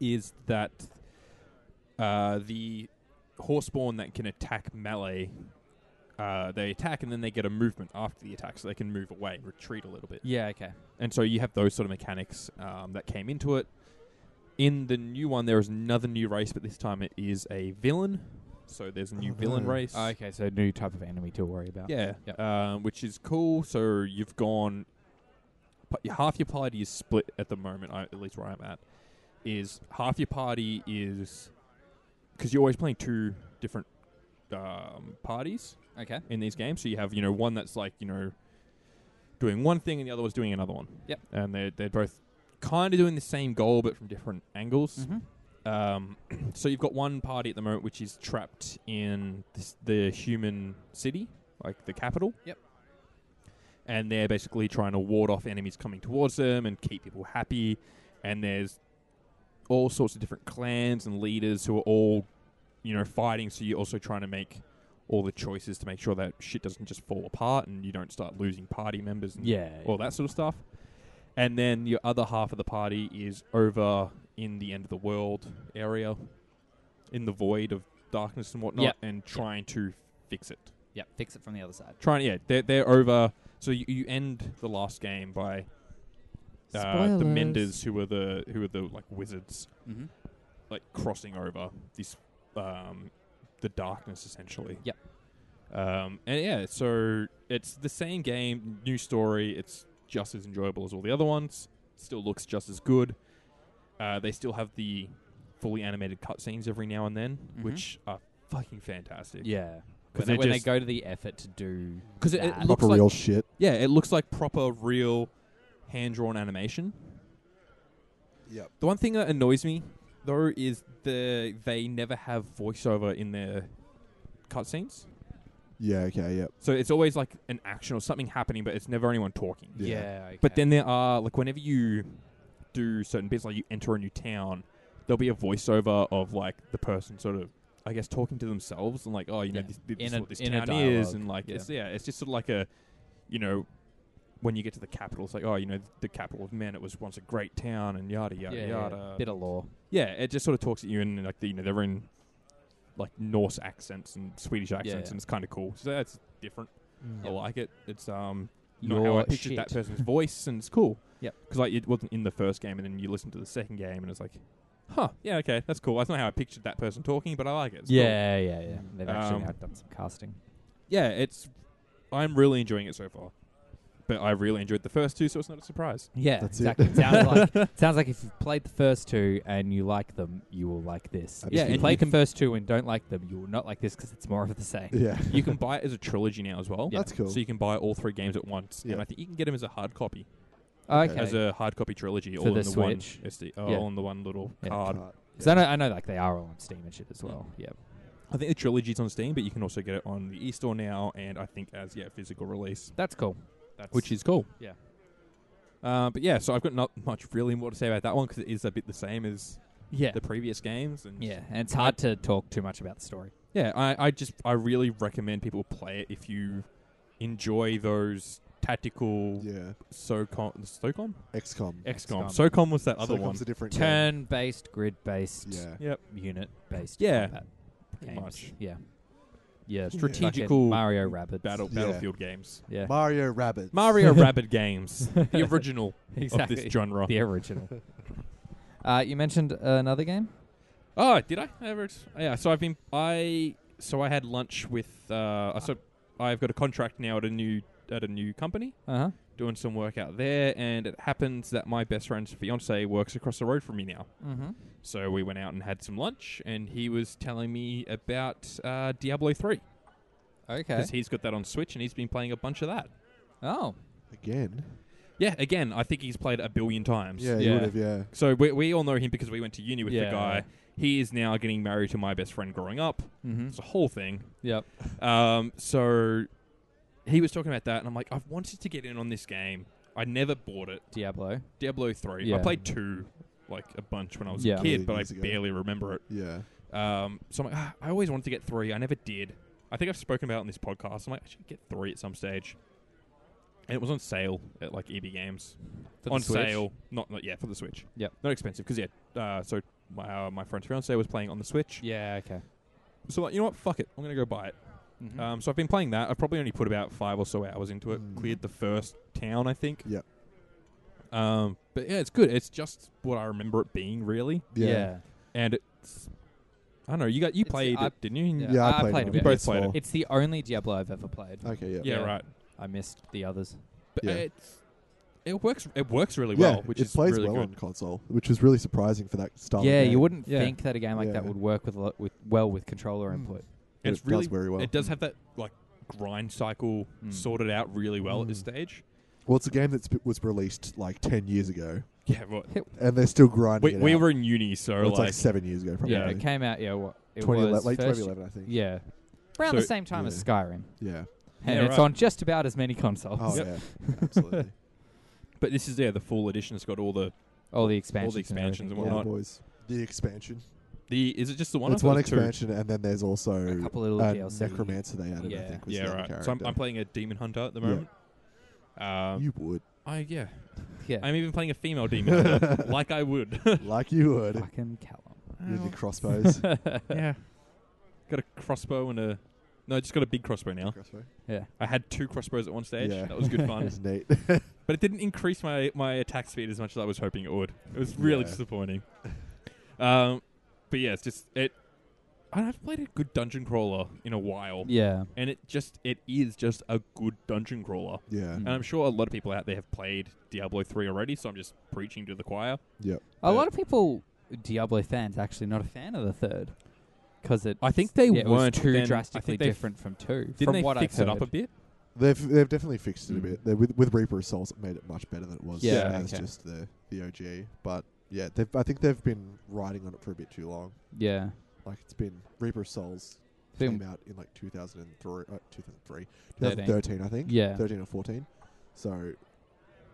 [SPEAKER 1] Is that uh, the horseborn that can attack melee uh, they attack and then they get a movement after the attack, so they can move away, retreat a little bit.
[SPEAKER 3] Yeah, okay.
[SPEAKER 1] And so you have those sort of mechanics um, that came into it. In the new one, there is another new race, but this time it is a villain. So there's a new
[SPEAKER 2] Oh,
[SPEAKER 1] villain
[SPEAKER 2] no.
[SPEAKER 1] race.
[SPEAKER 3] Ah, okay, so new type of enemy to worry about.
[SPEAKER 1] Yeah,
[SPEAKER 3] Yep.
[SPEAKER 1] um, which is cool. So you've gone, pa- y- half your party is split at the moment. I, at least where I'm at is half your party is because you're always playing two different um, parties
[SPEAKER 3] Okay.
[SPEAKER 1] in these games. So you have you know one that's like you know doing one thing and the other one's doing another one.
[SPEAKER 3] Yep.
[SPEAKER 1] And they're they're both kind of doing the same goal but from different angles.
[SPEAKER 3] Mm-hmm.
[SPEAKER 1] Um, so you've got one party at the moment which is trapped in this, the human city, like the capital.
[SPEAKER 3] Yep.
[SPEAKER 1] And they're basically trying to ward off enemies coming towards them and keep people happy. And there's all sorts of different clans and leaders who are all, you know, fighting. So you're also trying to make all the choices to make sure that shit doesn't just fall apart and you don't start losing party members and
[SPEAKER 3] Yeah.
[SPEAKER 1] all that sort of stuff. And then your other half of the party is over in the end of the world area, in the void of darkness and whatnot,
[SPEAKER 3] Yep.
[SPEAKER 1] and trying to fix it.
[SPEAKER 3] Yep, fix it from the other side.
[SPEAKER 1] Trying, yeah, they're, they're over. So you, you end the last game by uh, the Menders, who were the who were the like wizards,
[SPEAKER 3] Mm-hmm.
[SPEAKER 1] like crossing over this um, the darkness essentially.
[SPEAKER 3] Yep.
[SPEAKER 1] Um, and yeah, so it's the same game, new story. It's just as enjoyable as all the other ones. Still looks just as good. Uh, they still have the fully animated cutscenes every now and then,
[SPEAKER 3] Mhm.
[SPEAKER 1] which are fucking fantastic.
[SPEAKER 3] Yeah.
[SPEAKER 1] 'Cause
[SPEAKER 3] When, they,
[SPEAKER 1] they're
[SPEAKER 3] when they
[SPEAKER 1] just-
[SPEAKER 3] go to the effort to do.
[SPEAKER 1] 'Cause it- it
[SPEAKER 3] that.
[SPEAKER 1] looks
[SPEAKER 2] Proper
[SPEAKER 1] like-
[SPEAKER 2] real shit.
[SPEAKER 1] yeah, it looks like proper, real, hand drawn animation.
[SPEAKER 2] Yep.
[SPEAKER 1] The one thing that annoys me though is the they never have voiceover in their cutscenes.
[SPEAKER 2] Yeah. Okay. Yep.
[SPEAKER 1] So it's always like an action or something happening, but it's never anyone talking.
[SPEAKER 2] Yeah.
[SPEAKER 3] yeah. okay.
[SPEAKER 1] But then there are like whenever you do certain bits, like you enter a new town, there'll be a voiceover of like the person sort of, I guess, talking to themselves and like, oh, you know,
[SPEAKER 3] Yeah.
[SPEAKER 1] this, this
[SPEAKER 3] In
[SPEAKER 1] is
[SPEAKER 3] a-
[SPEAKER 1] what this
[SPEAKER 3] in a
[SPEAKER 1] town is,
[SPEAKER 3] dialogue,
[SPEAKER 1] and like,
[SPEAKER 3] yeah.
[SPEAKER 1] It's, yeah, it's just sort of like a, you know, when you get to the capital, it's like, oh, you know, the capital of men, it was once a great town, and yada
[SPEAKER 3] yeah,
[SPEAKER 1] yada
[SPEAKER 3] yeah,
[SPEAKER 1] yada.
[SPEAKER 3] bit of lore.
[SPEAKER 1] Yeah, it just sort of talks at you in like the, you know they're in like Norse accents and Swedish accents,
[SPEAKER 3] yeah.
[SPEAKER 1] and it's kind of cool. So that's different.
[SPEAKER 2] Mm.
[SPEAKER 1] Oh, I like it. It's um not
[SPEAKER 3] Your
[SPEAKER 1] how I pictured that
[SPEAKER 3] shit.
[SPEAKER 1] person's voice, and it's cool.
[SPEAKER 3] Yep.
[SPEAKER 1] because like it wasn't in the first game, and then you listen to the second game, and it's like, huh, yeah, okay, that's cool. That's not how I pictured that person talking, but I like it. It's cool.
[SPEAKER 3] Yeah, yeah, yeah. Mm. They've actually
[SPEAKER 1] Um,
[SPEAKER 3] now done some casting.
[SPEAKER 1] yeah, it's. I'm really enjoying it so far, but I really enjoyed the first two, so it's not a surprise.
[SPEAKER 3] Yeah,
[SPEAKER 2] That's it.
[SPEAKER 3] exactly. sounds like sounds like if you've played the first two and you like them, you will like this.
[SPEAKER 2] Yeah,
[SPEAKER 3] if you
[SPEAKER 2] and
[SPEAKER 3] play
[SPEAKER 1] you
[SPEAKER 3] the first two and don't like them, you will not like this because it's more of the same.
[SPEAKER 2] Yeah.
[SPEAKER 1] you can buy it as a trilogy now as well.
[SPEAKER 3] Yeah.
[SPEAKER 2] That's cool.
[SPEAKER 1] So you can buy all three games at once,
[SPEAKER 2] Yeah.
[SPEAKER 1] and I think you can get them as a hard copy,
[SPEAKER 3] Okay.
[SPEAKER 1] as a hard copy trilogy,
[SPEAKER 3] For
[SPEAKER 1] all
[SPEAKER 3] the
[SPEAKER 1] in the
[SPEAKER 3] Switch?
[SPEAKER 1] one SD, uh,
[SPEAKER 3] Yeah.
[SPEAKER 1] all in the one little
[SPEAKER 3] Yeah.
[SPEAKER 1] card.
[SPEAKER 2] Right.
[SPEAKER 3] 'Cause I know, I know, like they are all on Steam and shit as well. Yeah.
[SPEAKER 1] I think the trilogy's on Steam, but you can also get it on the eStore now, and I think as yeah physical release,
[SPEAKER 3] That's cool. That's
[SPEAKER 1] which is cool.
[SPEAKER 3] Yeah.
[SPEAKER 1] Uh, but yeah, so I've got not much really more to say about that one because it is a bit the same as
[SPEAKER 3] yeah,
[SPEAKER 1] the previous games. And
[SPEAKER 3] yeah, and it's hard to talk too much about the story.
[SPEAKER 1] yeah, I, I just I really recommend people play it if you enjoy those tactical
[SPEAKER 2] Yeah.
[SPEAKER 1] SOCOM SOCOM
[SPEAKER 2] XCOM.
[SPEAKER 1] XCOM.
[SPEAKER 3] XCOM.
[SPEAKER 1] SOCOM was that other
[SPEAKER 2] XCOM's
[SPEAKER 1] one.
[SPEAKER 2] a different game.
[SPEAKER 3] Turn-based, grid-based,
[SPEAKER 2] Yeah.
[SPEAKER 1] Yep,
[SPEAKER 3] unit-based.
[SPEAKER 1] Yeah,
[SPEAKER 3] combat
[SPEAKER 1] pretty
[SPEAKER 3] games.
[SPEAKER 1] much.
[SPEAKER 3] Yeah. Yeah.
[SPEAKER 2] Yeah.
[SPEAKER 1] Strategical
[SPEAKER 3] fucking Mario rabbits.
[SPEAKER 1] battle
[SPEAKER 2] Yeah.
[SPEAKER 1] battlefield games.
[SPEAKER 3] Yeah.
[SPEAKER 2] Mario Rabbit.
[SPEAKER 1] Mario Rabbit games, the original
[SPEAKER 3] exactly.
[SPEAKER 1] of this genre.
[SPEAKER 3] The original. uh, you mentioned uh, another game.
[SPEAKER 1] Oh, did I ever? Yeah. So I've been. I so I had lunch with. Uh, so I've got a contract now at a new at a new company
[SPEAKER 3] Uh huh.
[SPEAKER 1] doing some work out there, and it happens that my best friend's fiance works across the road from me now.
[SPEAKER 3] Mm-hmm.
[SPEAKER 1] So we went out and had some lunch, and he was telling me about uh, Diablo three
[SPEAKER 3] Okay.
[SPEAKER 1] because he's got that on Switch and he's been playing a bunch of that.
[SPEAKER 3] Oh.
[SPEAKER 2] Again.
[SPEAKER 1] Yeah. Again, I think he's played it a billion times.
[SPEAKER 2] Yeah,
[SPEAKER 3] Yeah.
[SPEAKER 2] You would have. Yeah.
[SPEAKER 1] So we, we all know him because we went to uni with
[SPEAKER 3] Yeah.
[SPEAKER 1] the guy. He is now getting married to my best friend growing up.
[SPEAKER 3] Mm-hmm.
[SPEAKER 1] It's a whole thing.
[SPEAKER 3] Yep.
[SPEAKER 1] Um, so he was talking about that, and I'm like, I've wanted to get in on this game. I never bought it.
[SPEAKER 3] Diablo.
[SPEAKER 1] Diablo three. I
[SPEAKER 3] Yeah.
[SPEAKER 1] played two, like a bunch when I was
[SPEAKER 3] Yeah.
[SPEAKER 1] a kid,
[SPEAKER 2] Yeah,
[SPEAKER 1] but I
[SPEAKER 2] years ago.
[SPEAKER 1] barely remember it.
[SPEAKER 2] Yeah.
[SPEAKER 1] Um, so I'm like, "Ah, I always wanted to get three. I never did. I think I've spoken about it on this podcast. I'm like, I should get three at some stage. And it was on sale at like EB Games
[SPEAKER 3] For the
[SPEAKER 1] on
[SPEAKER 3] Switch.
[SPEAKER 1] sale, not, not yeah for the Switch.
[SPEAKER 3] Yep.
[SPEAKER 1] not expensive because yeah. Uh, so my uh, my friend's fiance was playing on the Switch.
[SPEAKER 3] Yeah. Okay.
[SPEAKER 1] So like, you know what? Fuck it. I'm gonna go buy it.
[SPEAKER 3] Mhm.
[SPEAKER 1] Um, so I've been playing that. I've probably only put about five or so hours into it.
[SPEAKER 2] Mm.
[SPEAKER 1] Cleared the first town, I think.
[SPEAKER 2] Yep.
[SPEAKER 1] Um, but yeah, it's good. It's just what I remember it being, really.
[SPEAKER 2] Yeah.
[SPEAKER 1] And it's, I don't know. You got you
[SPEAKER 3] It's-
[SPEAKER 1] played
[SPEAKER 3] I-
[SPEAKER 1] it, didn't you?
[SPEAKER 3] yeah.
[SPEAKER 2] Yeah, I,
[SPEAKER 3] I
[SPEAKER 2] played,
[SPEAKER 3] played
[SPEAKER 2] it.
[SPEAKER 3] a
[SPEAKER 1] bit.
[SPEAKER 2] on
[SPEAKER 1] Both
[SPEAKER 2] PS4.
[SPEAKER 1] played it.
[SPEAKER 3] It's the only Diablo I've ever played.
[SPEAKER 2] Okay, yeah.
[SPEAKER 1] Yeah,
[SPEAKER 3] Yeah.
[SPEAKER 1] right.
[SPEAKER 3] I missed the others.
[SPEAKER 1] But
[SPEAKER 2] Yeah.
[SPEAKER 1] it's it works. It works really
[SPEAKER 2] yeah,
[SPEAKER 1] well, which
[SPEAKER 2] it
[SPEAKER 1] is
[SPEAKER 2] plays
[SPEAKER 1] really
[SPEAKER 2] well
[SPEAKER 1] good.
[SPEAKER 2] on console, which was really surprising for that style. of
[SPEAKER 3] yeah, you
[SPEAKER 2] game.
[SPEAKER 3] wouldn't
[SPEAKER 1] Yeah.
[SPEAKER 3] think that a game like that
[SPEAKER 2] Yeah.
[SPEAKER 3] would work with, a lot, with well with controller
[SPEAKER 2] Mm.
[SPEAKER 3] input.
[SPEAKER 2] But
[SPEAKER 1] It's
[SPEAKER 2] it
[SPEAKER 1] really
[SPEAKER 2] does very well. Mm.
[SPEAKER 1] It does have that like grind cycle
[SPEAKER 3] Mm.
[SPEAKER 1] sorted out really well at this
[SPEAKER 2] Mm.
[SPEAKER 1] stage.
[SPEAKER 2] Well, it's a game that was released like ten years ago,
[SPEAKER 1] Yeah, right.
[SPEAKER 2] and they're still grinding.
[SPEAKER 1] We,
[SPEAKER 2] it
[SPEAKER 1] we
[SPEAKER 2] out.
[SPEAKER 1] were in uni, so
[SPEAKER 2] Well, it's like,
[SPEAKER 1] like
[SPEAKER 2] seven years ago, probably.
[SPEAKER 3] Yeah, it came out. Yeah, what it
[SPEAKER 2] 2011,
[SPEAKER 3] was
[SPEAKER 2] late
[SPEAKER 3] first-
[SPEAKER 2] 2011, I think.
[SPEAKER 3] Yeah, around
[SPEAKER 1] So-
[SPEAKER 3] the same time as Skyrim,
[SPEAKER 2] Yeah.
[SPEAKER 3] and
[SPEAKER 1] Yeah,
[SPEAKER 3] it's
[SPEAKER 1] right.
[SPEAKER 3] on just about as many consoles.
[SPEAKER 2] Oh yeah, absolutely.
[SPEAKER 1] But this is yeah the full edition. It's got all the
[SPEAKER 3] All the expansions,
[SPEAKER 1] expansions
[SPEAKER 3] and
[SPEAKER 1] and
[SPEAKER 2] yeah,
[SPEAKER 1] Why whatnot. not?
[SPEAKER 2] boys. The expansion.
[SPEAKER 1] the is it just the one? I
[SPEAKER 2] it's
[SPEAKER 1] thought
[SPEAKER 2] one
[SPEAKER 1] it was two.
[SPEAKER 2] expansion, and then there's also
[SPEAKER 3] A couple little
[SPEAKER 2] Uh,
[SPEAKER 3] DLC.
[SPEAKER 2] necromancer they added. I
[SPEAKER 3] Yeah.
[SPEAKER 2] think was the
[SPEAKER 1] Yeah,
[SPEAKER 2] other
[SPEAKER 1] right. So I'm,
[SPEAKER 2] character.
[SPEAKER 1] I'm playing a demon hunter at the
[SPEAKER 2] Yeah.
[SPEAKER 1] moment. Um,
[SPEAKER 2] you would,
[SPEAKER 1] I yeah.
[SPEAKER 3] Yeah,
[SPEAKER 1] I'm even playing a female demon hunter, like I would.
[SPEAKER 2] like you would,
[SPEAKER 3] fucking Callum.
[SPEAKER 2] with your crossbows.
[SPEAKER 1] yeah, got a crossbow and a no, just got a big crossbow now.
[SPEAKER 2] Crossbow.
[SPEAKER 3] Yeah,
[SPEAKER 1] I had two crossbows at one stage.
[SPEAKER 2] Yeah.
[SPEAKER 1] That was good fun,
[SPEAKER 2] That's neat.
[SPEAKER 1] but it didn't increase my my attack speed as much as I was hoping it would. It was really
[SPEAKER 2] Yeah.
[SPEAKER 1] disappointing. Um, but yeah, it's just it. I haven't played a good dungeon crawler in a while,
[SPEAKER 3] yeah.
[SPEAKER 1] and it just it is just a good dungeon crawler.
[SPEAKER 2] yeah,
[SPEAKER 1] And I'm sure a lot of people out there have played Diablo 3 already, so I'm just preaching to the choir.
[SPEAKER 2] yep.
[SPEAKER 3] A
[SPEAKER 1] Yeah.
[SPEAKER 3] lot of people, Diablo fans, actually not a fan of the third because it.
[SPEAKER 1] I think they
[SPEAKER 3] yeah, it was
[SPEAKER 1] weren't,
[SPEAKER 3] too
[SPEAKER 1] then I
[SPEAKER 3] drastically
[SPEAKER 1] think they f-
[SPEAKER 3] different from two.
[SPEAKER 1] Didn't
[SPEAKER 3] from
[SPEAKER 1] they
[SPEAKER 3] what
[SPEAKER 1] fix
[SPEAKER 3] I've
[SPEAKER 1] it up
[SPEAKER 3] heard.
[SPEAKER 1] a bit?
[SPEAKER 2] They've they've definitely fixed it a
[SPEAKER 3] Mm.
[SPEAKER 2] bit. They, with with Reaper of Souls, it made it much better than it was.
[SPEAKER 3] Yeah,
[SPEAKER 2] as
[SPEAKER 3] okay.
[SPEAKER 2] just the the OG. But yeah, they've, I think they've been riding on it for a bit too long.
[SPEAKER 3] Yeah,
[SPEAKER 2] Like it's been Reaper of Souls
[SPEAKER 3] Been-
[SPEAKER 2] came out in like 2003, uh, 2003,
[SPEAKER 3] Thirteen.
[SPEAKER 2] 2013, I think.
[SPEAKER 3] yeah,
[SPEAKER 2] 13 or 14. So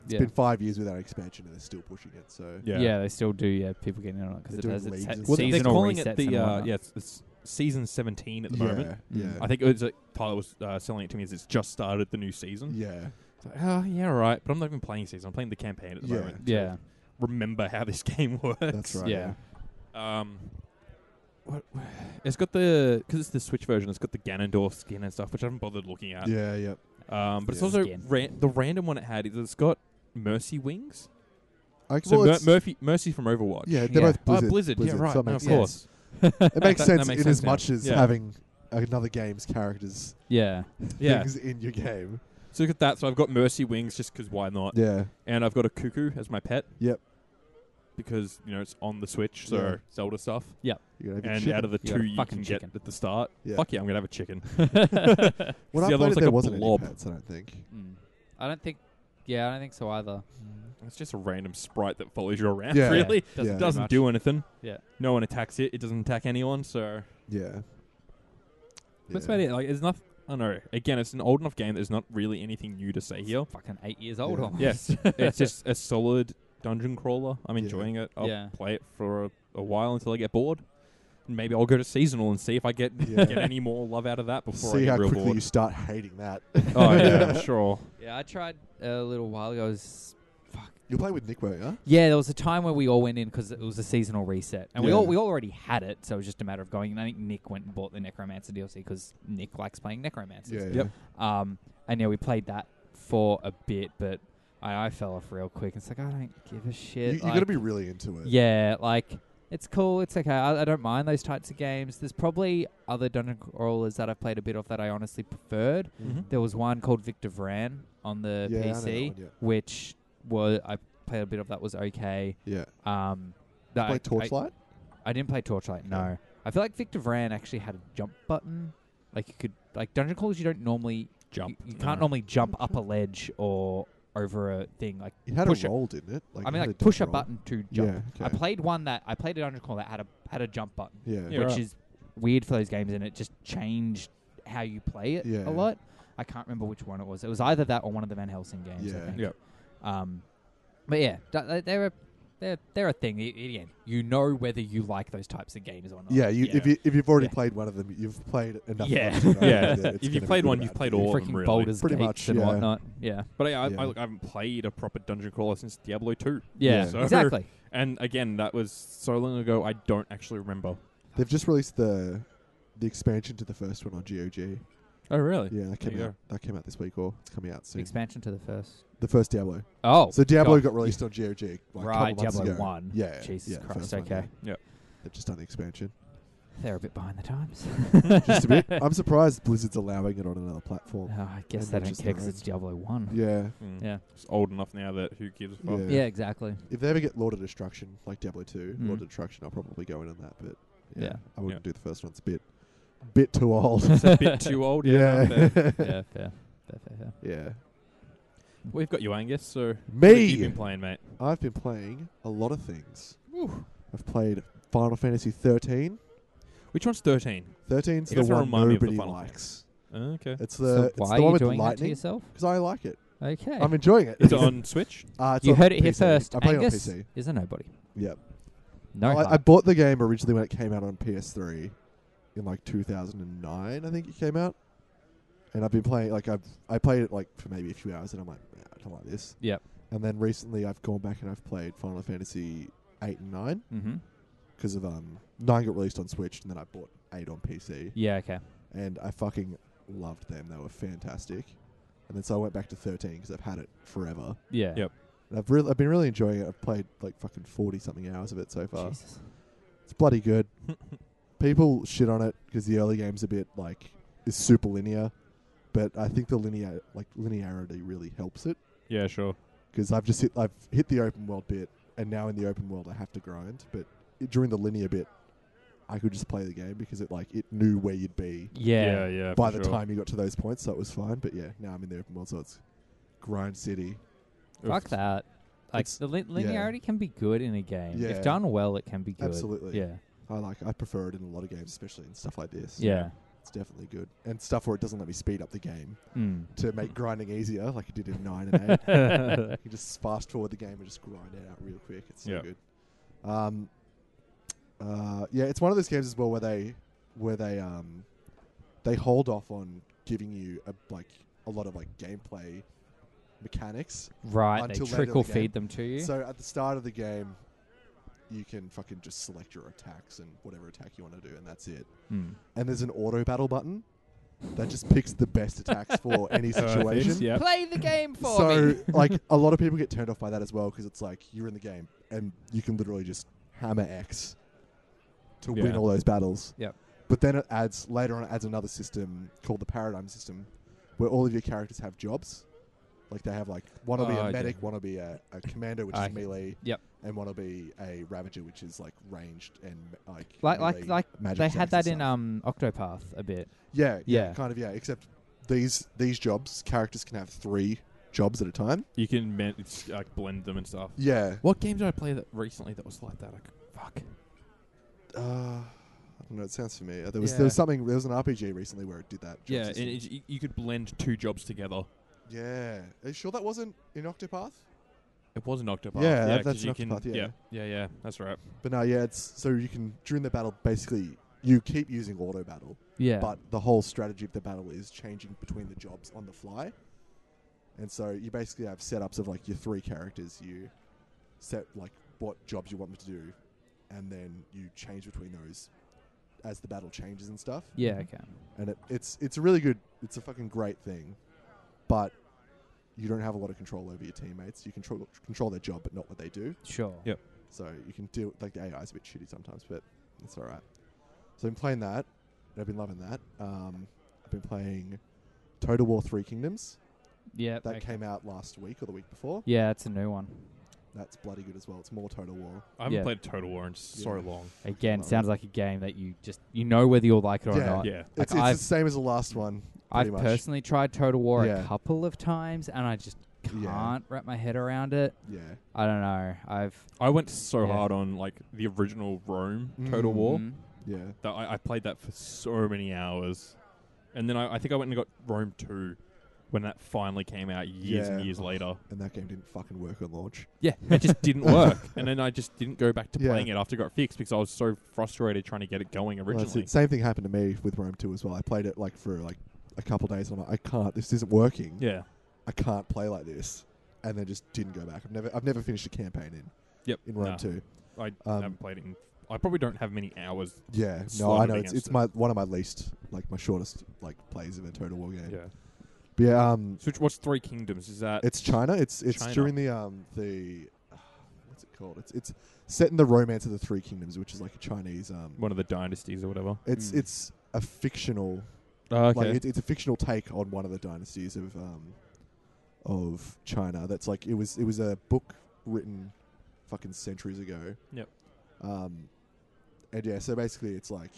[SPEAKER 2] it's
[SPEAKER 3] yeah.
[SPEAKER 2] been five years without expansion, and they're still pushing it. So
[SPEAKER 3] yeah. they still do. Yeah, people getting in on it because
[SPEAKER 2] They're
[SPEAKER 3] it
[SPEAKER 2] doing
[SPEAKER 3] does its
[SPEAKER 2] leagues
[SPEAKER 3] se-
[SPEAKER 2] and
[SPEAKER 1] Well,
[SPEAKER 2] Well,
[SPEAKER 1] they're
[SPEAKER 2] they're
[SPEAKER 3] seasonal
[SPEAKER 1] calling
[SPEAKER 3] resets
[SPEAKER 1] it
[SPEAKER 3] and
[SPEAKER 1] the uh,
[SPEAKER 3] whatnot.
[SPEAKER 1] yeah, it's, it's season 17 at the
[SPEAKER 2] yeah,
[SPEAKER 1] moment.
[SPEAKER 2] yeah,
[SPEAKER 3] Mm.
[SPEAKER 1] I think it was like Tyler was uh, selling it to me as it's just started the new season.
[SPEAKER 2] yeah,
[SPEAKER 1] It's like, oh yeah, all right. But I'm not even playing season. I'm playing the campaign at the
[SPEAKER 2] Yeah.
[SPEAKER 1] moment. to
[SPEAKER 3] yeah.
[SPEAKER 1] Remember how this game works.
[SPEAKER 2] that's right.
[SPEAKER 3] yeah.
[SPEAKER 1] Um, what, what- it's got the because it's the Switch version. It's got the Ganondorf skin and stuff, which I haven't bothered looking at.
[SPEAKER 2] yeah, yeah.
[SPEAKER 1] Um, but it's
[SPEAKER 2] Yeah.
[SPEAKER 1] also
[SPEAKER 3] Skin.
[SPEAKER 1] ran- the random one it had is it's got Mercy wings.
[SPEAKER 2] I,
[SPEAKER 1] So
[SPEAKER 2] well,
[SPEAKER 1] Mur-
[SPEAKER 2] it's-
[SPEAKER 1] Murphy, Mercy from Overwatch.
[SPEAKER 2] yeah,
[SPEAKER 3] yeah.
[SPEAKER 2] they're both
[SPEAKER 1] Ah,
[SPEAKER 2] Oh, Blizzard.
[SPEAKER 1] Blizzard. Yeah, right.
[SPEAKER 2] so it
[SPEAKER 1] no,
[SPEAKER 2] makes
[SPEAKER 1] of
[SPEAKER 2] sense.
[SPEAKER 1] course.
[SPEAKER 2] It makes
[SPEAKER 1] That- that
[SPEAKER 2] sense
[SPEAKER 1] makes
[SPEAKER 2] in
[SPEAKER 1] sense
[SPEAKER 2] as
[SPEAKER 1] now.
[SPEAKER 2] much as
[SPEAKER 1] Yeah.
[SPEAKER 2] having another game's characters
[SPEAKER 3] yeah.
[SPEAKER 1] Yeah.
[SPEAKER 2] things in your game.
[SPEAKER 1] So look at that. So I've got Mercy wings just because why not?
[SPEAKER 2] Yeah,
[SPEAKER 1] And I've got a cuckoo as my pet.
[SPEAKER 2] Yep.
[SPEAKER 1] Because you know it's on the Switch, so
[SPEAKER 2] Yeah.
[SPEAKER 1] Zelda stuff.
[SPEAKER 2] you gotta have your
[SPEAKER 1] And
[SPEAKER 2] chicken.
[SPEAKER 1] out of the
[SPEAKER 3] You got
[SPEAKER 1] two
[SPEAKER 3] a
[SPEAKER 1] you
[SPEAKER 3] fucking
[SPEAKER 1] can
[SPEAKER 3] chicken.
[SPEAKER 1] get at the start,
[SPEAKER 2] Yeah.
[SPEAKER 1] fuck yeah, I'm gonna have a chicken.
[SPEAKER 2] when
[SPEAKER 1] the
[SPEAKER 2] I
[SPEAKER 1] other
[SPEAKER 2] played
[SPEAKER 1] one's
[SPEAKER 2] it,
[SPEAKER 1] like
[SPEAKER 2] there
[SPEAKER 1] a
[SPEAKER 2] wasn't
[SPEAKER 1] blob.
[SPEAKER 2] any pets. I don't think.
[SPEAKER 3] Mm. I don't think. Yeah, I don't think so either.
[SPEAKER 1] It's just a random sprite that follows you around.
[SPEAKER 2] Yeah.
[SPEAKER 1] Really,
[SPEAKER 3] doesn't,
[SPEAKER 2] Yeah.
[SPEAKER 1] it
[SPEAKER 3] do
[SPEAKER 1] doesn't
[SPEAKER 3] much.
[SPEAKER 1] do anything.
[SPEAKER 3] Yeah.
[SPEAKER 1] No one attacks it. It doesn't attack anyone. So
[SPEAKER 2] Yeah.
[SPEAKER 1] that's about it. Like, it's not. I don't know. Again, it's an old enough game. There's not really anything new to say here.
[SPEAKER 3] Fucking eight years old
[SPEAKER 2] Yeah.
[SPEAKER 3] almost.
[SPEAKER 1] Yes, it's just a solid dungeon crawler. I'm
[SPEAKER 2] Yeah.
[SPEAKER 1] enjoying it. I'll
[SPEAKER 3] Yeah.
[SPEAKER 1] play it for a, a while until I get bored. Maybe I'll go to seasonal and see if I get
[SPEAKER 2] Yeah.
[SPEAKER 1] get any more love out of that before
[SPEAKER 2] See
[SPEAKER 1] I
[SPEAKER 2] how
[SPEAKER 1] get real
[SPEAKER 2] quickly
[SPEAKER 1] bored.
[SPEAKER 2] you start hating that.
[SPEAKER 1] oh yeah, I'm sure.
[SPEAKER 3] Yeah, I tried a little while ago. It was- fuck.
[SPEAKER 2] You're playing with Nick, were you?
[SPEAKER 3] Yeah, there was a time where we all went in because it was a seasonal reset, and we
[SPEAKER 2] Yeah.
[SPEAKER 3] all we already had it, so it was just a matter of going. And I think Nick went and bought the Necromancer DLC because Nick likes playing Necromancers.
[SPEAKER 1] Yep.
[SPEAKER 3] Um, and yeah, we played that for a bit, but I, I fell off real quick. It's like I don't give a
[SPEAKER 2] You,
[SPEAKER 3] shit.
[SPEAKER 2] you
[SPEAKER 3] like-
[SPEAKER 2] gotta be really into it.
[SPEAKER 3] Yeah, like it's cool. It's okay. I, I don't mind those types of games. There's probably other dungeon crawlers that I've played a bit of that I honestly preferred.
[SPEAKER 1] Mhm.
[SPEAKER 3] There was one called Victor Vran on the
[SPEAKER 2] Yeah, I know that
[SPEAKER 3] PC,
[SPEAKER 2] one, yeah.
[SPEAKER 3] which was I played a bit of that was okay.
[SPEAKER 2] Yeah.
[SPEAKER 3] Um, that
[SPEAKER 2] Play
[SPEAKER 3] I-
[SPEAKER 2] Torchlight?
[SPEAKER 3] I, I didn't play Torchlight. No, I feel like Victor Vran actually had a jump button. Like you could like dungeon crawlers, you don't normally
[SPEAKER 1] Jump.
[SPEAKER 3] You, you can't normally jump up a ledge or over a thing. Like
[SPEAKER 2] It had
[SPEAKER 3] push
[SPEAKER 2] a
[SPEAKER 3] a-
[SPEAKER 2] roll, didn't it? Like
[SPEAKER 3] I
[SPEAKER 2] it
[SPEAKER 3] mean,
[SPEAKER 2] had
[SPEAKER 3] like
[SPEAKER 2] a
[SPEAKER 3] push a
[SPEAKER 2] roll.
[SPEAKER 3] button to
[SPEAKER 2] Yeah.
[SPEAKER 3] jump. I
[SPEAKER 2] okay.
[SPEAKER 3] played one that I played a dungeon call that had a had a jump button,
[SPEAKER 2] Yeah.
[SPEAKER 1] Yeah.
[SPEAKER 3] which
[SPEAKER 1] right.
[SPEAKER 3] is weird for those games, and it just changed how you play it
[SPEAKER 2] Yeah.
[SPEAKER 3] a lot. I can't remember which one it was. It was either that or one of the Van Helsing games.
[SPEAKER 2] Yeah.
[SPEAKER 3] I think.
[SPEAKER 1] Yeah.
[SPEAKER 3] Um, but yeah, d- th- they're a they're they're a thing. I- Again, you know whether you like those types of games or not.
[SPEAKER 2] Yeah, you,
[SPEAKER 1] Yeah.
[SPEAKER 2] If, you, if you've already
[SPEAKER 3] Yeah.
[SPEAKER 2] played one of them, you've played enough.
[SPEAKER 3] Yeah.
[SPEAKER 2] of them to know
[SPEAKER 1] Yeah.
[SPEAKER 2] that it's
[SPEAKER 1] If you've
[SPEAKER 2] gonna be
[SPEAKER 1] played
[SPEAKER 2] good
[SPEAKER 1] one,
[SPEAKER 2] about
[SPEAKER 1] you've
[SPEAKER 2] it.
[SPEAKER 1] played
[SPEAKER 3] You
[SPEAKER 1] all of
[SPEAKER 3] freaking
[SPEAKER 1] them really.
[SPEAKER 3] Baldur's
[SPEAKER 2] Pretty
[SPEAKER 3] Gates
[SPEAKER 2] much,
[SPEAKER 3] and
[SPEAKER 2] yeah.
[SPEAKER 3] whatnot. Yeah,
[SPEAKER 1] But yeah, I,
[SPEAKER 2] Yeah.
[SPEAKER 1] I, look, I haven't played a proper dungeon crawler since Diablo 2.
[SPEAKER 3] yeah,
[SPEAKER 1] So-
[SPEAKER 3] exactly.
[SPEAKER 1] And again, that was so long ago, I don't actually remember.
[SPEAKER 2] They've just released the the expansion to the first one on GOG.
[SPEAKER 1] Oh, really?
[SPEAKER 2] Yeah, that
[SPEAKER 1] There
[SPEAKER 2] came
[SPEAKER 1] you
[SPEAKER 2] out. That came out this week, or it's coming out soon.
[SPEAKER 3] Expansion to the first.
[SPEAKER 2] the first Diablo.
[SPEAKER 3] Oh,
[SPEAKER 2] so Diablo
[SPEAKER 3] God.
[SPEAKER 2] got released on GOG. Like a
[SPEAKER 3] right,
[SPEAKER 2] couple months
[SPEAKER 3] Diablo
[SPEAKER 2] ago.
[SPEAKER 3] one.
[SPEAKER 2] Yeah, yeah,
[SPEAKER 3] Jesus
[SPEAKER 2] yeah,
[SPEAKER 3] Christ.
[SPEAKER 2] first one,
[SPEAKER 3] Okay,
[SPEAKER 1] yeah. Yep.
[SPEAKER 2] They've just done the expansion.
[SPEAKER 3] they're a bit behind the times.
[SPEAKER 2] Just a bit. I'm surprised Blizzard's allowing it on another platform.
[SPEAKER 3] Oh, I guess
[SPEAKER 2] And
[SPEAKER 3] they
[SPEAKER 2] they're
[SPEAKER 3] don't
[SPEAKER 2] just
[SPEAKER 3] care because
[SPEAKER 2] their
[SPEAKER 3] it's Diablo one.
[SPEAKER 2] Yeah.
[SPEAKER 1] Mm.
[SPEAKER 3] Yeah.
[SPEAKER 1] It's old enough now that who gives a fuck?
[SPEAKER 2] Yeah.
[SPEAKER 3] yeah, exactly.
[SPEAKER 2] If they ever get Lord of Destruction, like Diablo 2,
[SPEAKER 3] Mm.
[SPEAKER 2] Lord of Destruction, I'll probably go in on that. But yeah,
[SPEAKER 3] Yeah.
[SPEAKER 2] I wouldn't do the first one. It's a bit, bit too old.
[SPEAKER 1] It's a bit too old. Yeah. fair.
[SPEAKER 2] yeah.
[SPEAKER 3] yeah, fair, fair, fair, fair.
[SPEAKER 2] yeah.
[SPEAKER 1] We've got you, Angus. So what have you
[SPEAKER 2] Me!
[SPEAKER 1] been playing, mate.
[SPEAKER 2] I've been playing a lot of things. I've played Final Fantasy 13.
[SPEAKER 1] Which one's thirteen?
[SPEAKER 2] 13's
[SPEAKER 1] You
[SPEAKER 2] the
[SPEAKER 1] have to
[SPEAKER 2] one
[SPEAKER 1] remind me of the
[SPEAKER 2] nobody
[SPEAKER 1] Final
[SPEAKER 2] likes.
[SPEAKER 1] Okay.
[SPEAKER 2] It's
[SPEAKER 3] so
[SPEAKER 2] the, uh, it's
[SPEAKER 3] why
[SPEAKER 2] the one
[SPEAKER 3] are you
[SPEAKER 2] with the
[SPEAKER 3] doing that to
[SPEAKER 2] lightning.
[SPEAKER 3] yourself?
[SPEAKER 2] Because I like it.
[SPEAKER 3] Okay.
[SPEAKER 2] I'm enjoying it.
[SPEAKER 1] Is it on Switch?
[SPEAKER 2] Uh, it's
[SPEAKER 3] you
[SPEAKER 2] on
[SPEAKER 3] heard it here
[SPEAKER 2] PC.
[SPEAKER 3] first.
[SPEAKER 2] I'm playing
[SPEAKER 3] Angus
[SPEAKER 2] on PC.
[SPEAKER 3] is a nobody.
[SPEAKER 2] Yep.
[SPEAKER 3] No,
[SPEAKER 2] Well, I, I
[SPEAKER 3] hype.
[SPEAKER 2] bought the game originally when it came out on PS3 in like 2009, I think it came out. And I've been playing like I've I played it like for maybe a few hours, and I'm like, "Nah, I don't like this.
[SPEAKER 3] Yep.
[SPEAKER 2] And then recently, I've gone back and I've played Final Fantasy eight and nine
[SPEAKER 3] mm-hmm.
[SPEAKER 2] because of um nine got released on Switch, and then I bought eight on PC,
[SPEAKER 3] Yeah. Okay.
[SPEAKER 2] and I fucking loved them. They were fantastic. And then so I went back to thirteen because I've had it forever.
[SPEAKER 3] Yeah.
[SPEAKER 1] Yep.
[SPEAKER 2] And I've really I've been really enjoying it. I've played like fucking forty something hours of it so far.
[SPEAKER 3] Jesus.
[SPEAKER 2] It's bloody good. People shit on it because the early game's a bit like is super linear, but I think the linear like linearity really helps it
[SPEAKER 1] Yeah, sure.
[SPEAKER 2] because I've just hit I've hit the open world bit, and now in the open world I have to grind. But i- during the linear bit, I could just play the game because it like it knew where you'd be
[SPEAKER 1] Yeah, yeah.
[SPEAKER 3] Yeah.
[SPEAKER 1] for
[SPEAKER 2] by the
[SPEAKER 1] sure.
[SPEAKER 2] time you got to those points, so it was fine. But yeah, now I'm in the open world, so it's grind city.
[SPEAKER 3] Fuck that. Like
[SPEAKER 2] It's-
[SPEAKER 3] the lin-
[SPEAKER 2] yeah.
[SPEAKER 3] linearity can be good in a game.
[SPEAKER 2] Yeah.
[SPEAKER 3] If done well, it can be good.
[SPEAKER 2] Absolutely.
[SPEAKER 3] Yeah.
[SPEAKER 2] I like I prefer it in a lot of games, especially in stuff like this.
[SPEAKER 3] Yeah.
[SPEAKER 2] it's definitely good, and stuff where it doesn't let me speed up the game.
[SPEAKER 3] Mm.
[SPEAKER 2] to make grinding easier, like it did in nine and eight. you just fast forward the game and just grind it out real quick. It's so
[SPEAKER 1] Yeah.
[SPEAKER 2] good. Um, uh, yeah, it's one of those games as well where they where they um, they hold off on giving you a, like a lot of like gameplay mechanics.
[SPEAKER 3] Right.
[SPEAKER 2] Until later
[SPEAKER 3] they
[SPEAKER 2] in
[SPEAKER 3] trickle
[SPEAKER 2] the game.
[SPEAKER 3] feed them to you.
[SPEAKER 2] So at the start of the game, you can fucking just select your attacks and whatever attack you want to do, and that's it.
[SPEAKER 3] Mm.
[SPEAKER 2] And there's an auto battle button that just picks the best attacks for any
[SPEAKER 1] Uh,
[SPEAKER 2] situation.
[SPEAKER 1] Yeah.
[SPEAKER 3] Play the game for
[SPEAKER 2] so
[SPEAKER 3] me.
[SPEAKER 2] like a lot of people get turned off by that as well because it's like you're in the game and you can literally just hammer X to win
[SPEAKER 1] Yeah.
[SPEAKER 2] all those battles.
[SPEAKER 3] Yep.
[SPEAKER 2] But then it adds later on it adds another system called the paradigm system, where all of your characters have jobs. Like they have like one will be
[SPEAKER 3] Oh,
[SPEAKER 2] a
[SPEAKER 3] okay.
[SPEAKER 2] medic, one will be a, a commander, which
[SPEAKER 3] Okay.
[SPEAKER 2] is melee.
[SPEAKER 3] Yep.
[SPEAKER 2] And one will be a ravager, which is like ranged and like
[SPEAKER 3] Like- like-
[SPEAKER 2] melee
[SPEAKER 3] like
[SPEAKER 2] magic
[SPEAKER 3] They had
[SPEAKER 2] attacks and
[SPEAKER 3] that in
[SPEAKER 2] stuff.
[SPEAKER 3] um Octopath a bit.
[SPEAKER 2] yeah, yeah
[SPEAKER 3] yeah.
[SPEAKER 2] kind of yeah except these these jobs characters can have three jobs at a time.
[SPEAKER 1] You can man- it's, like blend them and stuff.
[SPEAKER 2] Yeah.
[SPEAKER 1] What game did I play that recently that was like that? I c- fuck.
[SPEAKER 2] Uh, I don't know. It sounds familiar. There was there was
[SPEAKER 1] Yeah.
[SPEAKER 2] something. There was an RPG recently where it did that. job
[SPEAKER 1] Yeah, and
[SPEAKER 2] system.
[SPEAKER 1] it, you, you could blend two jobs together.
[SPEAKER 2] yeah. Are you sure that wasn't in Octopath?
[SPEAKER 1] It was an Octopath.
[SPEAKER 2] Yeah, that-
[SPEAKER 1] 'cause
[SPEAKER 2] that's an
[SPEAKER 1] you can-
[SPEAKER 2] Octopath, yeah.
[SPEAKER 1] yeah, yeah, That's right.
[SPEAKER 2] But no, yeah. It's so you can during the battle basically you keep using auto battle,
[SPEAKER 3] Yeah.
[SPEAKER 2] but the whole strategy of the battle is changing between the jobs on the fly. And so you basically have setups of like your three characters. You set like what jobs you want them to do, and then you change between those as the battle changes and stuff.
[SPEAKER 3] yeah. Okay.
[SPEAKER 2] and it, it's it's a really good it's a fucking great thing but you don't have a lot of control over your teammates you control control their job but not what they do
[SPEAKER 3] Sure.
[SPEAKER 1] Yeah.
[SPEAKER 2] so you can deal like the AI is a bit shitty sometimes but it's all right so I've been playing that and I've been loving that um, I've been playing Total War Three Kingdoms
[SPEAKER 3] Yeah.
[SPEAKER 2] that
[SPEAKER 3] okay.
[SPEAKER 2] came out last week or the week before
[SPEAKER 3] Yeah, it's a new one.
[SPEAKER 2] that's bloody good as well it's more Total War
[SPEAKER 1] I haven't
[SPEAKER 3] Yeah.
[SPEAKER 1] played Total War in so
[SPEAKER 2] Yeah.
[SPEAKER 1] long.
[SPEAKER 3] Again,
[SPEAKER 2] Love it.
[SPEAKER 3] sounds like a game that you just you know whether you'll like it or
[SPEAKER 2] Yeah.
[SPEAKER 3] not.
[SPEAKER 1] Yeah.
[SPEAKER 3] Like,
[SPEAKER 2] it's, it's
[SPEAKER 3] I've-
[SPEAKER 2] the same as the last one
[SPEAKER 3] I've
[SPEAKER 2] pretty much.
[SPEAKER 3] personally tried Total War
[SPEAKER 2] Yeah.
[SPEAKER 3] a couple of times and I just can't
[SPEAKER 2] Yeah.
[SPEAKER 3] wrap my head around it.
[SPEAKER 2] yeah
[SPEAKER 3] I don't know. I've
[SPEAKER 1] I went so
[SPEAKER 3] Yeah.
[SPEAKER 1] hard on like the original Rome Total
[SPEAKER 2] Mm.
[SPEAKER 1] War
[SPEAKER 3] Mm.
[SPEAKER 2] yeah
[SPEAKER 1] that I, I played that for so many hours, and then I, I think I went and got Rome Two when that finally came out years and
[SPEAKER 2] Yeah.
[SPEAKER 1] years
[SPEAKER 2] Oh.
[SPEAKER 1] later.
[SPEAKER 2] and that game didn't fucking work on launch
[SPEAKER 1] Yeah, it just didn't work, and then I just didn't go back to
[SPEAKER 2] Yeah.
[SPEAKER 1] playing it after it got fixed because I was so frustrated trying to get it going
[SPEAKER 2] Well,
[SPEAKER 1] originally.
[SPEAKER 2] that's it. Same thing happened to me with Rome 2 as well. I played it like for like a couple days and I'm like, I can't. This isn't working.
[SPEAKER 1] Yeah,
[SPEAKER 2] I can't play like this. And then just didn't go back. I've never I've never finished a campaign in
[SPEAKER 1] yep.
[SPEAKER 2] in Rome
[SPEAKER 1] nah,
[SPEAKER 2] 2.
[SPEAKER 1] I
[SPEAKER 2] Um,
[SPEAKER 1] haven't played it in I probably don't have many hours.
[SPEAKER 2] Yeah, no,
[SPEAKER 1] Slotted
[SPEAKER 2] I know it's,
[SPEAKER 1] against
[SPEAKER 2] it's
[SPEAKER 1] it.
[SPEAKER 2] my one of my least like my shortest like plays of a total war game.
[SPEAKER 1] Yeah.
[SPEAKER 2] But yeah, um,
[SPEAKER 1] So what's Three Kingdoms? Is that
[SPEAKER 2] it's China. It's it's
[SPEAKER 1] China.
[SPEAKER 2] during the um the what's it called? It's it's set in the Romance of the Three Kingdoms, which is like a Chinese um.
[SPEAKER 1] one of the dynasties or whatever?
[SPEAKER 2] It's
[SPEAKER 3] Mm.
[SPEAKER 2] it's a fictional
[SPEAKER 1] Oh, okay.
[SPEAKER 2] like it's it's a fictional take on one of the dynasties of um of China. That's like it was it was a book written fucking centuries ago.
[SPEAKER 1] Yep.
[SPEAKER 2] Um, and yeah, so basically it's like.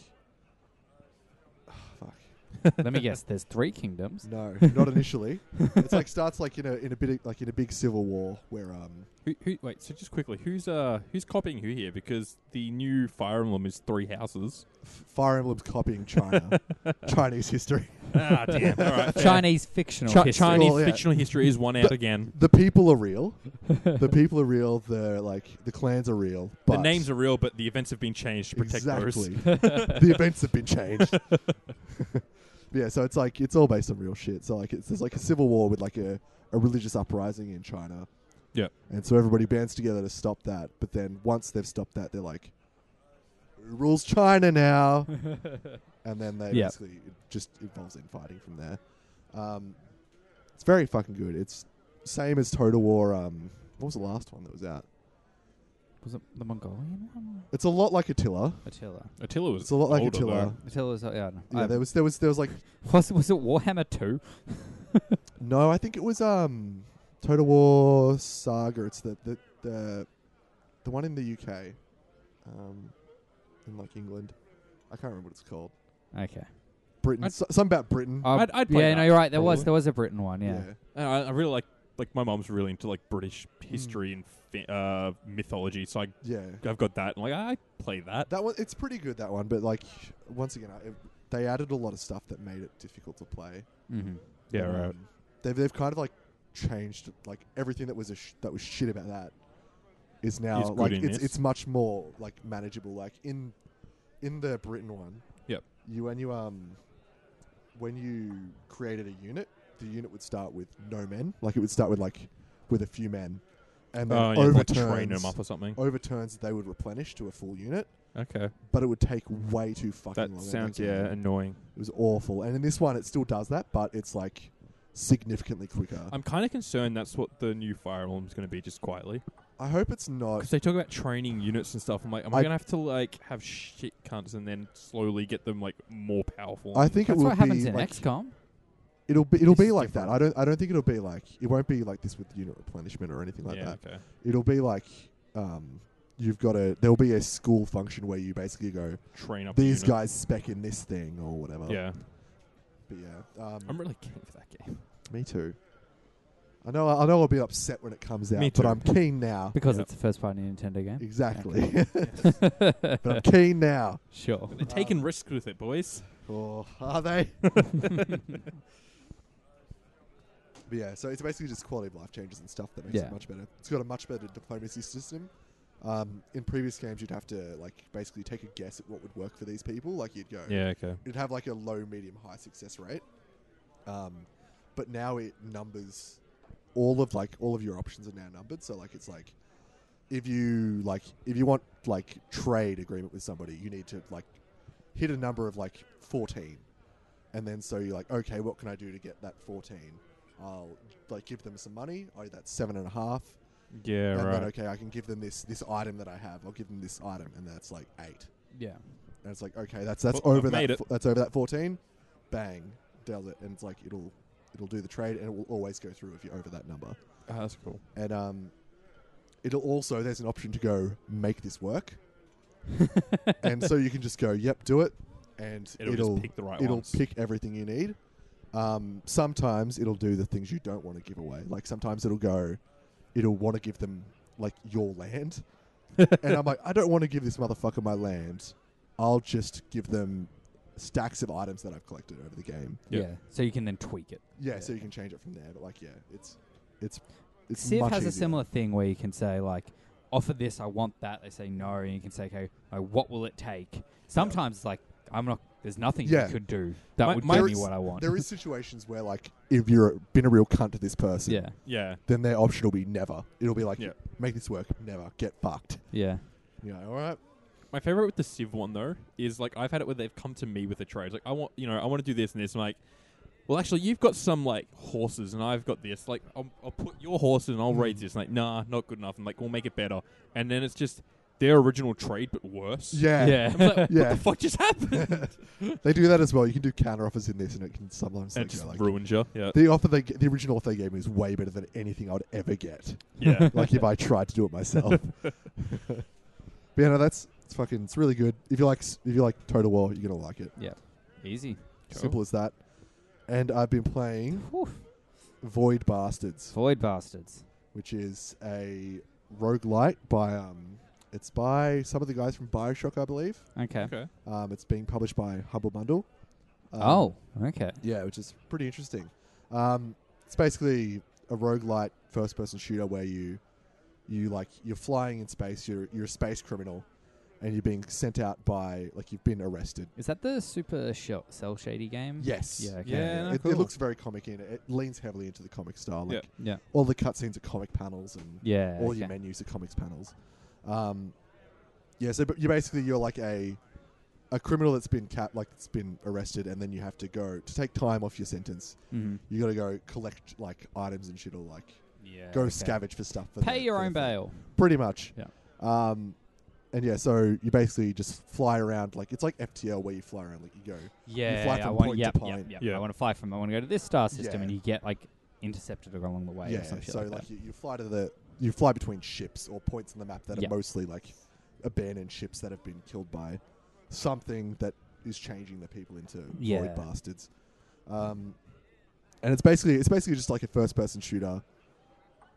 [SPEAKER 2] Fuck.
[SPEAKER 4] Let me guess. There's three kingdoms.
[SPEAKER 2] No, not initially. it's like starts like in a in a bit of- like in a big civil war where um
[SPEAKER 1] who, who, wait, so just quickly, who's uh who's copying who here? Because the new Fire Emblem is three houses.
[SPEAKER 2] F- Fire Emblem's copying China, Chinese history.
[SPEAKER 1] ah, damn. All right. fair.
[SPEAKER 3] Chinese fictional
[SPEAKER 1] Chi-
[SPEAKER 3] history.
[SPEAKER 1] Chinese
[SPEAKER 2] Well, yeah.
[SPEAKER 1] fictional history is one out
[SPEAKER 2] But-
[SPEAKER 1] again.
[SPEAKER 2] The people are real. The people are real. The like the clans are real. But
[SPEAKER 1] The names are real, but the events have been changed to protect those.
[SPEAKER 2] exactly. the events have been changed. yeah, so it's like it's all based on real shit. So like it's there's like a civil war with like a, a religious uprising in China.
[SPEAKER 1] Yeah.
[SPEAKER 2] And so everybody bands together to stop that, but then once they've stopped that, they're like "Who rules China now. and then they
[SPEAKER 3] Yeah.
[SPEAKER 2] basically it just involves in fighting from there. Um, it's very fucking good. It's same as Total War um what was the last one that was out?
[SPEAKER 3] Was it the Mongolian one?
[SPEAKER 2] It's a lot like Attila.
[SPEAKER 3] Attila.
[SPEAKER 1] Attila was
[SPEAKER 2] It's a lot like
[SPEAKER 1] older,
[SPEAKER 2] Attila.
[SPEAKER 1] though.
[SPEAKER 3] Attila's yeah. no.
[SPEAKER 2] Yeah,
[SPEAKER 3] Um,
[SPEAKER 2] there was there was there was like
[SPEAKER 3] was was it Warhammer Two?
[SPEAKER 2] No, I think it was um Total War Saga. It's the the the, the one in the UK, um, in like England. I can't remember what it's called.
[SPEAKER 3] Okay.
[SPEAKER 2] Britain.
[SPEAKER 1] I'd-
[SPEAKER 2] So, something about Britain.
[SPEAKER 3] Um,
[SPEAKER 1] I'd- I'd play
[SPEAKER 3] yeah,
[SPEAKER 1] that,
[SPEAKER 3] no, you're right. There was
[SPEAKER 1] probably.
[SPEAKER 3] there was a Britain one. Yeah.
[SPEAKER 1] And I, I really like like my mom's really into like British history and fi- uh, mythology, so I
[SPEAKER 2] yeah, yeah.
[SPEAKER 1] I've got that. And like I play that.
[SPEAKER 2] That one. It's pretty good. That one. But like, once again, I, it, they added a lot of stuff that made it difficult to play.
[SPEAKER 3] Mm-hmm.
[SPEAKER 1] Yeah,
[SPEAKER 2] Um,
[SPEAKER 1] right.
[SPEAKER 2] They've they've kind of like changed like everything that was a sh- that was shit about that is now
[SPEAKER 1] Is good
[SPEAKER 2] like
[SPEAKER 1] in
[SPEAKER 2] it's
[SPEAKER 1] this.
[SPEAKER 2] it's much more like manageable. Like in in the Britain one,
[SPEAKER 1] Yep.
[SPEAKER 2] You when you um when you created a unit, the unit would start with no men. Like it would start with like with a few men, and then
[SPEAKER 1] Oh, yeah, like
[SPEAKER 2] overturns
[SPEAKER 1] train them up or something.
[SPEAKER 2] overturns they would replenish to a full unit,
[SPEAKER 1] Okay,
[SPEAKER 2] but it would take way too fucking
[SPEAKER 1] that
[SPEAKER 2] long. It'd
[SPEAKER 1] sounds
[SPEAKER 2] take
[SPEAKER 1] yeah
[SPEAKER 2] time.
[SPEAKER 1] annoying.
[SPEAKER 2] It was awful. And in this one, it still does that, but it's like significantly quicker. i
[SPEAKER 1] I'm kind of concerned that's what the new Fire Emblem's going to be, just quietly,
[SPEAKER 2] hope it's not.
[SPEAKER 1] because they talk about training units and stuff. I'm like, am I,
[SPEAKER 2] I-
[SPEAKER 1] going to have to like have shit cunts and then slowly get them like more powerful?
[SPEAKER 2] I think
[SPEAKER 3] That's
[SPEAKER 2] it will
[SPEAKER 3] what happens
[SPEAKER 2] be
[SPEAKER 3] in
[SPEAKER 2] like,
[SPEAKER 3] XCOM.
[SPEAKER 2] it'll be it'll
[SPEAKER 3] This
[SPEAKER 2] be
[SPEAKER 3] is
[SPEAKER 2] like
[SPEAKER 3] different.
[SPEAKER 2] that. I don't I don't think it'll be like it won't be like this with unit replenishment or anything like
[SPEAKER 1] yeah,
[SPEAKER 2] that.
[SPEAKER 1] okay.
[SPEAKER 2] It'll be like um, you've got a there'll be a school function where you basically go
[SPEAKER 1] Train up a
[SPEAKER 2] these
[SPEAKER 1] unit.
[SPEAKER 2] guys spec in this thing or whatever.
[SPEAKER 1] Yeah,
[SPEAKER 2] but yeah, um,
[SPEAKER 1] I'm really keen for that game.
[SPEAKER 2] me too. I know I know I'll be upset when it comes out,
[SPEAKER 1] Me
[SPEAKER 2] but
[SPEAKER 1] too.
[SPEAKER 2] I'm keen now.
[SPEAKER 3] Because
[SPEAKER 1] Yeah.
[SPEAKER 3] it's the first party Nintendo game.
[SPEAKER 2] Exactly, but I'm keen now.
[SPEAKER 3] sure.
[SPEAKER 1] They're taking risks with it, boys.
[SPEAKER 2] Oh, are they? But yeah, so it's basically just quality of life changes and stuff that makes
[SPEAKER 3] Yeah.
[SPEAKER 2] it much better. It's got a much better diplomacy system. Um, in previous games, you'd have to like basically take a guess at what would work for these people. Like you'd go,
[SPEAKER 1] Yeah, okay.
[SPEAKER 2] it'd have like a low, medium, high success rate. Um, but now it numbers all of like all of your options are now numbered. So like it's like if you like if you want like trade agreement with somebody, you need to like hit a number of like fourteen, and then so you're like, okay, what can I do to get that fourteen? I'll like give them some money. Oh, that's seven and a half.
[SPEAKER 1] Yeah,
[SPEAKER 2] and then
[SPEAKER 1] right.
[SPEAKER 2] okay, I can give them this this item that I have. I'll give them this item, and that's like eight.
[SPEAKER 3] Yeah.
[SPEAKER 2] And it's like, okay, that's that's
[SPEAKER 1] Well, I've
[SPEAKER 2] over that
[SPEAKER 1] made it.
[SPEAKER 2] fo- that's over that fourteen. Bang, dealt it, and it's like it'll it'll do the trade, and it will always go through if you're over that number.
[SPEAKER 1] Ah, that's cool.
[SPEAKER 2] And um, it'll also there's an option to go make this work, and so you can just go, yep, do it, and
[SPEAKER 1] It'll,
[SPEAKER 2] it'll it'll,
[SPEAKER 1] just pick the right ones.
[SPEAKER 2] pick everything you need. Um, sometimes it'll do the things you don't want to give away. Like sometimes it'll go, it'll want to give them like your land, and I'm like, I don't want to give this motherfucker my land. I'll just give them stacks of items that I've collected over the game.
[SPEAKER 1] Yeah.
[SPEAKER 3] yeah. So you can then tweak it.
[SPEAKER 2] Yeah,
[SPEAKER 3] Yeah.
[SPEAKER 2] so you can change it from there. But like, yeah, it's it's it's
[SPEAKER 3] Civ
[SPEAKER 2] much
[SPEAKER 3] has
[SPEAKER 2] easier.
[SPEAKER 3] a similar thing where you can say like, offer this, I want that. They say no, and you can say, okay, no, what will it take? Sometimes it's like, I'm not. There's nothing
[SPEAKER 2] Yeah.
[SPEAKER 3] you could do that
[SPEAKER 1] My-
[SPEAKER 3] would
[SPEAKER 1] my
[SPEAKER 3] give
[SPEAKER 2] ex-
[SPEAKER 3] me what I want.
[SPEAKER 2] There is situations where like if you're been a real cunt to this person,
[SPEAKER 3] yeah.
[SPEAKER 1] Yeah.
[SPEAKER 2] then their option will be never. It'll be like,
[SPEAKER 1] Yeah.
[SPEAKER 2] make this work, never get fucked.
[SPEAKER 3] Yeah.
[SPEAKER 2] You know, all right,
[SPEAKER 1] My favorite with the Civ one though is like I've had it where they've come to me with a trade. Like I want, you know, I want to do this and this. And like, well, actually, you've got some like horses and I've got this. Like, I'll, I'll put your horses and I'll
[SPEAKER 2] Mm.
[SPEAKER 1] raise this. And like, nah, not good enough. And like, we'll make it better. And then it's just their original trade but worse.
[SPEAKER 2] Yeah.
[SPEAKER 1] I'm like, what
[SPEAKER 2] Yeah.
[SPEAKER 1] the fuck just happened?
[SPEAKER 2] They do that as well. You can do counter offers in this, and it can sometimes
[SPEAKER 1] and
[SPEAKER 2] like,
[SPEAKER 1] it just
[SPEAKER 2] go like
[SPEAKER 1] ruins you. Yeah.
[SPEAKER 2] the offer they g- the original offer they gave me is way better than anything I would ever get.
[SPEAKER 1] yeah.
[SPEAKER 2] like if I tried to do it myself. but yeah, no, that's it's fucking it's really good. If you like s- if you like Total War, you're gonna like it.
[SPEAKER 3] Easy.
[SPEAKER 2] Simple as that. And I've been playing
[SPEAKER 3] Whew.
[SPEAKER 2] Void Bastards,
[SPEAKER 3] Void bastards.
[SPEAKER 2] which is a roguelite by um it's by some of the guys from BioShock, I believe.
[SPEAKER 3] Okay.
[SPEAKER 1] Okay.
[SPEAKER 2] Um, it's being published by Humble Bundle. Um,
[SPEAKER 3] oh, okay.
[SPEAKER 2] Yeah, which is pretty interesting. Um, it's basically a roguelite first person shooter where you you like you're flying in space, you're you're a space criminal and you're being sent out by like you've been arrested.
[SPEAKER 3] Is that the super shell cell shady game?
[SPEAKER 2] Yes.
[SPEAKER 3] Yeah. Okay.
[SPEAKER 1] Yeah. no,
[SPEAKER 2] It,
[SPEAKER 1] Ah, cool.
[SPEAKER 2] it looks very comic in it. It leans heavily into the comic style. Like
[SPEAKER 1] Yeah.
[SPEAKER 3] Yeah.
[SPEAKER 2] all the cutscenes are comic panels and
[SPEAKER 3] Yeah.
[SPEAKER 2] all your menus are comics panels. Um, yeah, so but you basically you're like a a criminal that's been cap like that's been arrested, and then you have to go to take time off your sentence.
[SPEAKER 3] Mhm.
[SPEAKER 2] You got to go collect like items and shit, or like
[SPEAKER 4] Yeah.
[SPEAKER 2] go
[SPEAKER 3] okay.
[SPEAKER 2] scavenge for stuff. For
[SPEAKER 3] Pay
[SPEAKER 2] the-
[SPEAKER 3] your
[SPEAKER 2] for the
[SPEAKER 3] own
[SPEAKER 2] thing.
[SPEAKER 3] bail.
[SPEAKER 2] pretty much.
[SPEAKER 3] Yeah.
[SPEAKER 2] Um, and yeah, so you basically just fly around like it's like FTL where you fly around like you go.
[SPEAKER 3] Yeah.
[SPEAKER 2] fly
[SPEAKER 3] yeah,
[SPEAKER 2] from
[SPEAKER 3] I want,
[SPEAKER 2] point
[SPEAKER 3] yep,
[SPEAKER 2] to
[SPEAKER 3] yep,
[SPEAKER 2] point.
[SPEAKER 3] yep.
[SPEAKER 1] Yeah.
[SPEAKER 3] I want to fly from. I want to go to this star system,
[SPEAKER 2] Yeah.
[SPEAKER 3] and you get like intercepted along the way or some shit
[SPEAKER 2] so
[SPEAKER 3] like,
[SPEAKER 2] like you, you fly to the you fly between ships or points on the map that
[SPEAKER 3] Yeah.
[SPEAKER 2] are mostly like abandoned ships that have been killed by something that is changing the people into
[SPEAKER 3] Yeah.
[SPEAKER 2] void bastards. Um, and it's basically it's basically just like a first person shooter,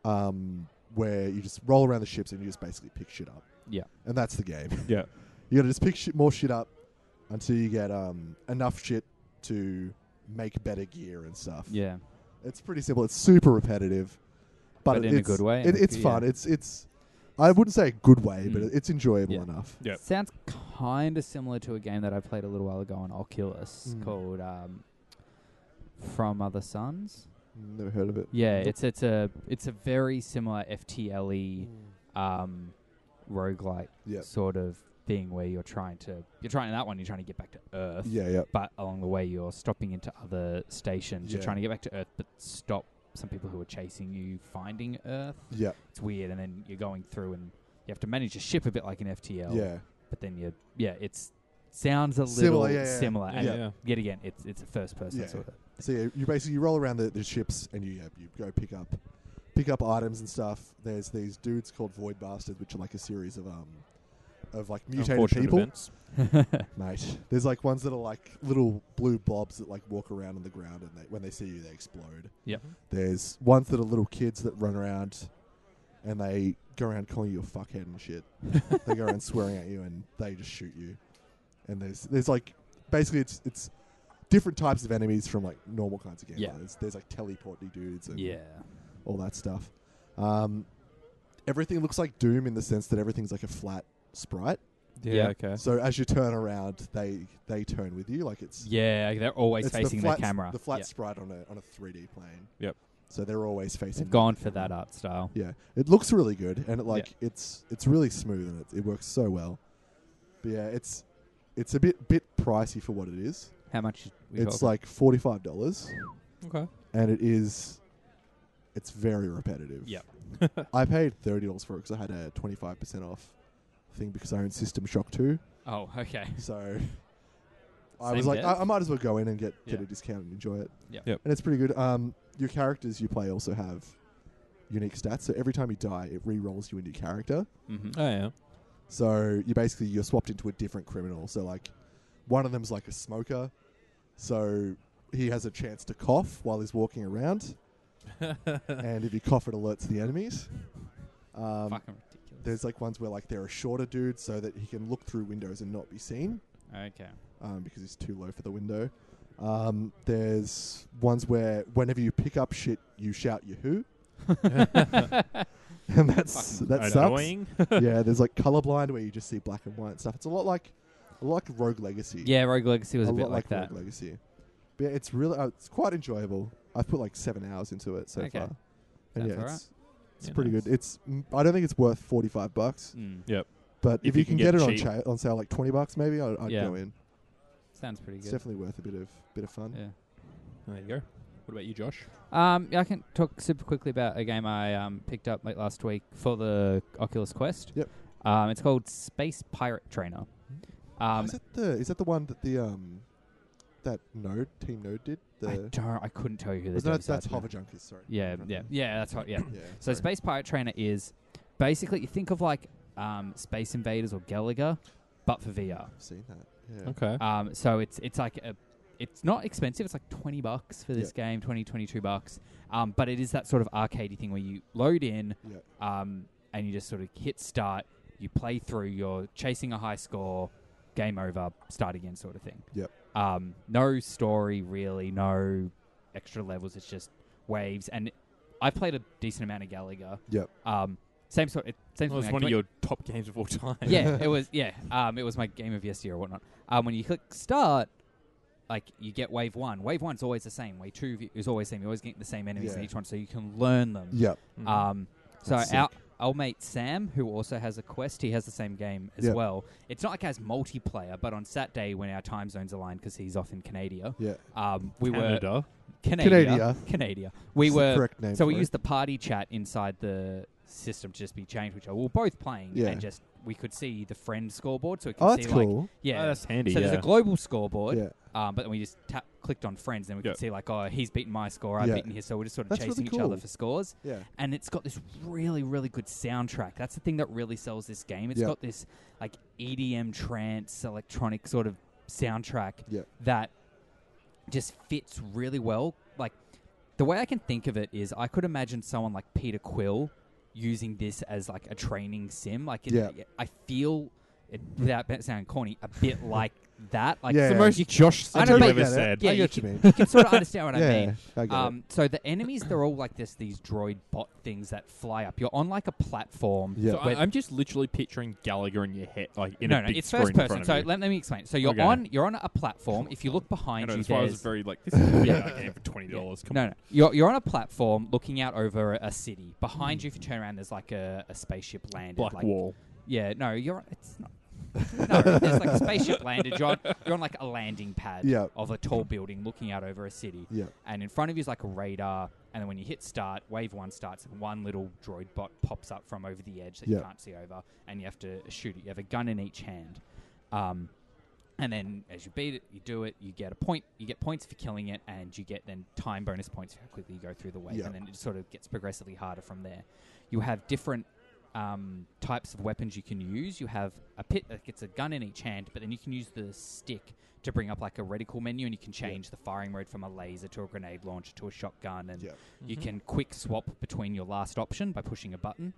[SPEAKER 2] um, where you just roll around the ships and you just basically pick shit up.
[SPEAKER 3] Yeah.
[SPEAKER 2] and that's the game.
[SPEAKER 1] Yeah.
[SPEAKER 2] You gotta just pick shit, more shit up until you get um, enough shit to make better gear and stuff.
[SPEAKER 3] that. Yeah.
[SPEAKER 2] It's pretty simple. It's super repetitive, but,
[SPEAKER 3] But in a
[SPEAKER 2] it's-
[SPEAKER 3] good way,
[SPEAKER 2] It,
[SPEAKER 3] like,
[SPEAKER 2] it's
[SPEAKER 3] yeah.
[SPEAKER 2] fun. It's it's. I wouldn't say a good way, but
[SPEAKER 3] Mm.
[SPEAKER 2] it's enjoyable
[SPEAKER 3] Yeah.
[SPEAKER 2] enough.
[SPEAKER 1] Yep.
[SPEAKER 3] Sounds kind of similar to a game that I played a little while ago on Oculus
[SPEAKER 2] Mm.
[SPEAKER 3] called um, From Other Suns.
[SPEAKER 2] Never heard of it.
[SPEAKER 3] Yeah, it's it's a it's a very similar FTLE E, um, roguelite
[SPEAKER 2] Yep.
[SPEAKER 3] sort of thing where you're trying to you're trying that one you're trying to get back to Earth,
[SPEAKER 2] Yeah, yeah,
[SPEAKER 3] but along the way you're stopping into other stations. You're
[SPEAKER 2] Yeah.
[SPEAKER 3] trying to get back to Earth, but stop some people who are chasing you finding Earth.
[SPEAKER 2] yeah,
[SPEAKER 3] It's weird, and then you're going through and you have to manage a ship a bit like an FTL
[SPEAKER 2] yeah.
[SPEAKER 3] but then you yeah, it's sounds a
[SPEAKER 2] Similar,
[SPEAKER 3] little
[SPEAKER 2] yeah, yeah,
[SPEAKER 3] similar.
[SPEAKER 1] Yeah.
[SPEAKER 3] And
[SPEAKER 1] yeah.
[SPEAKER 3] yet again, it's it's a first person
[SPEAKER 2] Yeah.
[SPEAKER 3] sort of.
[SPEAKER 2] So yeah, you basically you roll around the, the ships and you yeah, you go pick up pick up items and stuff. There's these dudes called Void Bastards, which are like a series of um of like mutated
[SPEAKER 1] Unfortunate
[SPEAKER 2] people,
[SPEAKER 1] events.
[SPEAKER 2] mate. There's like ones that are like little blue blobs that like walk around on the ground and they, when they see you they explode.
[SPEAKER 3] Yep.
[SPEAKER 2] There's ones that are little kids that run around and they go around calling you a fuckhead and shit. they go around swearing at you and they just shoot you. And there's there's like basically it's it's different types of enemies from like normal kinds of games.
[SPEAKER 3] Yeah.
[SPEAKER 2] There's, there's like teleporty dudes and
[SPEAKER 3] Yeah.
[SPEAKER 2] all that stuff. Um, everything looks like Doom in the sense that everything's like a flat sprite.
[SPEAKER 1] Yeah.
[SPEAKER 3] Yeah.
[SPEAKER 1] Okay.
[SPEAKER 2] So as you turn around, they they turn with you like it's
[SPEAKER 3] Yeah, they're always
[SPEAKER 2] it's
[SPEAKER 3] facing
[SPEAKER 2] the flat,
[SPEAKER 3] camera.
[SPEAKER 2] The flat
[SPEAKER 3] Yeah.
[SPEAKER 2] sprite on a on a 3D plane.
[SPEAKER 1] Yep.
[SPEAKER 2] So they're always facing.
[SPEAKER 3] They've gone
[SPEAKER 2] the
[SPEAKER 3] for
[SPEAKER 2] camera.
[SPEAKER 3] that uh, art style.
[SPEAKER 2] Yeah, it looks really good, and it like it's it's really smooth, and it, it works so well. But yeah, it's it's a bit bit pricey for what it is.
[SPEAKER 3] How much? We
[SPEAKER 2] it's like forty five dollars,
[SPEAKER 1] Okay.
[SPEAKER 2] and it is it's very repetitive.
[SPEAKER 1] Yep.
[SPEAKER 2] I paid thirty dollars for it because I had a twenty five percent off thing because I own System Shock two,
[SPEAKER 3] oh, okay.
[SPEAKER 2] so. I
[SPEAKER 3] Same
[SPEAKER 2] was like,
[SPEAKER 3] dev?
[SPEAKER 2] I, I might as well go in and get, get
[SPEAKER 3] Yeah.
[SPEAKER 2] a discount and enjoy it.
[SPEAKER 3] Yep.
[SPEAKER 1] Yep.
[SPEAKER 2] And it's pretty good. Um, your characters you play also have unique stats, so every time you die, it re-rolls you a new character.
[SPEAKER 3] Mm-hmm.
[SPEAKER 1] Oh yeah.
[SPEAKER 2] So you basically you're swapped into a different criminal. So like one of them's like a smoker, so he has a chance to cough while he's walking around, and if you cough, it alerts the enemies. Um,
[SPEAKER 3] Fucking ridiculous.
[SPEAKER 2] there's like ones where like they're a shorter dude, so that he can look through windows and not be seen
[SPEAKER 3] okay.
[SPEAKER 2] um, because he's too low for the window. Um, there's ones where whenever you pick up shit, you shout "Yahoo," and that's
[SPEAKER 3] Fucking
[SPEAKER 2] that sucks.
[SPEAKER 1] Annoying.
[SPEAKER 2] yeah, there's like colorblind where you just see black and white and stuff. It's a lot like a lot like Rogue Legacy.
[SPEAKER 3] yeah, Rogue Legacy was a, bit
[SPEAKER 2] lot
[SPEAKER 3] like, that.
[SPEAKER 2] Rogue Legacy. But yeah, it's really uh, it's quite enjoyable. I've put like seven hours into it so
[SPEAKER 3] Okay.
[SPEAKER 2] far, and
[SPEAKER 3] Sounds
[SPEAKER 2] yeah,
[SPEAKER 3] alright.
[SPEAKER 2] it's, it's
[SPEAKER 1] Yeah,
[SPEAKER 2] pretty
[SPEAKER 1] nice.
[SPEAKER 2] good. It's mm, I don't think it's worth forty five bucks,
[SPEAKER 3] Mm.
[SPEAKER 1] Yeah.
[SPEAKER 2] But if, you, can, get, it
[SPEAKER 1] cheap.
[SPEAKER 2] on cha- on sale, like twenty bucks maybe, I'd, I'd
[SPEAKER 3] Yeah.
[SPEAKER 2] go in.
[SPEAKER 3] Sounds pretty
[SPEAKER 2] It's
[SPEAKER 3] good.
[SPEAKER 2] definitely worth a bit of bit of fun.
[SPEAKER 3] Yeah.
[SPEAKER 1] There you go. What about you, Josh?
[SPEAKER 3] Um, yeah, I can talk super quickly about a game I um, picked up late last week for the Oculus Quest.
[SPEAKER 2] Yep.
[SPEAKER 3] Um, it's called Space Pirate Trainer. Um,
[SPEAKER 2] is that the is that the one that the um that Node Team Node did? The
[SPEAKER 3] I don't. I couldn't tell you who
[SPEAKER 2] was
[SPEAKER 3] the
[SPEAKER 2] that, that's
[SPEAKER 3] developers are.
[SPEAKER 2] Hover Junkers. Sorry.
[SPEAKER 3] Yeah,
[SPEAKER 2] Hover
[SPEAKER 3] yeah,
[SPEAKER 2] Junkers.
[SPEAKER 3] yeah. That's hot. Yeah.
[SPEAKER 2] Yeah.
[SPEAKER 3] So
[SPEAKER 2] sorry.
[SPEAKER 3] Space Pirate Trainer is basically you think of like um, Space Invaders or Galaga, but for VR.
[SPEAKER 2] I've seen that. Yeah.
[SPEAKER 1] Okay.
[SPEAKER 3] Um, so it's it's like a, it's not expensive. It's like twenty bucks for this game, 20, 22 bucks. Um, but it is that sort of arcadey thing where you load in,
[SPEAKER 2] Yeah.
[SPEAKER 3] um, and you just sort of hit start. You play through. You're chasing a high score. Game over. Start again, sort of thing.
[SPEAKER 2] Yep.
[SPEAKER 3] Um, no story really. No extra levels. It's just waves. And I've played a decent amount of Gallagher.
[SPEAKER 2] Yep.
[SPEAKER 3] Um, same sort. It, same.
[SPEAKER 1] That was
[SPEAKER 3] thing, like,
[SPEAKER 1] one
[SPEAKER 3] when-
[SPEAKER 1] of your top games of all time.
[SPEAKER 3] yeah, it was. Yeah, um, it was my game of yesteryear or whatnot. Um, when you click start, like you get wave one. Wave one's always the same. Wave two is always the same. You always get the same enemies in
[SPEAKER 2] Yeah.
[SPEAKER 3] each one, so you can learn them.
[SPEAKER 2] Yep.
[SPEAKER 1] Mhm.
[SPEAKER 3] Um, so
[SPEAKER 1] That's
[SPEAKER 3] our our mate Sam, who also has a quest, he has the same game as
[SPEAKER 2] Yeah.
[SPEAKER 3] well. It's not like it has multiplayer, but on Saturday when our time zones aligned because he's off in Canada,
[SPEAKER 2] Yeah.
[SPEAKER 3] um, we were
[SPEAKER 1] Canada.
[SPEAKER 3] Canada, Canada. We
[SPEAKER 2] That's the
[SPEAKER 3] were
[SPEAKER 2] correct name.
[SPEAKER 3] so we
[SPEAKER 2] for it.
[SPEAKER 3] used the party chat inside the system to just be changed, which I were both playing,
[SPEAKER 2] Yeah.
[SPEAKER 3] and just we could see the friend scoreboard, so we could
[SPEAKER 2] Oh,
[SPEAKER 3] see
[SPEAKER 2] that's
[SPEAKER 3] like
[SPEAKER 2] cool.
[SPEAKER 3] yeah.
[SPEAKER 1] Oh, that's handy.
[SPEAKER 3] so
[SPEAKER 1] yeah.
[SPEAKER 3] there's a global scoreboard,
[SPEAKER 2] yeah.
[SPEAKER 3] um, but then we just tap clicked on friends, and we
[SPEAKER 1] Yeah.
[SPEAKER 3] could see like oh he's beaten my score, I've
[SPEAKER 2] Yeah.
[SPEAKER 3] beaten his, so we're just sort of
[SPEAKER 2] That's really
[SPEAKER 3] chasing each other
[SPEAKER 2] cool.
[SPEAKER 3] for scores.
[SPEAKER 2] Yeah.
[SPEAKER 3] And it's got this really really good soundtrack. That's the thing that really sells this game. It's
[SPEAKER 2] Yeah.
[SPEAKER 3] got this like EDM trance electronic sort of soundtrack
[SPEAKER 2] Yeah.
[SPEAKER 3] that just fits really well. Like the way I can think of it is, I could imagine someone like Peter Quill using this as like a training sim. Like, it,
[SPEAKER 2] Yeah.
[SPEAKER 3] I feel it, without be- sounding corny, a bit like that. Like,
[SPEAKER 2] Yeah,
[SPEAKER 1] It's
[SPEAKER 3] you
[SPEAKER 1] the most Josh
[SPEAKER 3] I
[SPEAKER 1] thing
[SPEAKER 3] know,
[SPEAKER 1] you've
[SPEAKER 3] but-
[SPEAKER 1] ever
[SPEAKER 2] Yeah, that-
[SPEAKER 1] said.
[SPEAKER 3] Yeah,
[SPEAKER 2] I
[SPEAKER 3] you
[SPEAKER 2] get what you mean.
[SPEAKER 3] can sort of understand what I
[SPEAKER 2] yeah.
[SPEAKER 3] mean.
[SPEAKER 2] I get it.
[SPEAKER 3] Um, so the enemies, they're all like this these droid bot things that fly up. You're on like a platform.
[SPEAKER 2] Yeah.
[SPEAKER 1] So I,
[SPEAKER 3] where-
[SPEAKER 1] I'm just literally picturing Gallagher in your head, like in
[SPEAKER 3] no,
[SPEAKER 1] a
[SPEAKER 3] no,
[SPEAKER 1] big
[SPEAKER 3] it's
[SPEAKER 1] screen
[SPEAKER 3] first
[SPEAKER 1] in front
[SPEAKER 3] person.
[SPEAKER 1] of
[SPEAKER 3] So
[SPEAKER 1] you.
[SPEAKER 3] let, let me explain. So you're
[SPEAKER 1] Okay.
[SPEAKER 3] on you're on a platform. If you look behind
[SPEAKER 1] I know,
[SPEAKER 3] you,
[SPEAKER 1] that's why I
[SPEAKER 3] there's
[SPEAKER 1] was very like, this is a VR game for twenty
[SPEAKER 3] Yeah.
[SPEAKER 1] dollars.
[SPEAKER 3] No, no. You're, you're on a platform looking out over a, a city. Behind you, if you turn around, there's like a, a spaceship landed.
[SPEAKER 1] Mm. Black
[SPEAKER 3] like,
[SPEAKER 1] Wall.
[SPEAKER 3] Yeah, no, you're. It's not. no, there's like a spaceship landed. You're on, you're on like a landing pad
[SPEAKER 2] Yeah.
[SPEAKER 3] of a tall building looking out over a city.
[SPEAKER 2] yeah.
[SPEAKER 3] And in front of you is like a radar. And then when you hit start, wave one starts, and one little droid bot pops up from over the edge that
[SPEAKER 2] Yeah.
[SPEAKER 3] you can't see over, and you have to shoot it. You have a gun in each hand. Um, and then as you beat it, you do it, you get a point, you get points for killing it, and you get then time bonus points for how quickly you go through the wave.
[SPEAKER 2] Yeah.
[SPEAKER 3] And then it just sort of gets progressively harder from there. You have different um, types of weapons you can use. You have a pit that gets a gun in each hand, but then you can use the stick to bring up like a reticle menu, and you can change the firing mode from a laser to a grenade launcher to a shotgun, and
[SPEAKER 2] Yeah.
[SPEAKER 1] Mm-hmm.
[SPEAKER 3] you can quick swap between your last option by pushing a button,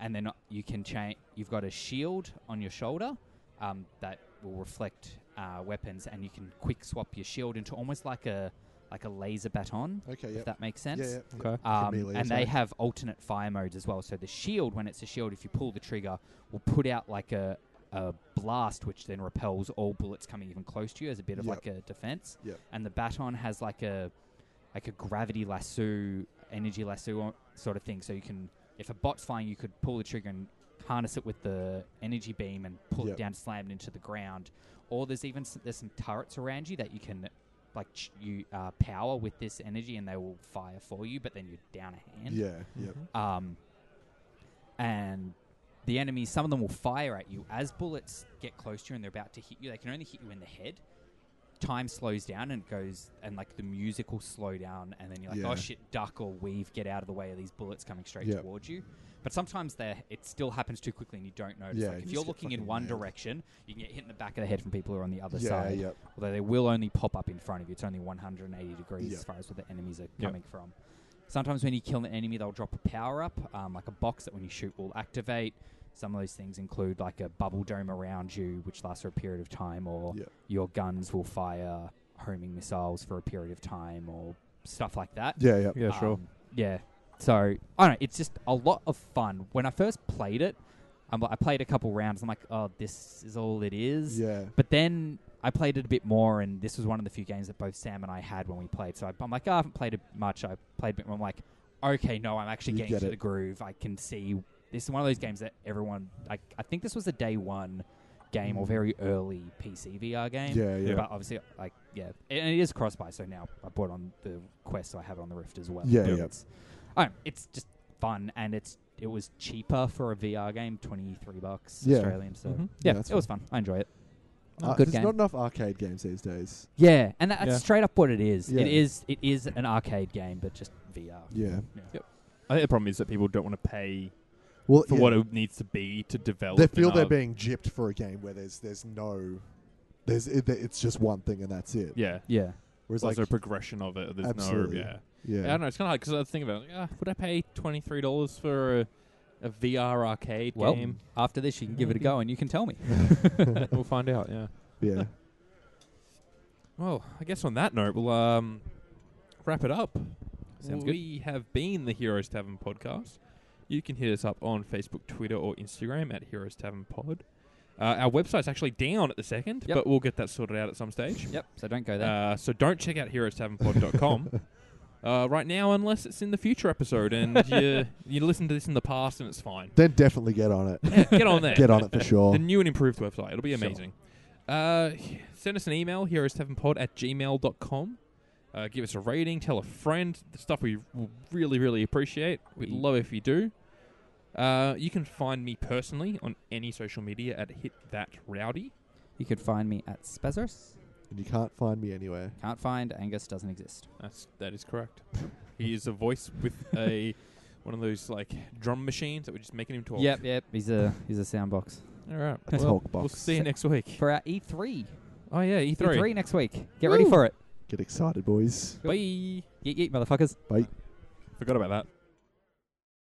[SPEAKER 3] and then uh, you can change. You've got a shield on your shoulder um, that will reflect uh, weapons, and you can quick swap your shield into almost like a like a laser baton,
[SPEAKER 2] Okay.
[SPEAKER 3] if
[SPEAKER 2] Yeah.
[SPEAKER 3] that makes sense.
[SPEAKER 2] Yeah. Yeah.
[SPEAKER 1] Okay.
[SPEAKER 3] Um,
[SPEAKER 2] melee
[SPEAKER 3] and they
[SPEAKER 2] attack.
[SPEAKER 3] have alternate fire modes as well. So the shield, when it's a shield, if you pull the trigger, will put out like a, a blast, which then repels all bullets coming even close to you as a bit of
[SPEAKER 2] Yep.
[SPEAKER 3] like a defense.
[SPEAKER 2] Yep.
[SPEAKER 3] And the baton has like a like a gravity lasso, energy lasso o- sort of thing. So you can, if a bot's flying, you could pull the trigger and harness it with the energy beam and pull
[SPEAKER 2] Yep.
[SPEAKER 3] it down, slam it into the ground. Or there's even s there's some turrets around you that you can like ch- you uh, power with this energy and they will fire for you, but then you're down a hand.
[SPEAKER 2] Yeah. Yeah.
[SPEAKER 3] Um, and the enemies, some of them will fire at you as bullets get close to you and they're about to hit you. They can only hit you in the head. Time slows down and it goes, and like the music will slow down, and then you're like,
[SPEAKER 2] Yeah.
[SPEAKER 3] oh shit, duck or weave, get out of the way of these bullets coming straight
[SPEAKER 2] Yeah.
[SPEAKER 3] towards you. But sometimes they it still happens too quickly and you don't notice.
[SPEAKER 2] Yeah,
[SPEAKER 3] like
[SPEAKER 2] you
[SPEAKER 3] if you're
[SPEAKER 2] just get
[SPEAKER 3] looking in
[SPEAKER 2] fucking
[SPEAKER 3] one
[SPEAKER 2] nailed.
[SPEAKER 3] direction, you can get hit in the back of the head from people who are on the other
[SPEAKER 2] Yeah.
[SPEAKER 3] side
[SPEAKER 2] Yeah.
[SPEAKER 3] although they will only pop up in front of you. It's only 180 degrees
[SPEAKER 2] Yeah.
[SPEAKER 3] as far as where the enemies are coming from. Sometimes when you kill an enemy, they'll drop a power up, um, like a box that when you shoot will activate. Some of those things include like a bubble dome around you, which lasts for a period of time, or
[SPEAKER 2] Yeah.
[SPEAKER 3] your guns will fire homing missiles for a period of time, or stuff like that.
[SPEAKER 2] Yeah. Yeah.
[SPEAKER 1] Yeah, sure.
[SPEAKER 3] Um, yeah. So I don't know. It's just a lot of fun. When I first played it, I'm, like- I played a couple rounds. I'm like, oh, this is all it is.
[SPEAKER 2] Yeah.
[SPEAKER 3] But then I played it a bit more, and this was one of the few games that both Sam and I had when we played. So I, I'm like, oh, I haven't played it much. I played a bit more. I'm like, okay, no, I'm actually
[SPEAKER 2] You
[SPEAKER 3] getting
[SPEAKER 2] get
[SPEAKER 3] to
[SPEAKER 2] it.
[SPEAKER 3] the groove. I can see This is one of those games that everyone like. I think this was a day one game or very early PC VR game.
[SPEAKER 2] Mm. Yeah, yeah.
[SPEAKER 3] But obviously, like, yeah, and it is cross by. So now I bought it on the Quest, so I have it on the Rift as well.
[SPEAKER 2] Yeah,
[SPEAKER 3] But
[SPEAKER 2] yeah.
[SPEAKER 3] It's, I don't know, it's just fun, and it's it was cheaper for a VR game, twenty three bucks
[SPEAKER 2] Yeah. Mm-hmm.
[SPEAKER 3] Australian. So
[SPEAKER 1] Mhm.
[SPEAKER 2] Yeah,
[SPEAKER 3] yeah,
[SPEAKER 2] that's
[SPEAKER 3] it was fun. I enjoy it.
[SPEAKER 2] Uh,
[SPEAKER 3] good
[SPEAKER 2] there's
[SPEAKER 3] game.
[SPEAKER 2] not enough arcade games these days.
[SPEAKER 3] Yeah, and that's
[SPEAKER 1] Yeah.
[SPEAKER 3] straight up what it is.
[SPEAKER 2] Yeah.
[SPEAKER 3] It is it is an arcade game, but just VR.
[SPEAKER 2] Yeah.
[SPEAKER 1] I think the problem is that people don't want to pay
[SPEAKER 2] Well,
[SPEAKER 1] for
[SPEAKER 2] yeah,
[SPEAKER 1] what it needs to be to develop.
[SPEAKER 2] they feel they're
[SPEAKER 1] another-
[SPEAKER 2] being gypped for a game where there's there's no there's it, it's just one thing and that's it.
[SPEAKER 1] Yeah,
[SPEAKER 3] Yeah,
[SPEAKER 2] Whereas
[SPEAKER 1] there's no
[SPEAKER 2] like
[SPEAKER 1] progression of it. There's
[SPEAKER 2] Absolutely.
[SPEAKER 1] no yeah.
[SPEAKER 2] yeah,
[SPEAKER 1] I don't know. It's kind of like because I think about it, like, ah, would I pay twenty three dollars for a, a VR arcade
[SPEAKER 3] well,
[SPEAKER 1] game?
[SPEAKER 3] after this, you can give it a go, and you can tell me.
[SPEAKER 1] we'll find out. Yeah.
[SPEAKER 2] yeah.
[SPEAKER 1] Well, I guess on that note, we'll um, wrap it up.
[SPEAKER 3] Sounds good.
[SPEAKER 1] we have been the Heroes Tavern podcast. You can hit us up on Facebook, Twitter, or Instagram at Heroes Tavern Pod. Uh, our website's actually down at the second,
[SPEAKER 3] Yep.
[SPEAKER 1] but we'll get that sorted out at some stage.
[SPEAKER 3] yep. So don't go there.
[SPEAKER 1] Uh, so don't check out heroestavernpod.com uh, right now unless it's in the future episode and you, you listen to this in the past and it's fine.
[SPEAKER 2] Then definitely get on it.
[SPEAKER 1] Yeah, get on there.
[SPEAKER 2] Get on it for sure.
[SPEAKER 1] The new and improved website. It'll be
[SPEAKER 2] Sure.
[SPEAKER 1] amazing. Uh, send us an email, heroes7pod at gmail.com. Uh, give us a rating, tell a friend. The stuff we w- really, really appreciate. We'd
[SPEAKER 3] We-
[SPEAKER 1] love if you do. Uh, you can find me personally on any social media at hit that rowdy.
[SPEAKER 3] you could find me at Spezos.
[SPEAKER 2] and you can't find me anywhere.
[SPEAKER 3] Can't find Angus. Doesn't exist.
[SPEAKER 1] That's that is correct. he is a voice with a one of those like drum machines that we're just making him talk.
[SPEAKER 3] Yep, yep. He's a he's a sound box
[SPEAKER 1] All right.
[SPEAKER 2] A
[SPEAKER 1] well,
[SPEAKER 2] talk
[SPEAKER 1] we'll
[SPEAKER 2] box.
[SPEAKER 1] see you next week.
[SPEAKER 3] for our E E3.
[SPEAKER 1] Oh yeah, E three.
[SPEAKER 3] E3 next week. Get ready
[SPEAKER 2] Woo.
[SPEAKER 3] for it.
[SPEAKER 2] Get excited, boys.
[SPEAKER 1] Bye.
[SPEAKER 3] Yeet yeet, motherfuckers.
[SPEAKER 2] Bye.
[SPEAKER 1] Forgot about that.